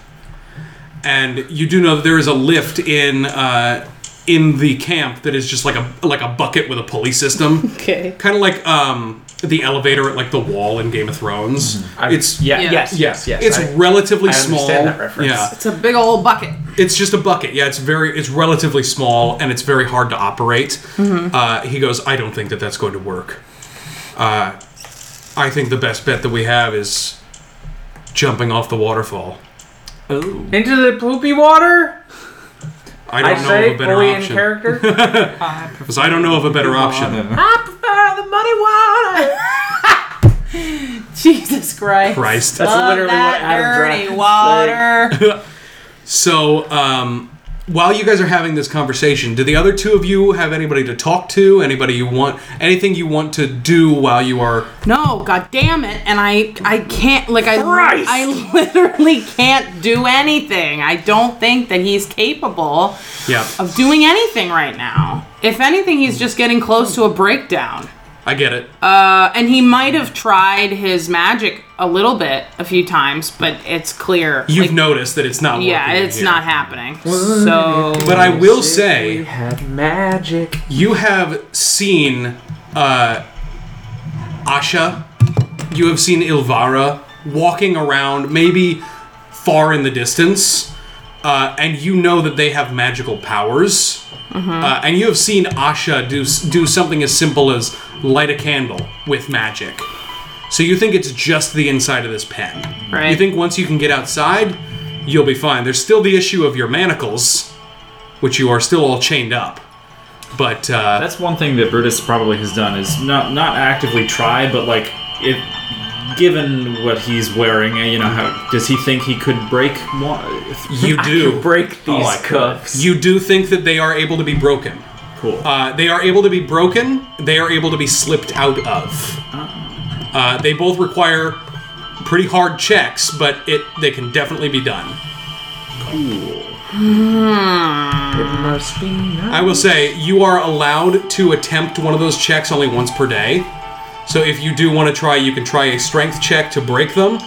S14: And you do know that there is a lift in uh, in the camp that is just like a like a bucket with a pulley system.
S24: okay.
S14: Kind of like um, the elevator at like the wall in Game of Thrones. It's
S4: Mm-hmm. yeah, Yeah. yes, yes, yes,
S14: It's
S4: I-
S14: relatively
S4: I
S14: small.
S4: understand that reference.
S14: Yeah,
S24: it's a big old bucket.
S14: it's just a bucket. Yeah, it's very it's relatively small and it's very hard to operate.
S3: Mm-hmm.
S24: Mhm.
S14: Uh, he goes, I don't think that that's going to work. Uh, I think the best bet that we have is jumping off the waterfall. Oh.
S4: Into the poopy water.
S14: I don't know
S4: say,
S14: of a better
S4: fully in
S14: option. [LAUGHS]
S4: character.
S14: Because I don't know of a better option.
S24: I
S3: [LAUGHS]
S24: prefer the muddy water. Jesus Christ.
S14: Christ.
S24: That's
S14: That's
S24: literally
S14: literally what
S24: that
S14: Adam
S24: dirty
S14: Driver
S24: water.
S14: so, um, while you guys are having this conversation, do the other two of you have anybody to talk to? Anybody you want? Anything you want to do while you are?
S3: No, god damn it. And I I can't like I I literally can't do anything. I don't think that he's capable
S14: Yeah,
S3: of doing anything right now. If anything, he's just getting close to a breakdown.
S14: I get it.
S3: Uh, and he might have tried his magic a little bit a few times, but it's clear.
S14: You've noticed that it's not.
S3: yeah,
S14: working in
S3: it's
S14: here.
S3: not happening. So,
S14: But I will say,
S4: magic.
S14: you have seen uh, Asha, you have seen Ilvara walking around, maybe far in the distance, uh, and you know that they have magical powers. Uh, and you have seen Asha do do something as simple as light a candle with magic. So you think it's just the inside of this pen.
S3: Right.
S14: You think once you can get outside, you'll be fine. There's still the issue of your manacles, which you are still all chained up. But uh,
S6: That's one thing that Brutus probably has done is not not actively try, but like if given what he's wearing, you know, how does he think he could break one?
S14: You do
S4: break
S14: "Oh,
S6: these Oh, I could. cuffs.
S14: You do think that they are able to be broken.
S6: Cool.
S14: Uh, they are able to be broken. They are able to be slipped out of. Uh, they both require pretty hard checks, but it they can definitely be done. Cool.
S4: It must be nice.
S14: I will say you are allowed to attempt one of those checks only once per day. So if you do want to try, you can try a strength check to break them,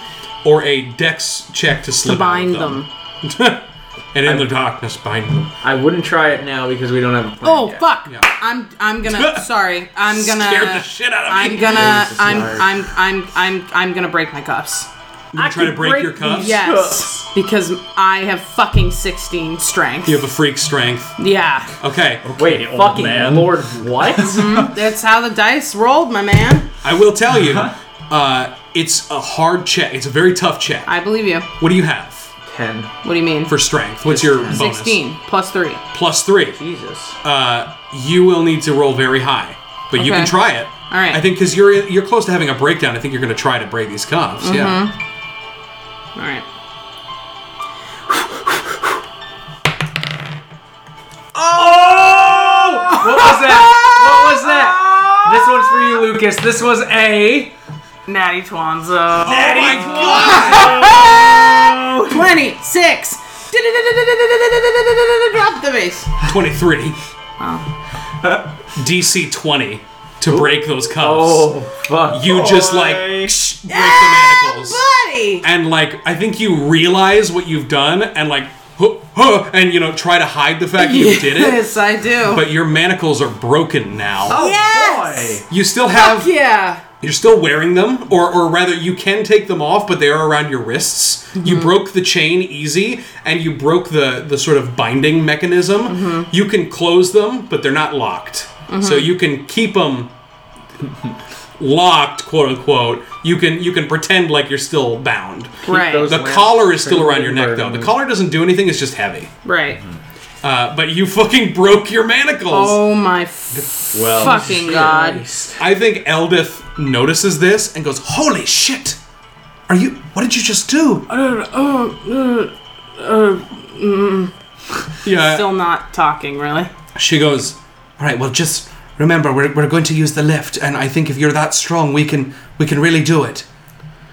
S14: or a dex check to slip
S3: bind
S14: out of them. [LAUGHS] and in the darkness, bind them.
S4: I wouldn't try it now because we don't have. a plan
S3: oh
S4: yet.
S3: fuck! I'm I'm
S4: [LAUGHS]
S3: gonna. sorry, I'm gonna.
S4: Scared the shit out of me.
S3: I'm gonna.
S4: Jesus,
S3: I'm
S4: Lord.
S3: I'm I'm I'm I'm gonna break my cuffs.
S14: You I try to can break break your cuffs? these [LAUGHS]
S3: Yes, because I have fucking 16 strength.
S14: You have a freak strength.
S3: Yeah.
S14: Okay.
S4: Wait,
S14: old
S4: fucking
S14: man.
S4: lord, what? [LAUGHS]
S14: [LAUGHS]
S3: Mhm, That's how the dice rolled, my man.
S25: Uh-huh.
S14: I will tell you, uh, It's a hard check. It's a very tough check.
S3: I believe you.
S14: What do you have?
S4: Ten.
S3: What do you mean?
S14: For strength. What's your bonus?
S3: 16 plus 3.
S14: Plus three.
S4: Jesus.
S14: Uh, you will need to roll very high, but you can
S3: Okay.
S14: try it.
S3: All right.
S14: I think because you're you're close to having a breakdown. I think you're going to try to break these cuffs. Yeah.
S3: All right.
S25: Oh! What was that? What was that? This one's for you, Lucas. This was a.
S3: Natty Twanzo.
S25: Natty
S3: oh my god! 26! Drop the base.
S14: Twenty three. DC twenty to break those cuffs. Oh
S4: fuck!
S14: You just like break the manacles.
S3: Ah, Buddy!
S14: and like I think you realize what you've done and like huh, huh, and you know try to hide the fact that you did it.
S3: Yes, I do.
S14: But your manacles are broken now.
S3: yes!
S14: You still have
S3: Fuck yeah!
S14: you're still wearing them or or rather you can take them off but they are around your wrists.
S3: Mm-hmm.
S14: You broke the chain easy and you broke the the sort of binding mechanism.
S3: Mm-hmm.
S14: You can close them but they're not locked. So
S26: Mhm.
S14: you can keep them locked quote unquote you can you can pretend like you're still bound
S26: Keep Right. those
S14: the
S26: lamps
S14: collar is still around
S26: trimmed
S14: your neck
S26: and
S14: though the
S26: burned.
S14: collar doesn't do anything it's just heavy
S3: Right.
S14: uh, but you [LAUGHS] fucking broke your manacles
S3: Oh my f- fucking god.
S14: i think eldith notices this and goes holy shit are you what did you just do
S3: Uh, uh, uh, uh, mm.
S14: Yeah.
S3: Still not talking, really.
S14: she goes
S27: All right, well, just remember, we're, we're going to use the lift, and I think if you're that strong, we can we can really do it.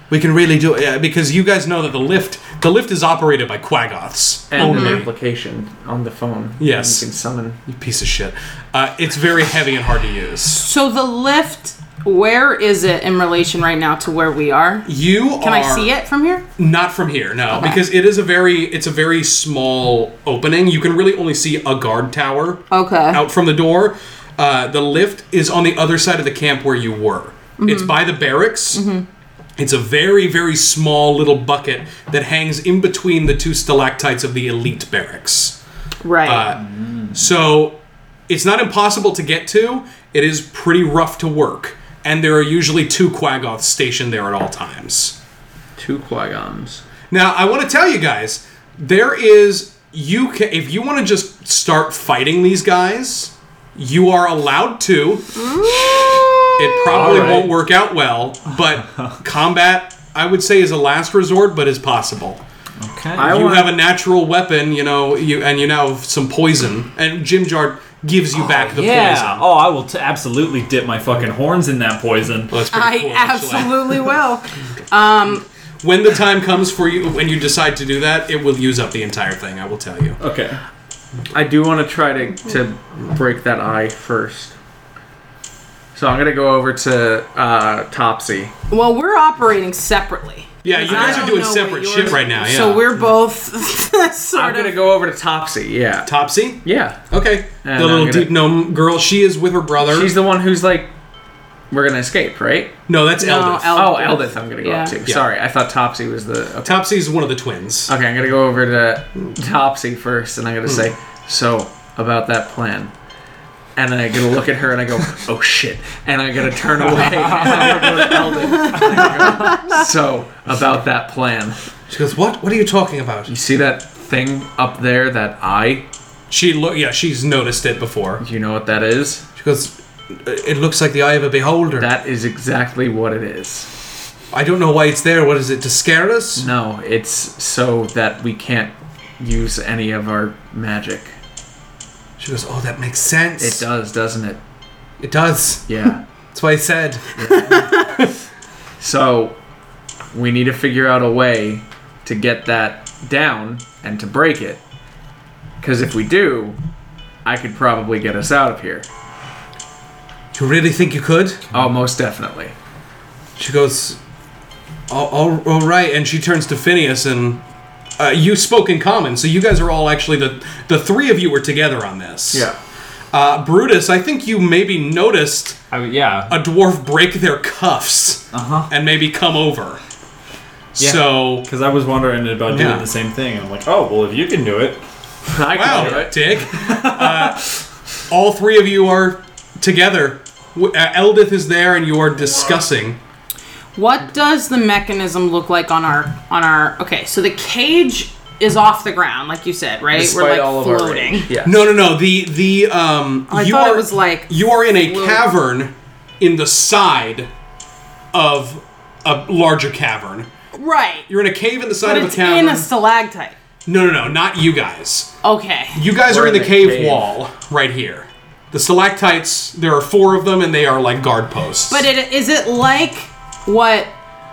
S14: we can really do it yeah, because you guys know that the lift the lift is operated by quaggoths
S4: And an
S14: only.
S4: application on the phone.
S14: Yes.
S4: You can summon.
S14: You piece of shit. Uh, it's very heavy and hard to use.
S3: So the lift, where is it in relation right now to where we are?
S14: You
S3: Can I
S14: are-
S3: see it from here?
S14: Not from here, no,
S3: Okay.
S14: because it is a very it's a very small opening. You can really only see a guard tower
S3: Okay.
S14: out from the door. Uh, the lift is on the other side of the camp where you were. It's
S3: Mm-hmm.
S26: Mhm.
S14: by the barracks. It's a very very small little bucket that hangs in between the two stalactites of the elite barracks.
S3: Right.
S14: Uh, so it's not impossible to get to. It is pretty rough to work, and there are usually two quaggoths stationed there at all times.
S4: Two quaggoms.
S14: Now I want to tell you guys, there is you can if you want to just start fighting these guys, you are allowed to. It probably
S26: All right.
S14: won't work out well,
S26: [LAUGHS]
S14: but combat I would say is a last resort, but is possible. Okay.
S4: I
S14: you
S4: want-
S14: have a natural weapon, you know, you and you now have some poison, and Jim Jard gives you back the
S6: yeah.
S14: poison.
S6: Oh, I will t- absolutely dip my fucking horns in that poison.
S3: I absolutely
S14: [LAUGHS]
S3: will. Um,
S14: When the time comes for you, when you decide to do that, it will use up the entire thing. I will tell you.
S6: Okay.
S4: I do want to try to, to break that eye first. So I'm gonna go over to uh, Topsy.
S3: well, we're operating separately.
S14: Yeah, you guys are doing separate shit right now. Yeah.
S3: So we're both [LAUGHS] sort
S4: I'm gonna go over to Topsy. Yeah.
S14: Topsy.
S4: Yeah.
S14: Okay.
S4: And
S14: the little
S4: I'm gonna-
S14: deep gnome girl. She is with her brother.
S4: She's the one who's like, we're gonna escape, right?
S14: No, that's No, Eldith.
S4: Oh,
S14: Eldith.
S4: Eldith. I'm gonna go up
S14: Yeah.
S4: to.
S14: Yeah.
S4: Sorry, I thought Topsy was the. Okay.
S14: Topsy's one of the twins.
S4: Okay, I'm gonna go over to Topsy first, and I'm
S14: Hmm.
S4: gonna say, so about that plan. And then I'm gonna look at her and
S14: [LAUGHS]
S4: I go, oh shit. And I'm gonna turn away. [LAUGHS] and I'm gonna go to Eldith. so about that plan.
S14: She goes, "What? What are you talking about?
S4: You see that thing up there? That eye?"
S14: She look. Yeah, she's noticed it before.
S4: You know what that is?
S14: She goes, "It looks like the eye of a beholder."
S4: That is exactly what it is.
S14: I don't know why it's there. What is it to scare us?
S4: No, it's so that we can't use any of our magic.
S14: She goes, "Oh, that makes sense."
S4: It does, doesn't it?
S14: It does.
S4: Yeah.
S14: That's why I said.
S4: So we need to figure out a way to get that down and to break it. Because if we do, I could probably get us out of here.
S14: You really think you could?
S4: Oh, most definitely.
S14: She goes, all, all, all right, and she turns to Phineas and. Uh, you spoke in common, so you guys are all actually the the three of you were together on this.
S6: Yeah.
S14: Uh, Brutus, I think you maybe noticed
S6: yeah.
S14: [LAUGHS] a dwarf break their cuffs
S4: Uh-huh.
S14: and maybe come over. So,
S6: because I was wondering about
S14: Yeah.
S6: doing the same thing, I'm like, oh well, if you can do it,
S4: I
S14: wow, Dick. uh, all three of you are together. W- uh, Eldith is there, and you are discussing.
S3: What does the mechanism look like on our on our? Okay, so the cage is off the ground, like you said, right?
S14: Despite
S3: We're like
S14: all of our
S3: floating.
S14: Yeah. No, no, no. The the um.
S3: I thought it was like
S14: you are in a
S3: floating.
S14: cavern in the side of a larger cavern.
S3: Right.
S14: You're in a cave in the side
S3: But
S14: of a
S3: it's
S14: cavern.
S3: in a stalactite.
S14: no, no, no. Not you guys.
S3: Okay.
S14: You guys are in the, cave, wall right here. The stalactites. There are four of them, and they are like guard posts.
S3: But it is it like what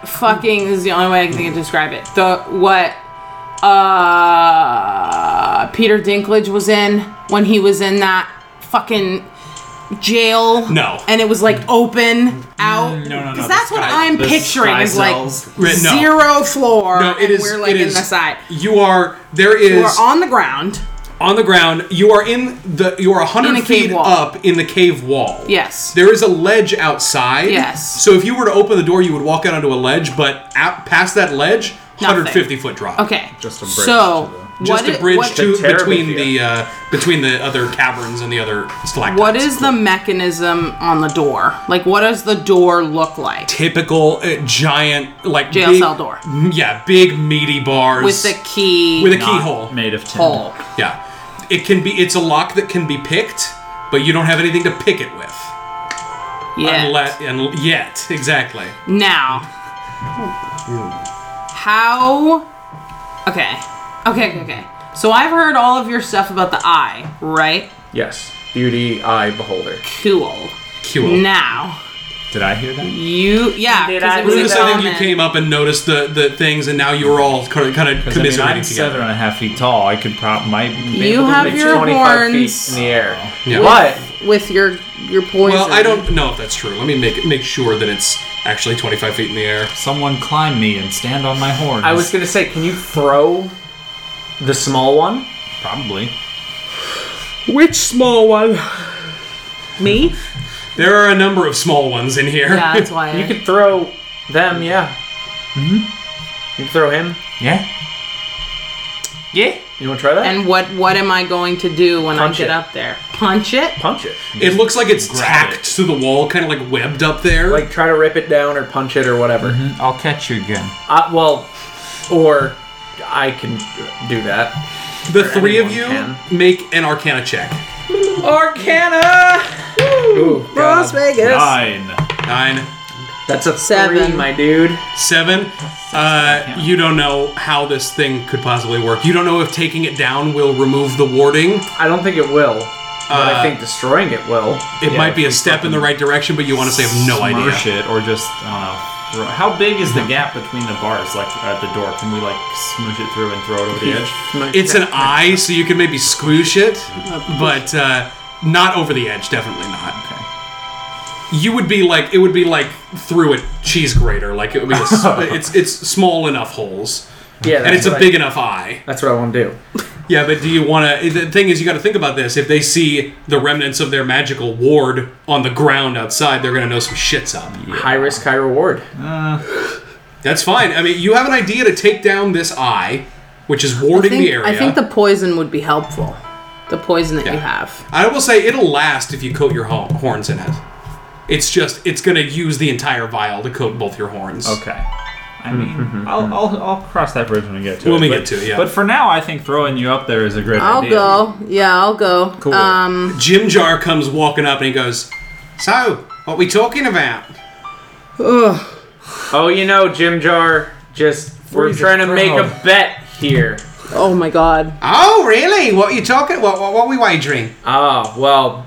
S3: fucking this is the only way I can think of describe it. The what uh Peter Dinklage was in when he was in that fucking jail.
S14: No.
S3: And it was like open out. No,
S6: no,
S3: Because that's what I'm picturing is like
S14: Right, no.
S3: zero floor.
S14: No, it
S3: and
S14: is-
S3: We're like
S14: it
S3: in
S14: is-
S3: the side.
S14: You are there is
S3: We're on the ground.
S14: on the ground. You are in the you are
S3: In a
S14: hundred
S3: cave
S14: feet
S3: wall.
S14: up in the cave wall.
S3: Yes.
S14: There is a ledge outside.
S3: Yes.
S14: So if you were to open the door, you would walk out onto a ledge, but out, past that ledge,
S3: Nothing.
S14: 150 foot drop.
S3: Okay.
S14: Just
S3: So
S14: just
S3: what
S14: a
S3: i-
S14: bridge
S3: what-
S14: to between the uh, between the other caverns and the other stalactites.
S3: What is the mechanism on the door? Like, what does the door look like?
S14: typical uh, giant like
S3: Jail
S14: big-
S3: cell door.
S14: Yeah, big meaty bars
S3: With the key. Oh,
S14: with a keyhole
S6: made of
S3: tin. Hole.
S14: Yeah, it can be. It's a lock that can be picked, but you don't have anything to pick it with.
S3: Yet.
S14: Unless, and yet, exactly.
S3: Now, how? Okay, okay, okay, okay. So I've heard all of your stuff about the eye, right?
S4: Yes. Beauty eye beholder.
S3: Cool. Now
S6: Did I hear that?
S3: you, yeah. 'cause it was
S14: Rufus, I think you
S3: common.
S14: came up and noticed the, the things, and now you were all kind of, kind of
S6: Because I mean,
S14: commiserating
S6: I'm
S14: together.
S6: seven and a half feet tall. I could probably might. be
S3: You
S6: able to
S3: have
S6: reach
S3: your
S6: 25 feet
S3: horns.
S6: in the air.
S14: Yeah.
S3: with your your poison.
S14: Well, I don't know if that's true. Let me make make sure that it's actually 25 feet in the air.
S6: Someone climb me and stand on my horns.
S4: I was gonna say, can you throw the small one?
S6: Probably.
S4: Which small one?
S3: Me?
S14: There are a number of small ones in here.
S3: Yeah, that's why
S4: you
S3: I-
S4: could throw them, yeah. Mm-hmm. You can throw him.
S6: Yeah.
S4: Yeah. You wanna try that?
S3: And what what am I going to do when
S4: Punch
S3: I get
S4: it.
S3: up there? Punch it.
S4: Punch it.
S14: [LAUGHS] It looks like it's tacked to the wall, kind of like webbed up there.
S4: Like try to rip it down or punch it or whatever.
S6: I'll catch you again.
S4: Uh, well, or I can do that.
S14: The three of you make an Arcana check.
S4: Arcana. Ooh,
S14: Las
S4: Vegas.
S14: Nine.
S4: That's a Seven. my dude.
S14: Seven. Uh, you don't know how this thing could possibly work. You don't know if taking it down will remove the warding.
S4: I don't think it will. But I think destroying it will.
S14: Uh, It
S4: Yeah,
S14: might be a step in the right direction, but you honestly have no idea.
S6: Smash it or just I don't know. throw- How big is the gap between the bars, like at the door? Can we like smoosh it through and throw it over the edge?
S14: It's an eye, so you can maybe squish it, but uh, not over the edge. Definitely not. You would be like it would be like through a cheese grater. Like it would be. A,
S4: [LAUGHS]
S14: s- it's it's small enough holes.
S4: Yeah,
S14: and
S4: that's
S14: it's a
S4: what I-
S14: big enough eye.
S4: That's what I want to do.
S14: Yeah, but do you want to? The thing is, you got to think about this. If they see the remnants of their magical ward on the ground outside, they're going to know some shit's up.
S4: High risk, high reward.
S14: That's fine. I mean, you have an idea to take down this eye, which is
S3: I
S14: warding
S3: think,
S14: the area.
S3: I think the poison would be helpful. The poison that you have.
S14: I will say it'll last if you coat your ho- horns in it. It's just it's going to use the entire vial to coat both your horns.
S6: Okay. I
S28: Mm-hmm,
S6: mean, I'll, I'll, I'll cross that bridge when we get to it.
S14: When we
S6: but-
S14: get to it, yeah.
S6: But for now, I think throwing you up there is a great
S3: I'll
S6: idea.
S3: go. Yeah, I'll go.
S14: Cool.
S3: Um,
S14: Jim Jar comes walking up and he goes, "So, what we talking about?"
S3: ugh.
S4: Oh, you know, Jim Jar, just we're
S3: Freeze
S4: trying to
S3: the
S4: make a
S3: crowd.
S4: bet here.
S3: Oh my god.
S2: Oh, really? What you talking? What what, what we wagering?
S4: Ah, well,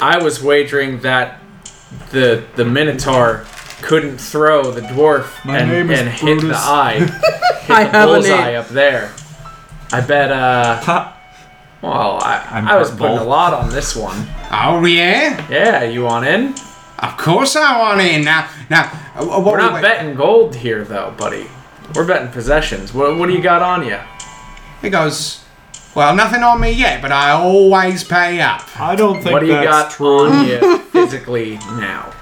S4: I was wagering that the the Minotaur couldn't throw the dwarf
S2: My
S4: and,
S2: name is
S4: and hit the
S2: Brutus.
S4: eye,
S2: [LAUGHS]
S4: hit
S2: I
S4: the
S2: have a
S4: bullseye
S2: name.
S4: up there. I bet. uh... Well, I, I was putting a lot on this one.
S2: Oh yeah.
S4: Yeah, you want in?
S2: Of course I want in. Now now uh, what
S4: We're
S2: we
S4: not
S2: wa-
S4: betting gold here, though, buddy. We're betting possessions. What, what do you got on you?
S2: He goes. Well, nothing on me yet, but I always pay up.
S28: I don't
S4: What do you got on
S2: [LAUGHS]
S4: you physically now?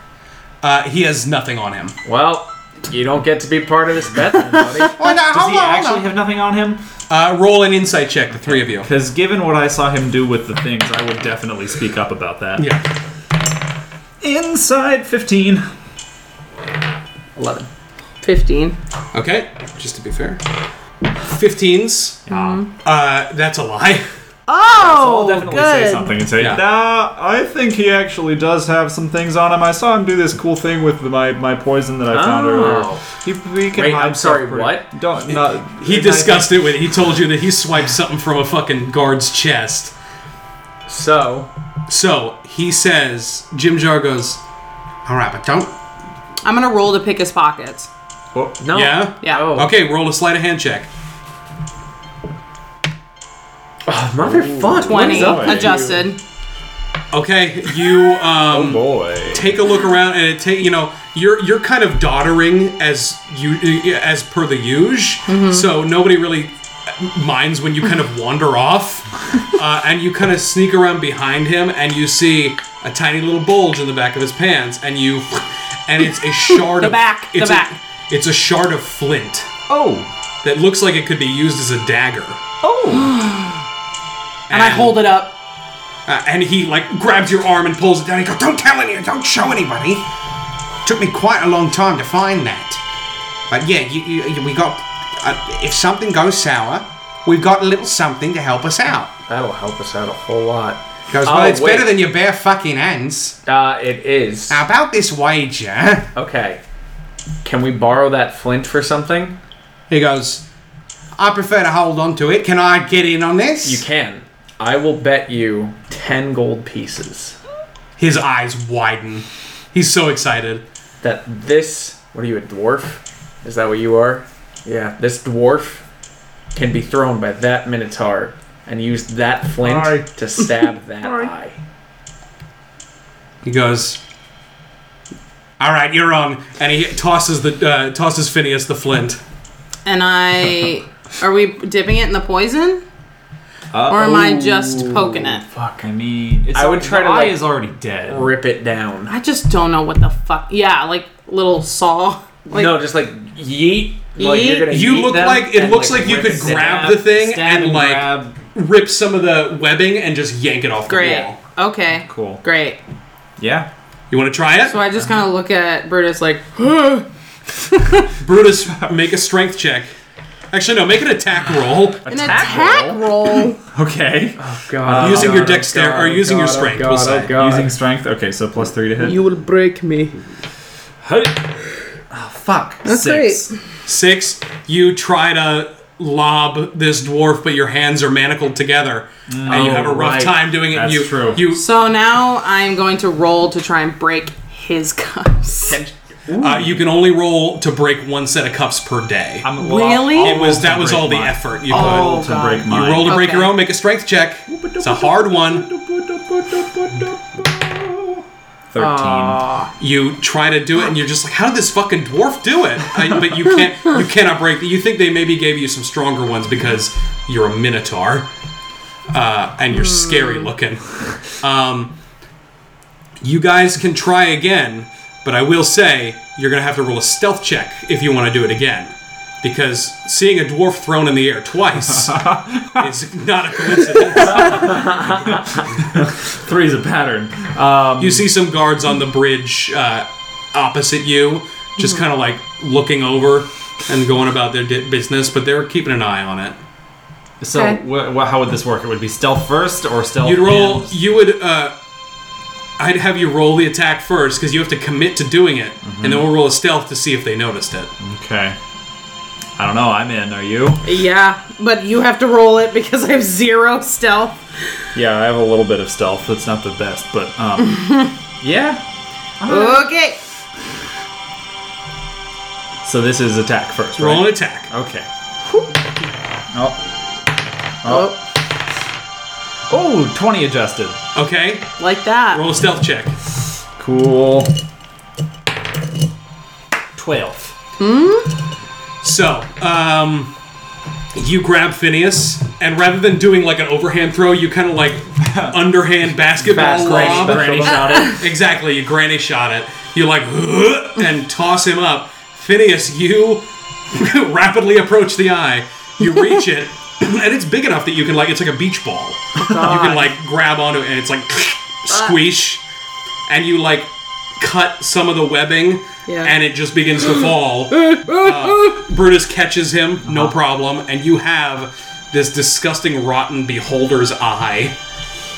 S14: Uh, he has nothing on him.
S4: Well, you don't get to be part of this bet, then, buddy.
S6: Does he actually have nothing on him?
S14: Uh, roll an insight check, the three of you.
S6: Because given what I saw him do with the things, I would definitely speak up about that.
S14: Yeah.
S6: Inside 15.
S29: Eleven.
S30: 15.
S14: Okay, just to be fair. 15s.
S6: Ah,
S14: Uh, that's a lie.
S30: Oh,
S6: definitely
S30: good.
S6: say something and say,
S14: Yeah.
S6: "Nah,
S31: I think he actually does have some things on him. I saw him do this cool thing with my, my poison that I found
S6: Oh.
S31: earlier. He, he can
S6: Wait,
S31: hide
S6: I'm sorry,
S31: stuff pretty- Don't not,
S14: He discussed it when he told you that he swiped something from a fucking guard's chest.
S4: So,
S14: so he says, Jim Jar goes, "All right, but don't."
S3: I'm gonna roll to pick his pockets.
S14: no. Yeah.
S3: Oh, Yeah.
S14: Okay, roll a sleight of hand check.
S4: motherfuck, what is
S3: Twenty
S4: up with
S3: adjusted.
S14: Okay, you um take a look around and it take you know you're you're kind of doddering as you as per the usual.
S3: Mm-hmm.
S32: Mhm.
S14: So nobody really minds when you kind of wander
S3: [LAUGHS]
S14: off, uh, and you kind of sneak around behind him and you see a tiny little bulge in the back of his pants and you and it's
S3: [LAUGHS]
S14: a shard
S3: The
S14: of
S3: back, the
S14: it's
S3: back.
S14: A, it's a shard of flint.
S31: Oh.
S14: That looks like it could be used as a dagger.
S3: and I hold it up.
S14: Uh, and he like grabs your arm and pulls it down. He goes, "Don't tell anyone. Don't show anybody."
S32: Took me quite a long time to find that. But yeah, you, you, you- we got. Uh, if something goes sour, we've got a little something to help us out.
S4: That'll help us out a whole lot.
S32: Goes,
S4: Oh,
S32: well, it's better than your bare fucking hands.
S4: Uh, it is.
S32: Now, about this wager.
S4: Okay. Can we borrow that flint for something?
S32: He goes, I prefer to hold on to it. Can I get in on this?
S4: You can. I will bet you 10 gold pieces.
S14: His eyes widen. He's so excited.
S4: That this. What are you, a dwarf? Is that what you are? Yeah, this dwarf can be thrown by that minotaur and use that flint
S14: Aye.
S4: to [LAUGHS] stab that eye.
S14: He goes, "All right, you're on." And he tosses the uh, tosses Phineas the flint.
S3: And
S4: [LAUGHS]
S3: I are we dipping it in the poison? Or am I just poking it?
S6: Fuck, I mean, it's,
S4: I would try
S6: the
S4: to,
S6: eye
S4: like,
S6: is already dead.
S4: Rip it down.
S3: I just don't know what the fuck. Yeah, like little saw. Like,
S4: no, just like yeet. Like
S3: Yeet?
S4: you're gonna
S14: You
S4: yeet
S14: look
S4: them
S14: like it
S4: and,
S14: looks like you
S4: rip
S14: could
S4: it
S14: grab
S4: down.
S14: the thing
S4: Stab
S14: and like rip some of the webbing and just yank it off the
S3: Great.
S14: wall.
S3: Okay.
S14: Cool.
S3: Great.
S14: Yeah. You want to try it?
S3: So I just kind of look at Brutus like, [GASPS] "Huh."
S14: Brutus, make a strength check. Actually, no, make an attack roll.
S3: an attack roll.
S6: [LAUGHS] Okay.
S4: Oh
S6: god. oh
S14: Using your dexterity or using your strength, we'll say.
S6: Using strength. Okay, so plus three to hit.
S33: You will break me.
S6: Ah, Fuck.
S33: That's
S6: Six.
S33: right.
S14: Six, you try to lob this dwarf, but your hands are manacled together, and you have a
S6: Oh,
S14: rough
S6: right.
S14: time doing it. and
S6: That's
S14: you,
S6: true.
S3: [LAUGHS]
S14: you
S3: So now I'm going to roll to try and break his [LAUGHS] cuffs.
S14: Uh, you can only roll to break one set of cups per day.
S3: well, I'll- Really? Oh, I'll
S14: It was that
S6: to
S14: was
S6: break Oh,
S14: all the
S6: mine.
S14: effort you
S6: I'll
S14: put.
S6: roll to God. break
S14: You
S6: mine.
S14: roll to break your
S6: Okay.
S14: own. Make a strength check. It's a hard one.
S6: Thirteen. Ah.
S14: You try to do it, and you're just like, "How did this fucking dwarf do it?" I, but you can't. You cannot break. You think they maybe gave you some stronger ones because you're a minotaur, uh, and you're scary looking. Um, you guys can try again, but I will say you're gonna have to roll a stealth check if you want to do it again, because seeing a dwarf thrown in the air twice is not a coincidence.
S6: Three's a pattern.
S14: you see some guards on the bridge uh, opposite you,
S6: Mm-hmm.
S14: just kind of like looking over and going about their di- business, but they're keeping an eye on it.
S6: So, wh- wh- how would this work? It would be stealth first or stealth.
S14: You'd roll. You would. Uh, I'd have you roll the attack first because you have to commit to doing it, and
S6: Mm-hmm.
S14: then we'll roll a stealth to see if they noticed it.
S6: Okay. I don't know. I'm in. Are you?
S3: Yeah, but you have to roll it because I have zero stealth.
S6: Yeah, I have a little bit of stealth. That's not the best, but [LAUGHS] um, yeah.
S3: Okay.
S6: So this is attack first. Right?
S14: Roll an attack.
S6: Okay. Oh. Oh. Oh, 20 adjusted.
S14: Okay.
S3: Like that.
S14: Roll a stealth check.
S6: Cool. 12.
S14: So, um, you grab Phineas, and rather than doing like an overhand throw, you kind
S6: [LAUGHS]
S14: of like underhand basketball
S6: Fast granny-
S14: lob.
S6: granny shot [LAUGHS] it.
S14: Exactly, you granny shot it. You like and toss him up. Phineas, you [LAUGHS] rapidly approach the eye. You reach it, and it's big enough that you can like it's like a beach ball. You can like grab onto [LAUGHS] it, and it's like squish, and you like cut some of the webbing,
S3: Yeah.
S14: and it just begins to fall. Uh, Brutus catches him, no problem, and you have this disgusting, rotten beholder's eye.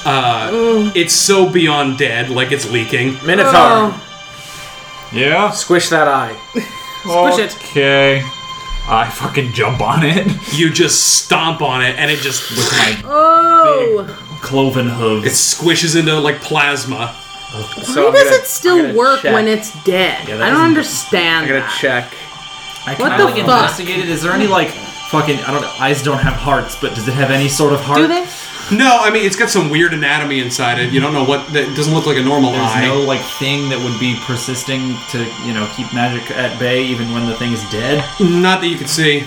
S14: Uh, it's so beyond dead, like it's leaking.
S4: Minotaur.
S34: Yeah.
S4: Squish that eye.
S34: Squish it. Okay.
S14: I fucking jump on it. You just stomp on it, and it just with my
S3: Oh!
S14: cloven hooves. It squishes into like plasma.
S3: Why does it still work when it's dead?
S14: Yeah, that
S3: I don't
S14: doesn't-
S3: understand. that.
S4: check.
S6: I
S3: What
S6: kinda
S3: the
S6: like
S3: fuck?
S6: investigated. Is there any like fucking I don't know, eyes don't have hearts, but does it have any sort of heart?
S3: Do they?
S14: No, I mean it's got some weird anatomy inside it. You don't know what. It doesn't look like a normal
S6: There's
S14: eye.
S6: no like thing that would be persisting to you know keep magic at bay even when the thing is dead.
S14: Not that you can see.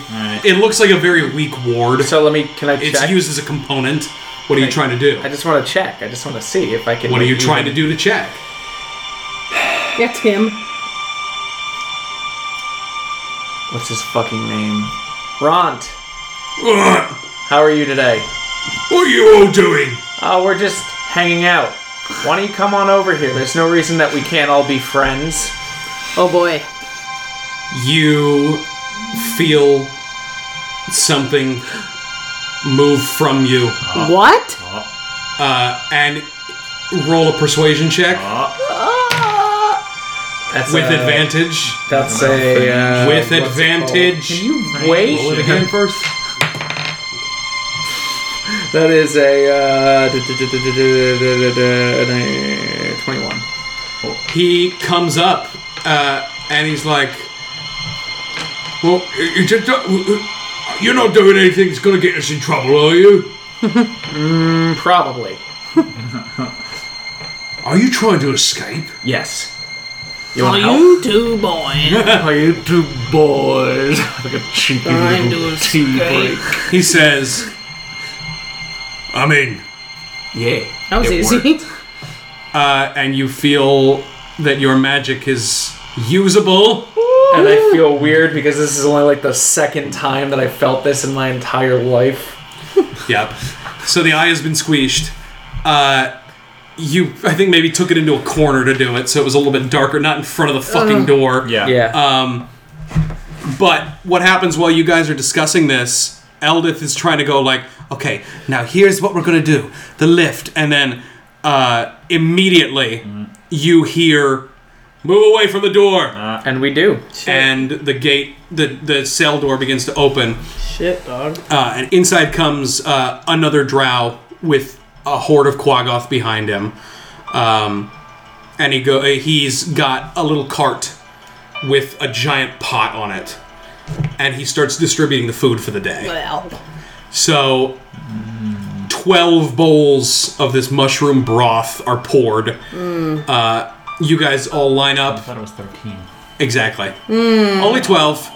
S14: It looks like a very weak ward. So
S4: let me. Can I?
S14: It's
S4: check?
S14: used as a component. What are you trying to do?
S4: I just want to check. I just want to see if I can.
S14: What are you
S4: even-
S14: trying to do to check?
S3: Yeah, Tim.
S4: What's his fucking name? Ront. How are you today?
S14: What are you all doing?
S4: Oh, we're just hanging out. Why don't you come on over here? There's no reason that we can't all be friends.
S3: Oh boy.
S14: You feel something move from you.
S3: What?
S14: Uh, and roll a persuasion check.
S4: That's
S14: with
S4: a-
S14: advantage.
S4: That's a, uh,
S14: with
S4: what's it called?
S14: advantage.
S4: Can you wait?
S14: Roll it again first.
S4: That is a uh, da- da- da- da- da- da- da- da- da- da- da- 21.
S14: He comes up uh, and he's like,
S35: Well, you just don't- you're not doing anything that's going to get us in trouble, are you?
S4: mm, probably.
S35: Are you trying to
S14: [LAUGHS]
S35: escape?
S4: Yes.
S35: You want help?
S3: you two boys?
S35: Are you two boys?
S14: [LAUGHS] like a cheeky
S3: Trying little to tea escape.
S14: He says,
S35: I mean,
S14: "Yeah."
S3: That was
S14: it
S3: easy. [LAUGHS]
S14: uh, and you feel that your magic is usable.
S4: And I feel weird because this is only like the second time that I felt this in my entire life.
S14: Yep. So the eye has been squeezed. Uh, you, I think, maybe took it into a corner to do it, so it was a little bit darker, not in front of the fucking
S35: Uh.
S14: door.
S35: Yeah. Yeah.
S14: Um, but what happens while you guys are discussing this? Eldith is trying to go like, okay, now here's what we're gonna do: the lift, and then uh, immediately you hear, move away from the door,
S4: and we do,
S14: and the gate, the the cell door begins to open.
S3: Shit, dog.
S14: Uh, and inside comes uh, another drow with a horde of quaggoth behind him. Um, and he go uh, he's got a little cart with a giant pot on it. And he starts distributing the food for the day.
S3: Well.
S14: So 12 bowls of this mushroom broth are poured.
S3: Mm.
S14: Uh, you guys all line up. I thought it was 13. Exactly.
S3: Mm.
S14: Only 12.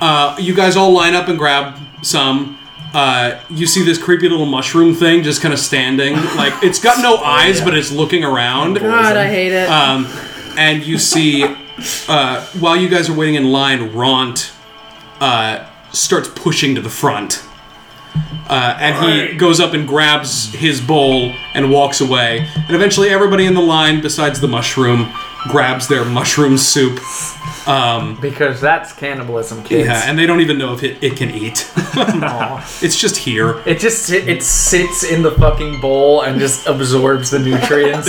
S14: Uh, you guys all line up and grab some. Uh, you see this creepy little mushroom thing just kind of standing. Like, it's
S3: [LAUGHS]
S14: got no eyes, but it's looking around.
S3: Oh, God, I hate it.
S14: Um, and you see, uh, while you guys are waiting in line, Ront uh, starts pushing to the front. Uh, and he goes up and grabs his bowl and walks away. And eventually, everybody in the line, besides the mushroom, grabs their mushroom soup. Um,
S4: because that's cannibalism, kids.
S14: Yeah, and they don't even know if it, it can eat. [LAUGHS] it's just here.
S4: It just si- it sits in the fucking bowl and just absorbs the
S14: [LAUGHS]
S4: nutrients.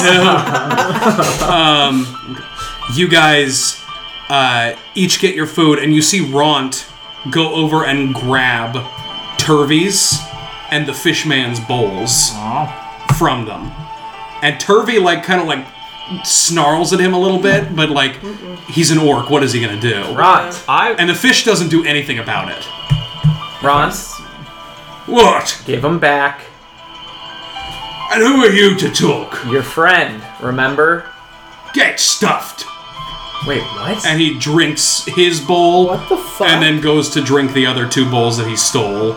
S14: um, you guys uh, each get your food, and you see Ront go over and grab Turvey's and the Fishman's bowls from them. And Turvey, like, kind of like snarls at him a little bit, but like, he's an orc. What is he gonna do?
S4: Ront, I
S14: and the fish doesn't do anything about it.
S4: Ront,
S35: What?
S4: Give him back.
S35: And who are you to talk?
S4: Your friend, remember?
S35: Get stuffed.
S4: Wait, what?
S14: And he drinks his bowl. What the fuck? And then goes to drink the other two bowls that he stole.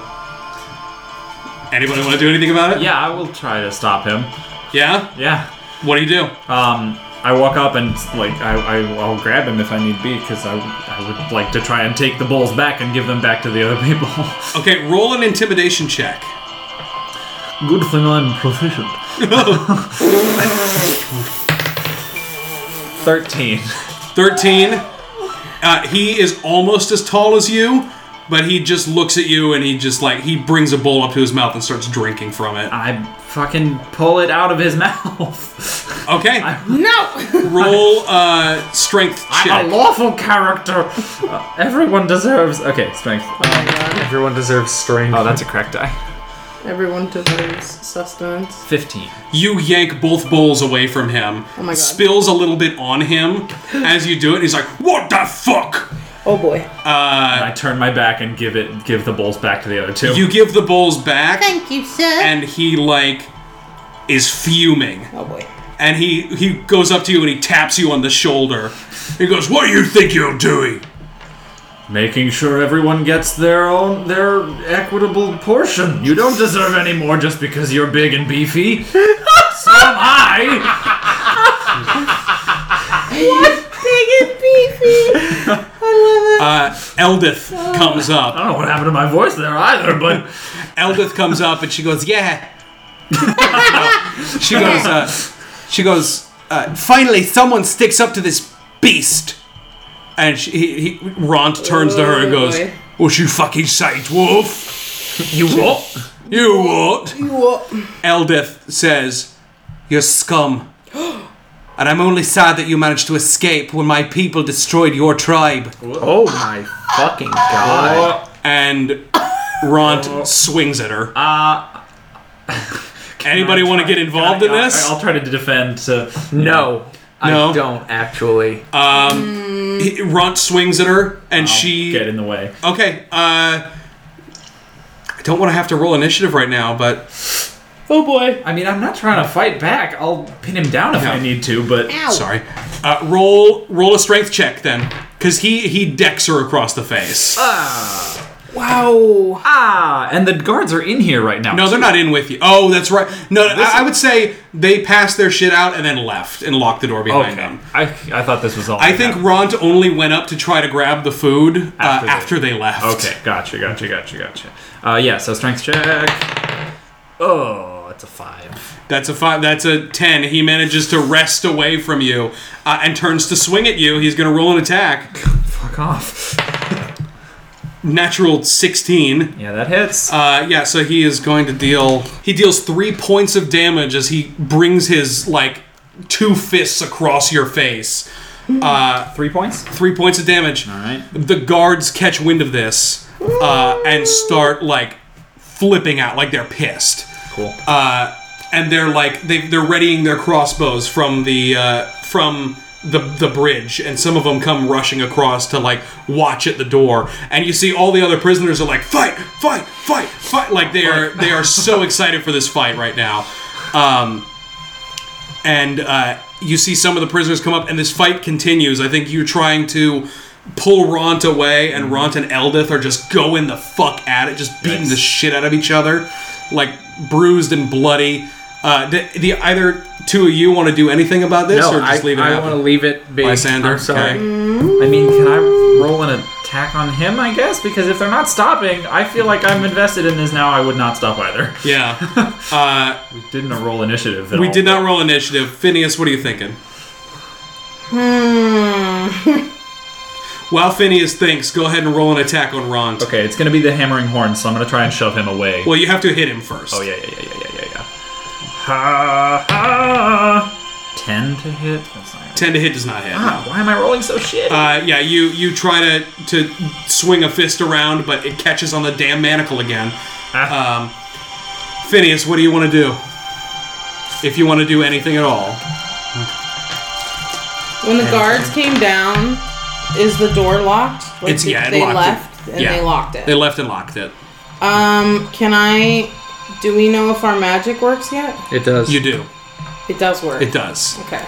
S14: Anybody want to do anything about it?
S6: Yeah, I will try to stop him.
S14: Yeah?
S6: Yeah.
S14: What do you do?
S6: Um, I walk up and like I, I I'll grab him if I need be because I I would like to try and take the bowls back and give them back to the other people. [LAUGHS]
S14: Okay, roll an intimidation check.
S6: Good thing I'm [LAUGHS] proficient.
S14: Thirteen. Thirteen. Uh, he is almost as tall as you, but he just looks at you and he just like he brings a bowl up to his mouth and starts drinking from it.
S6: I fucking pull it out of his [LAUGHS] mouth.
S14: okay.
S3: no.
S14: Roll uh, strength check.
S6: I'm a lawful character. Uh, everyone deserves. Okay, strength.
S4: Everyone deserves strength.
S6: Oh, that's a crack die.
S3: Everyone deserves sustenance.
S6: 15.
S14: You yank both bowls away from him.
S3: Oh my God.
S14: Spills a little bit on him as you do it. He's like, "What the fuck?"
S3: Oh boy.
S14: Uh,
S6: I turn my back and give it, give the bowls back to the other two.
S14: you give the bowls back,
S3: Thank you, sir.
S14: and he like is fuming.
S3: oh boy.
S14: And he he goes up to you and he taps you on the shoulder. He goes, "What do you think you're doing?"
S6: Making sure everyone gets their own, their equitable portion. You don't deserve any more just because you're big and beefy.
S14: [LAUGHS]
S6: so am I.
S3: What? Big and beefy. I love it.
S14: Uh, Eldith comes up.
S6: I don't know what happened to my voice there either, but
S14: Eldith comes up and she goes, "Yeah."
S36: [LAUGHS] She goes, uh, she goes, uh, finally someone sticks up to this beast.
S14: And she, he, he, Ront turns to her and goes,
S3: Oh, boy.
S14: "What you fucking say, dwarf?
S6: you what?
S14: You what?"
S3: You what?
S14: Eldith says,
S36: You're scum.
S3: [GASPS]
S36: And I'm only sad that you managed to escape when my people destroyed your tribe.
S4: Oh my fucking god.
S14: and Ront swings at her. Uh, Anybody want to get involved in this?
S6: I'll try to defend. To,
S4: No.
S14: No. Oh,
S4: I don't actually.
S14: He- Ront swings at her, and she.
S6: get in the way.
S14: Okay. Uh, I don't want to have to roll initiative right now, but
S3: Oh boy.
S6: I mean, I'm not trying to fight back. I'll pin him down if I need to, but
S3: Ow.
S14: sorry. Uh, roll roll a strength check then, because he he decks her across the face.
S3: Wow.
S6: ah, and the guards are in here right now.
S14: no, they're not in with you. Oh, that's right. No, I, I would say they passed their shit out and then left and locked the door behind
S6: Okay.
S14: them.
S6: I, I thought this was all.
S14: I think Ront only went up to try to grab the food uh,
S6: After
S14: after,
S6: they-
S14: they, left.
S6: Okay, gotcha, gotcha, gotcha, gotcha. Uh, yeah, so strength check. Oh, it's a five.
S14: That's a five. That's a ten. He manages to wrest away from you uh, and turns to swing at you. He's going to roll an attack.
S6: Fuck off.
S14: Natural sixteen.
S6: Yeah, that hits.
S14: Uh, yeah, so he is going to deal. He deals three points of damage as he brings his like two fists across your face.
S6: Three points.
S14: Three points of damage. All
S6: right.
S14: The guards catch wind of this uh, and start like flipping out, like they're pissed.
S6: Cool.
S14: uh, and they're like they, they're readying their crossbows from the uh, from the the bridge, and some of them come rushing across to like watch at the door, and you see all the other prisoners are like fight, fight, fight, fight, like they are they are so excited for this fight right now, um, and uh, you see some of the prisoners come up, and this fight continues. I think you're trying to. Pull Ront away, and
S6: Mm-hmm.
S14: Ront and Eldith are just going the fuck at it, just beating the shit out of each other like bruised and bloody. Uh, do, do either two of you want to do anything about this, or just
S4: I,
S14: leave it?
S4: I
S14: happen?
S4: want to leave it be.
S14: Lysander,
S4: I'm sorry.
S14: okay.
S6: I mean, can I roll an attack on him? I guess because if they're not stopping, I feel like I'm invested in this now. I would not stop either.
S14: [LAUGHS]
S6: [LAUGHS]
S14: Yeah, uh,
S6: We didn't roll initiative. at
S14: we
S6: all.
S14: did not roll initiative. Phineas, what are you thinking? While Phineas thinks, go ahead and roll an attack on Rond.
S6: Okay, it's gonna be the hammering horn, so I'm gonna try and shove him away.
S14: Well, you have to hit him first.
S6: Oh yeah, yeah, yeah, yeah, yeah, yeah, yeah. Ha ha. Ten to hit. That's not gonna-
S14: Ten to hit does not hit. no.
S6: Ah, why am I rolling so shit?
S14: Uh, yeah, you you try to to swing a fist around, but it catches on the damn manacle again. Um, Phineas, what do you want to do? If you want to do anything at all,
S3: When the guards came down, is the door locked? Like,
S14: It's- yeah, it
S3: They
S14: locked it.
S3: left and
S14: Yeah.
S3: they locked it.
S14: they left and locked it.
S3: um, can I? Do we know if our magic works yet?
S4: It does.
S14: You do.
S3: It does work.
S14: It does.
S3: Okay.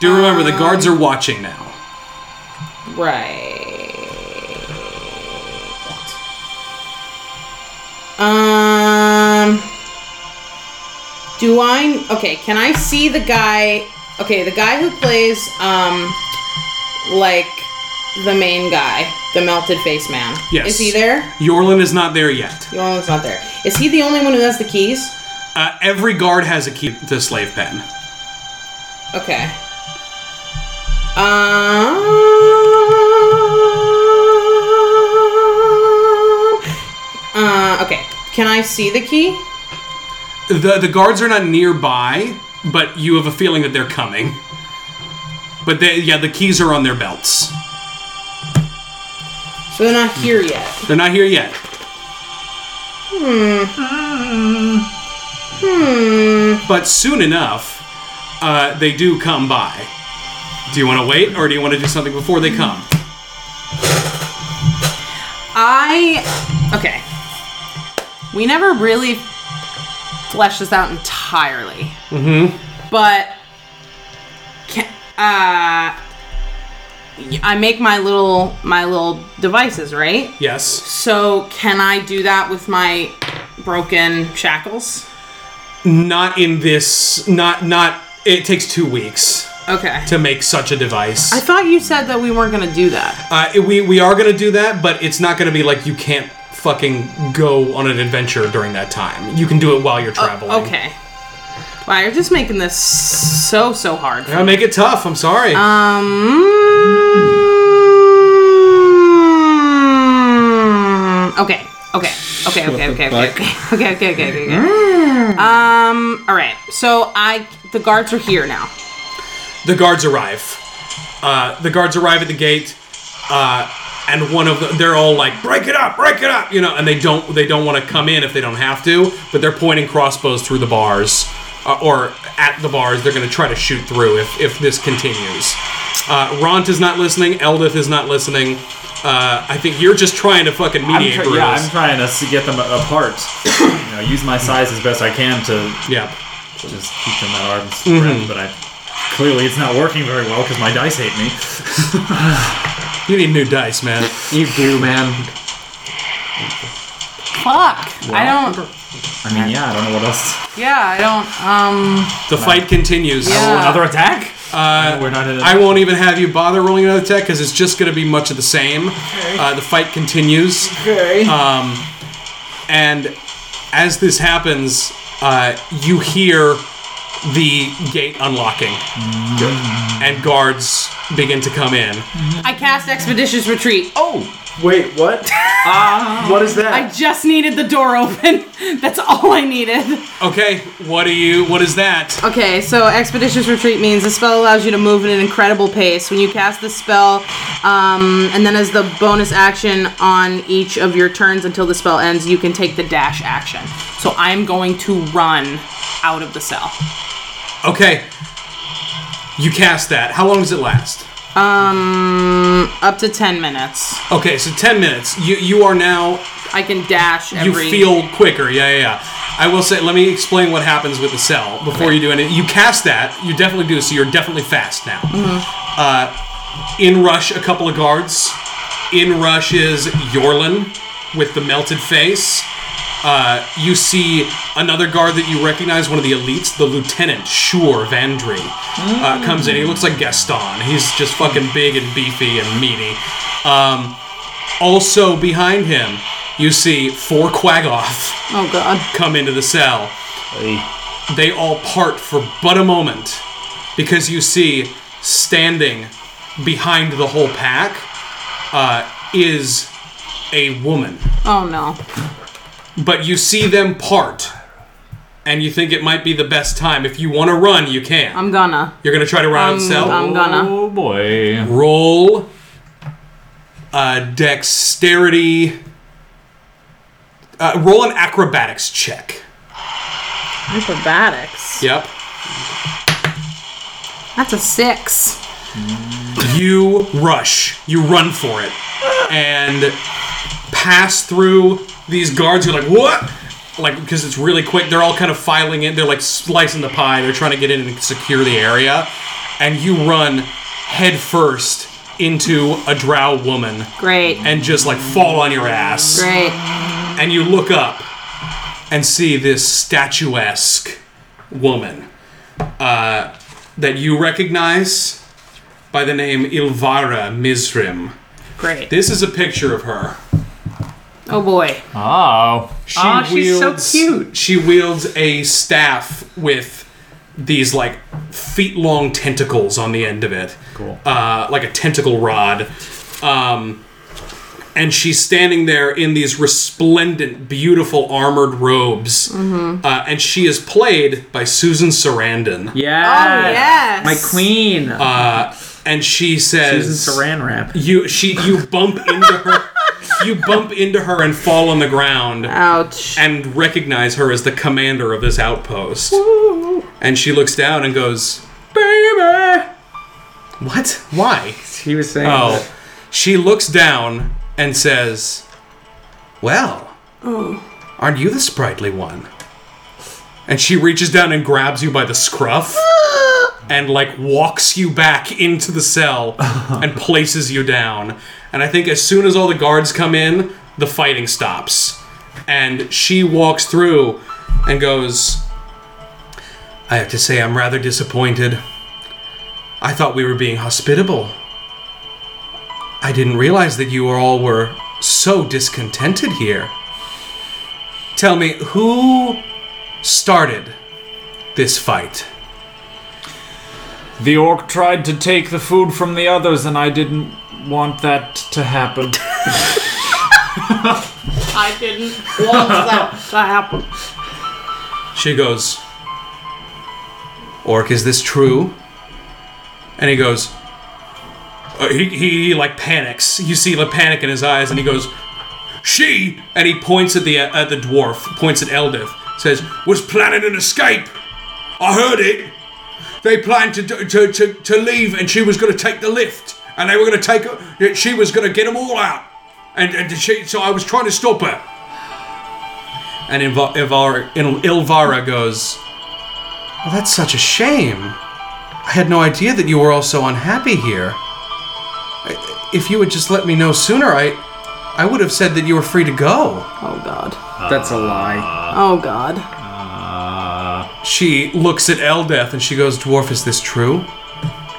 S14: Do remember the guards are watching now.
S3: Right. Um. Do I? Okay. Can I see the guy? Okay, the guy who plays um, like the main guy, the melted face man.
S14: Yes.
S3: Is he there?
S14: Yorlin is not there yet.
S3: The only one's not there. Is he the only one who has the keys?
S14: Uh, every guard has a key to slave pen.
S3: Okay. Um. Uh, okay. Can I see the key?
S14: The the guards are not nearby, but you have a feeling that they're coming. But they, yeah, the keys are on their belts.
S3: So they're not here yet.
S14: They're not here yet.
S3: Hmm. Hmm.
S14: But soon enough, uh, they do come by. Do you want to wait, or do you want to do something before they come?
S3: I okay. We never really fleshed this out entirely,
S14: Mm-hmm.
S3: but can, uh, I make my little my little devices, right?
S14: Yes.
S3: So can I do that with my broken shackles?
S14: Not in this. Not not. It takes two weeks
S3: Okay.
S14: to make such a device.
S3: I thought you said that we weren't gonna do that.
S14: Uh, we we are gonna do that, but it's not gonna be like you can't fucking go on an adventure during that time. You can do it while you're traveling.
S3: Oh, Okay. Wow, you're just making this so so hard. Mm.
S14: I make it tough. I'm sorry.
S3: Um. Okay. Okay. Okay. Okay. Okay. Okay. [LAUGHS]
S37: fuck?
S3: Okay. Okay. Okay. Okay. okay. Um. All right. So I the guards are here now.
S14: the guards arrive. Uh, the guards arrive at the gate, uh, and one of the, they're all like, "Break it up! Break it up!" You know, and they don't they don't want to come in if they don't have to, but they're pointing crossbows through the bars uh, or at the bars. They're going to try to shoot through if if this continues. Uh, Ront is not listening. Eldith is not listening. Uh, I think you're just trying to fucking
S6: I'm
S14: mediate.
S6: try-
S14: Brutus.
S6: yeah, I'm trying to s- get them a- apart. you know, use my size as best I can to
S14: yeah,
S6: just keep them at arm's length.
S14: Mhm.
S6: But I clearly it's not working very well because my dice hate me.
S14: you need new dice, man.
S38: You do, man.
S3: Fuck. I don't.
S6: I mean, yeah, I don't know what else.
S3: Yeah. I don't. Um.
S14: The fight continues.
S3: Yeah. Oh, Another
S6: attack?
S14: Uh,
S6: we're not.
S14: I won't even have you bother rolling another attack because it's just going to be much of the same. Uh, the fight continues.
S3: Okay.
S14: Um, and as this happens, uh, you hear the gate unlocking, and guards begin to come in.
S3: I cast expeditious retreat.
S6: Oh.
S39: Wait,
S3: [LAUGHS]
S39: what?
S3: Ah.
S39: What is that?
S3: I just needed the door open. [LAUGHS] That's all I needed.
S14: Okay, what do you? What is that?
S3: Okay, so Expeditious Retreat means the spell allows you to move at an incredible pace. When you cast the spell, um, and then as the bonus action on each of your turns until the spell ends, you can take the dash action. So I'm going to run out of the cell.
S14: Okay, you cast that. How long does it last?
S3: Um, up to 10 minutes.
S14: Okay, so ten minutes. You you are now
S3: I can dash every.
S14: you feel quicker. Yeah, yeah, yeah. I will say, let me explain what happens with the cell before you do anything. You cast that, you definitely do, so you're definitely fast now.
S37: Mhm.
S14: Uh, in rush, a couple of guards. In rush is Yorlin with the melted face. Uh, you see another guard that you recognize, one of the elites, the lieutenant, Sure Vandry, uh, comes in. He looks like Gaston. He's just fucking big and beefy and meaty. Um, also behind him, you see four Quagoff
S3: Oh god.
S14: come into the cell. They all part for but a moment because you see standing behind the whole pack uh, is a woman.
S3: Oh no.
S14: But you see them part and you think it might be the best time. If you want to run, you can.
S3: I'm gonna.
S14: You're going to try to run out of the
S3: I'm-
S6: um,
S14: cell?
S3: I'm gonna. Oh,
S6: boy.
S14: Roll uh, dexterity. Uh, roll an acrobatics check.
S3: Acrobatics.
S14: Yep.
S3: That's a six.
S14: you rush, you run for it, and pass through these guards. You're like, what? Like, because it's really quick. They're all kind of filing in. They're like slicing the pie. They're trying to get in and secure the area. And you run head first into a drow woman
S3: Great.
S14: and just like fall on your ass.
S3: Great.
S14: And you look up and see this statuesque woman uh, that you recognize by the name Ilvara Mizrim.
S3: Great.
S14: This is a picture of her.
S3: Oh boy.
S6: Oh.
S14: She
S3: Aw, she's so
S14: cute. She wields a staff with these like feet long tentacles on the end of it. Cool. Uh, like a tentacle rod. Um, and she's standing there in these resplendent, beautiful armored robes.
S3: Mhm.
S14: Uh, and she is played by Susan Sarandon.
S4: Yeah.
S3: Oh, yes.
S4: My
S14: queen. Uh, and she says
S4: Susan Saran
S14: Rap. You she you bump into her you bump into her and fall on the ground.
S3: Ouch.
S14: And recognize her as the commander of this outpost. And she looks down and goes,
S4: Baby!
S14: What? Why?
S4: He was saying.
S14: Oh.
S4: that.
S14: She looks down and says, Well,
S3: Oh.
S14: aren't you the sprightly one? And she reaches down and grabs you by
S4: [GASPS]
S14: the scruff and like walks you back into
S4: [LAUGHS]
S14: the cell and places you down. And I think as soon as all the guards come in, the fighting stops. And she walks through and goes, I have to say, I'm rather disappointed. I thought we were being hospitable. I didn't realize that you all were so discontented here. Tell me, who started this fight?
S6: The orc tried to take the food from the others, and I didn't want that to happen.
S3: I didn't want that to happen.
S14: She goes, Orc, is this true? And he goes, uh, he, he like panics. You see the panic in his eyes, and he goes, "She!" And he points at the uh, at the dwarf, points at Eldith, says, "Was planning an escape. I heard it. They planned to to to, to leave, and she was going to take the lift, and they were going to take her. She was going to get them all out, and, and she. So I was trying to stop her." And Ilva- Ilvara, Il- Ilvara goes, Well, that's such a shame. I had no idea that you were all so unhappy here. I- If you had just let me know sooner, I I would have said that you were free to go.
S3: [LAUGHS] Oh, God.
S14: That's a lie.
S3: Oh, God.
S6: Uh,
S14: She looks at Eldeth and she goes, Dwarf, is this true?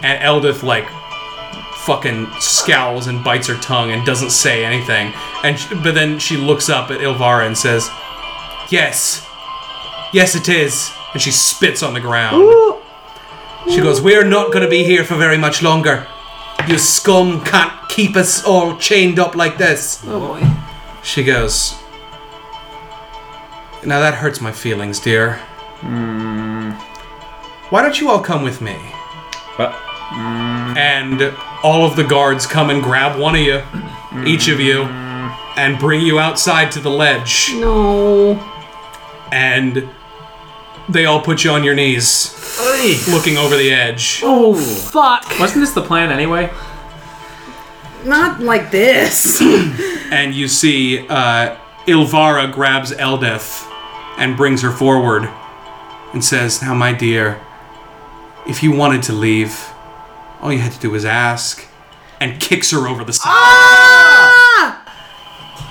S14: And Eldeth, like, fucking scowls and bites her tongue and doesn't say anything. And sh But then she looks up at Ilvara and says, Yes. Yes, it is. And she spits on the ground. She goes, We're not going to be here for very much longer. You scum can't keep us all chained up like this.
S3: Oh, boy.
S14: She goes, Now that hurts my feelings, dear. Why don't you all come with me? And all of the guards come and grab one of you, each of you, and bring you outside to the ledge.
S3: No.
S14: And they all put you on your knees, looking over the edge.
S3: Oh, fuck.
S14: Wasn't this the plan anyway?
S3: Not like this.
S14: and you see uh, Ilvara grabs Eldeth and brings her forward and says, Now, my dear, if you wanted to leave, all you had to do was ask, and kicks her over the side.
S4: Ah!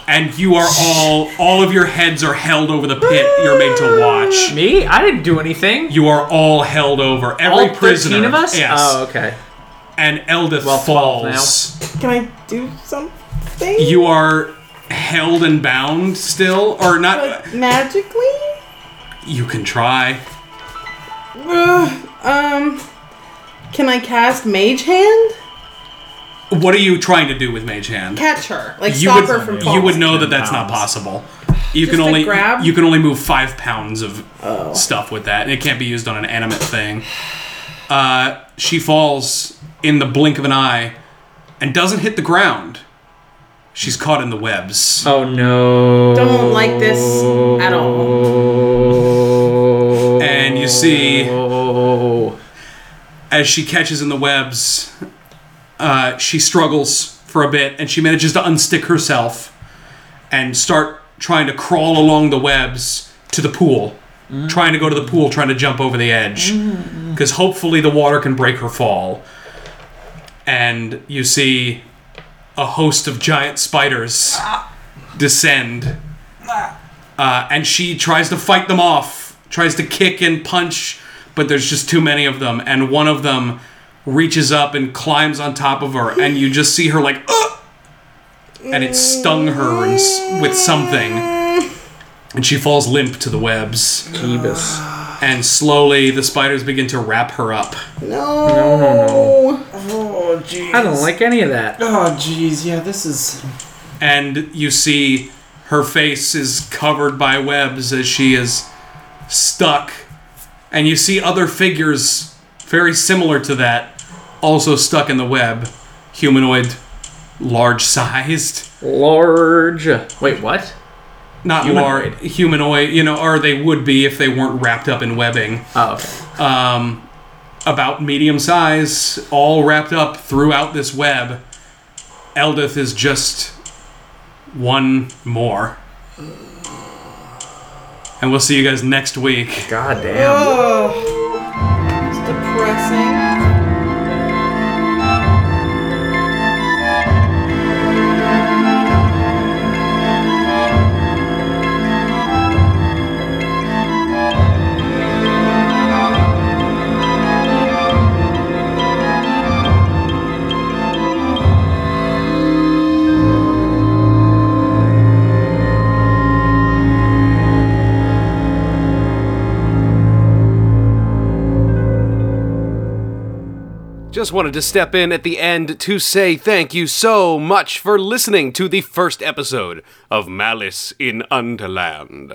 S14: And you are all, all of your heads are held over the pit. You're made to watch. Me? I didn't do anything. You are all held over. Every
S4: All 13
S14: prisoner.
S4: of us?
S14: Yes.
S4: Oh,
S14: okay. And Eldeth falls.
S3: Can I do something?
S14: You are held and bound still, or not?
S3: Like, magically?
S14: You can try.
S3: Ugh, um, can I cast Mage Hand?
S14: What are you trying to do with Mage Hand?
S3: Catch her, like
S14: you
S3: stop
S14: would,
S3: her from falling.
S14: You would know that that's not possible. You
S3: Just
S14: can
S3: like
S14: only
S3: grab? Oh.
S14: you can only move five pounds of stuff with that, and it can't be used on an animate thing. Uh, she falls in the blink of an eye, and doesn't hit the ground. She's caught in the webs. Oh no!
S3: Don't like this at all.
S14: And you see, as she catches in the webs, uh, she struggles for a bit and she manages to unstick herself and start trying to crawl along the webs to the pool. Trying to go to the pool, trying to jump over the edge. Because hopefully the water can break her fall. And you see a host of giant spiders descend uh, and she tries to fight them off, tries to kick and punch, but there's just too many of them, and one of them reaches up and climbs on top of her, and you just see her like, "Ugh!" and it stung her and s- with something, and she falls limp to the webs. And slowly the spiders begin to wrap her up.
S3: No.
S4: No, no, no.
S3: Oh,
S4: I don't like any of that.
S6: Oh, jeez, yeah, this is.
S14: and you see her face is covered by webs as she is stuck, and you see other figures very similar to that also stuck in the web, humanoid, large sized.
S4: Large. Wait, what? Oh,
S14: Not
S4: Humanoid.
S14: large, humanoid. You know, or they would be if they weren't wrapped up in webbing.
S4: Oh. Okay.
S14: Um, about medium size, all wrapped up throughout this web. Eldith is just one more. And we'll see you guys next week.
S4: God
S40: It's depressing.
S1: Just wanted to step in at the end to say thank you so much for listening to the first episode of Malice in Underland.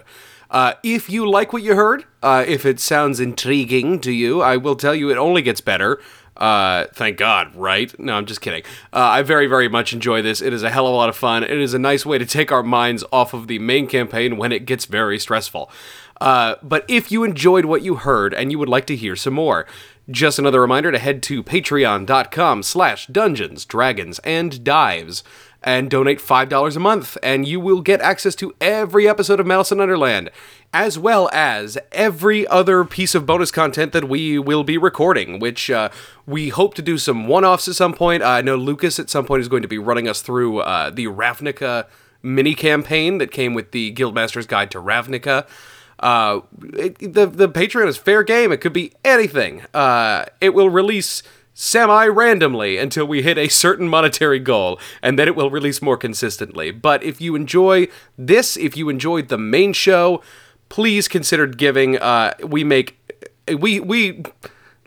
S1: Uh, if you like what you heard, uh, if it sounds intriguing to you, I will tell you it only gets better. Uh, thank God, right? No, I'm just kidding. Uh, I very, very much enjoy this. It is a hell of a lot of fun. It is a nice way to take our minds off of the main campaign when it gets very stressful. Uh, but if you enjoyed what you heard and you would like to hear some more, just another reminder to head to patreon.com slash dungeons, dragons, and dives and donate $5 a month, and you will get access to every episode of Mouse in Underland, as well as every other piece of bonus content that we will be recording, which uh, we hope to do some one-offs at some point. I know Lucas at some point is going to be running us through uh, the Ravnica mini campaign that came with the Guildmaster's Guide to Ravnica. Uh, it, the the Patreon is fair game. It could be anything. Uh, it will release semi randomly until we hit a certain monetary goal, and then it will release more consistently. But if you enjoy this, if you enjoyed the main show, please consider giving. Uh, we make we we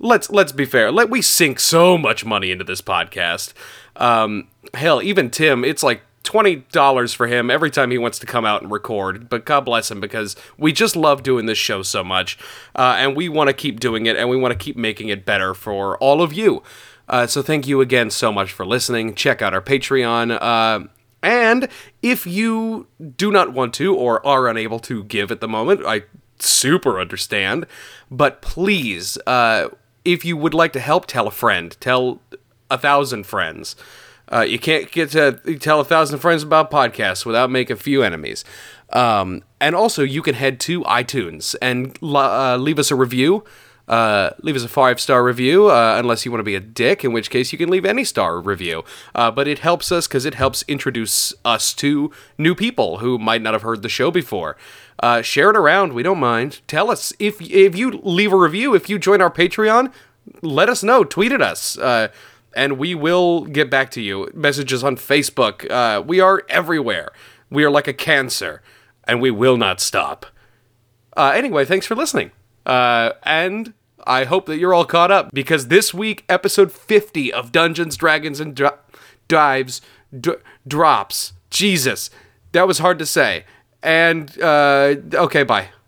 S1: let's let's be fair. Let we sink so much money into this podcast. Um, hell, even Tim, it's like twenty dollars for him every time he wants to come out and record. But God bless him because we just love doing this show so much, uh, and we want to keep doing it, and we want to keep making it better for all of you. Uh, so thank you again so much for listening. Check out our Patreon. Uh, and if you do not want to or are unable to give at the moment, I super understand. But please, uh, if you would like to help, tell a friend, tell a thousand friends. Uh, you can't get to tell a thousand friends about podcasts without making few enemies. Um, and also, you can head to iTunes and li- uh, leave us a review. Uh, leave us a five star review, uh, unless you want to be a dick, in which case you can leave any star review. Uh, but it helps us because it helps introduce us to new people who might not have heard the show before. Uh, share it around, we don't mind. Tell us if if you leave a review, if you join our Patreon, let us know. Tweet at us. Uh, and we will get back to you. Messages on Facebook. Uh, we are everywhere. We are like a cancer, and we will not stop. Uh, anyway, thanks for listening. Uh, and I hope that you're all caught up because this week, episode 50 of Dungeons, Dragons, and Dro- Dives dr- drops. Jesus, that was hard to say. And uh, okay, bye.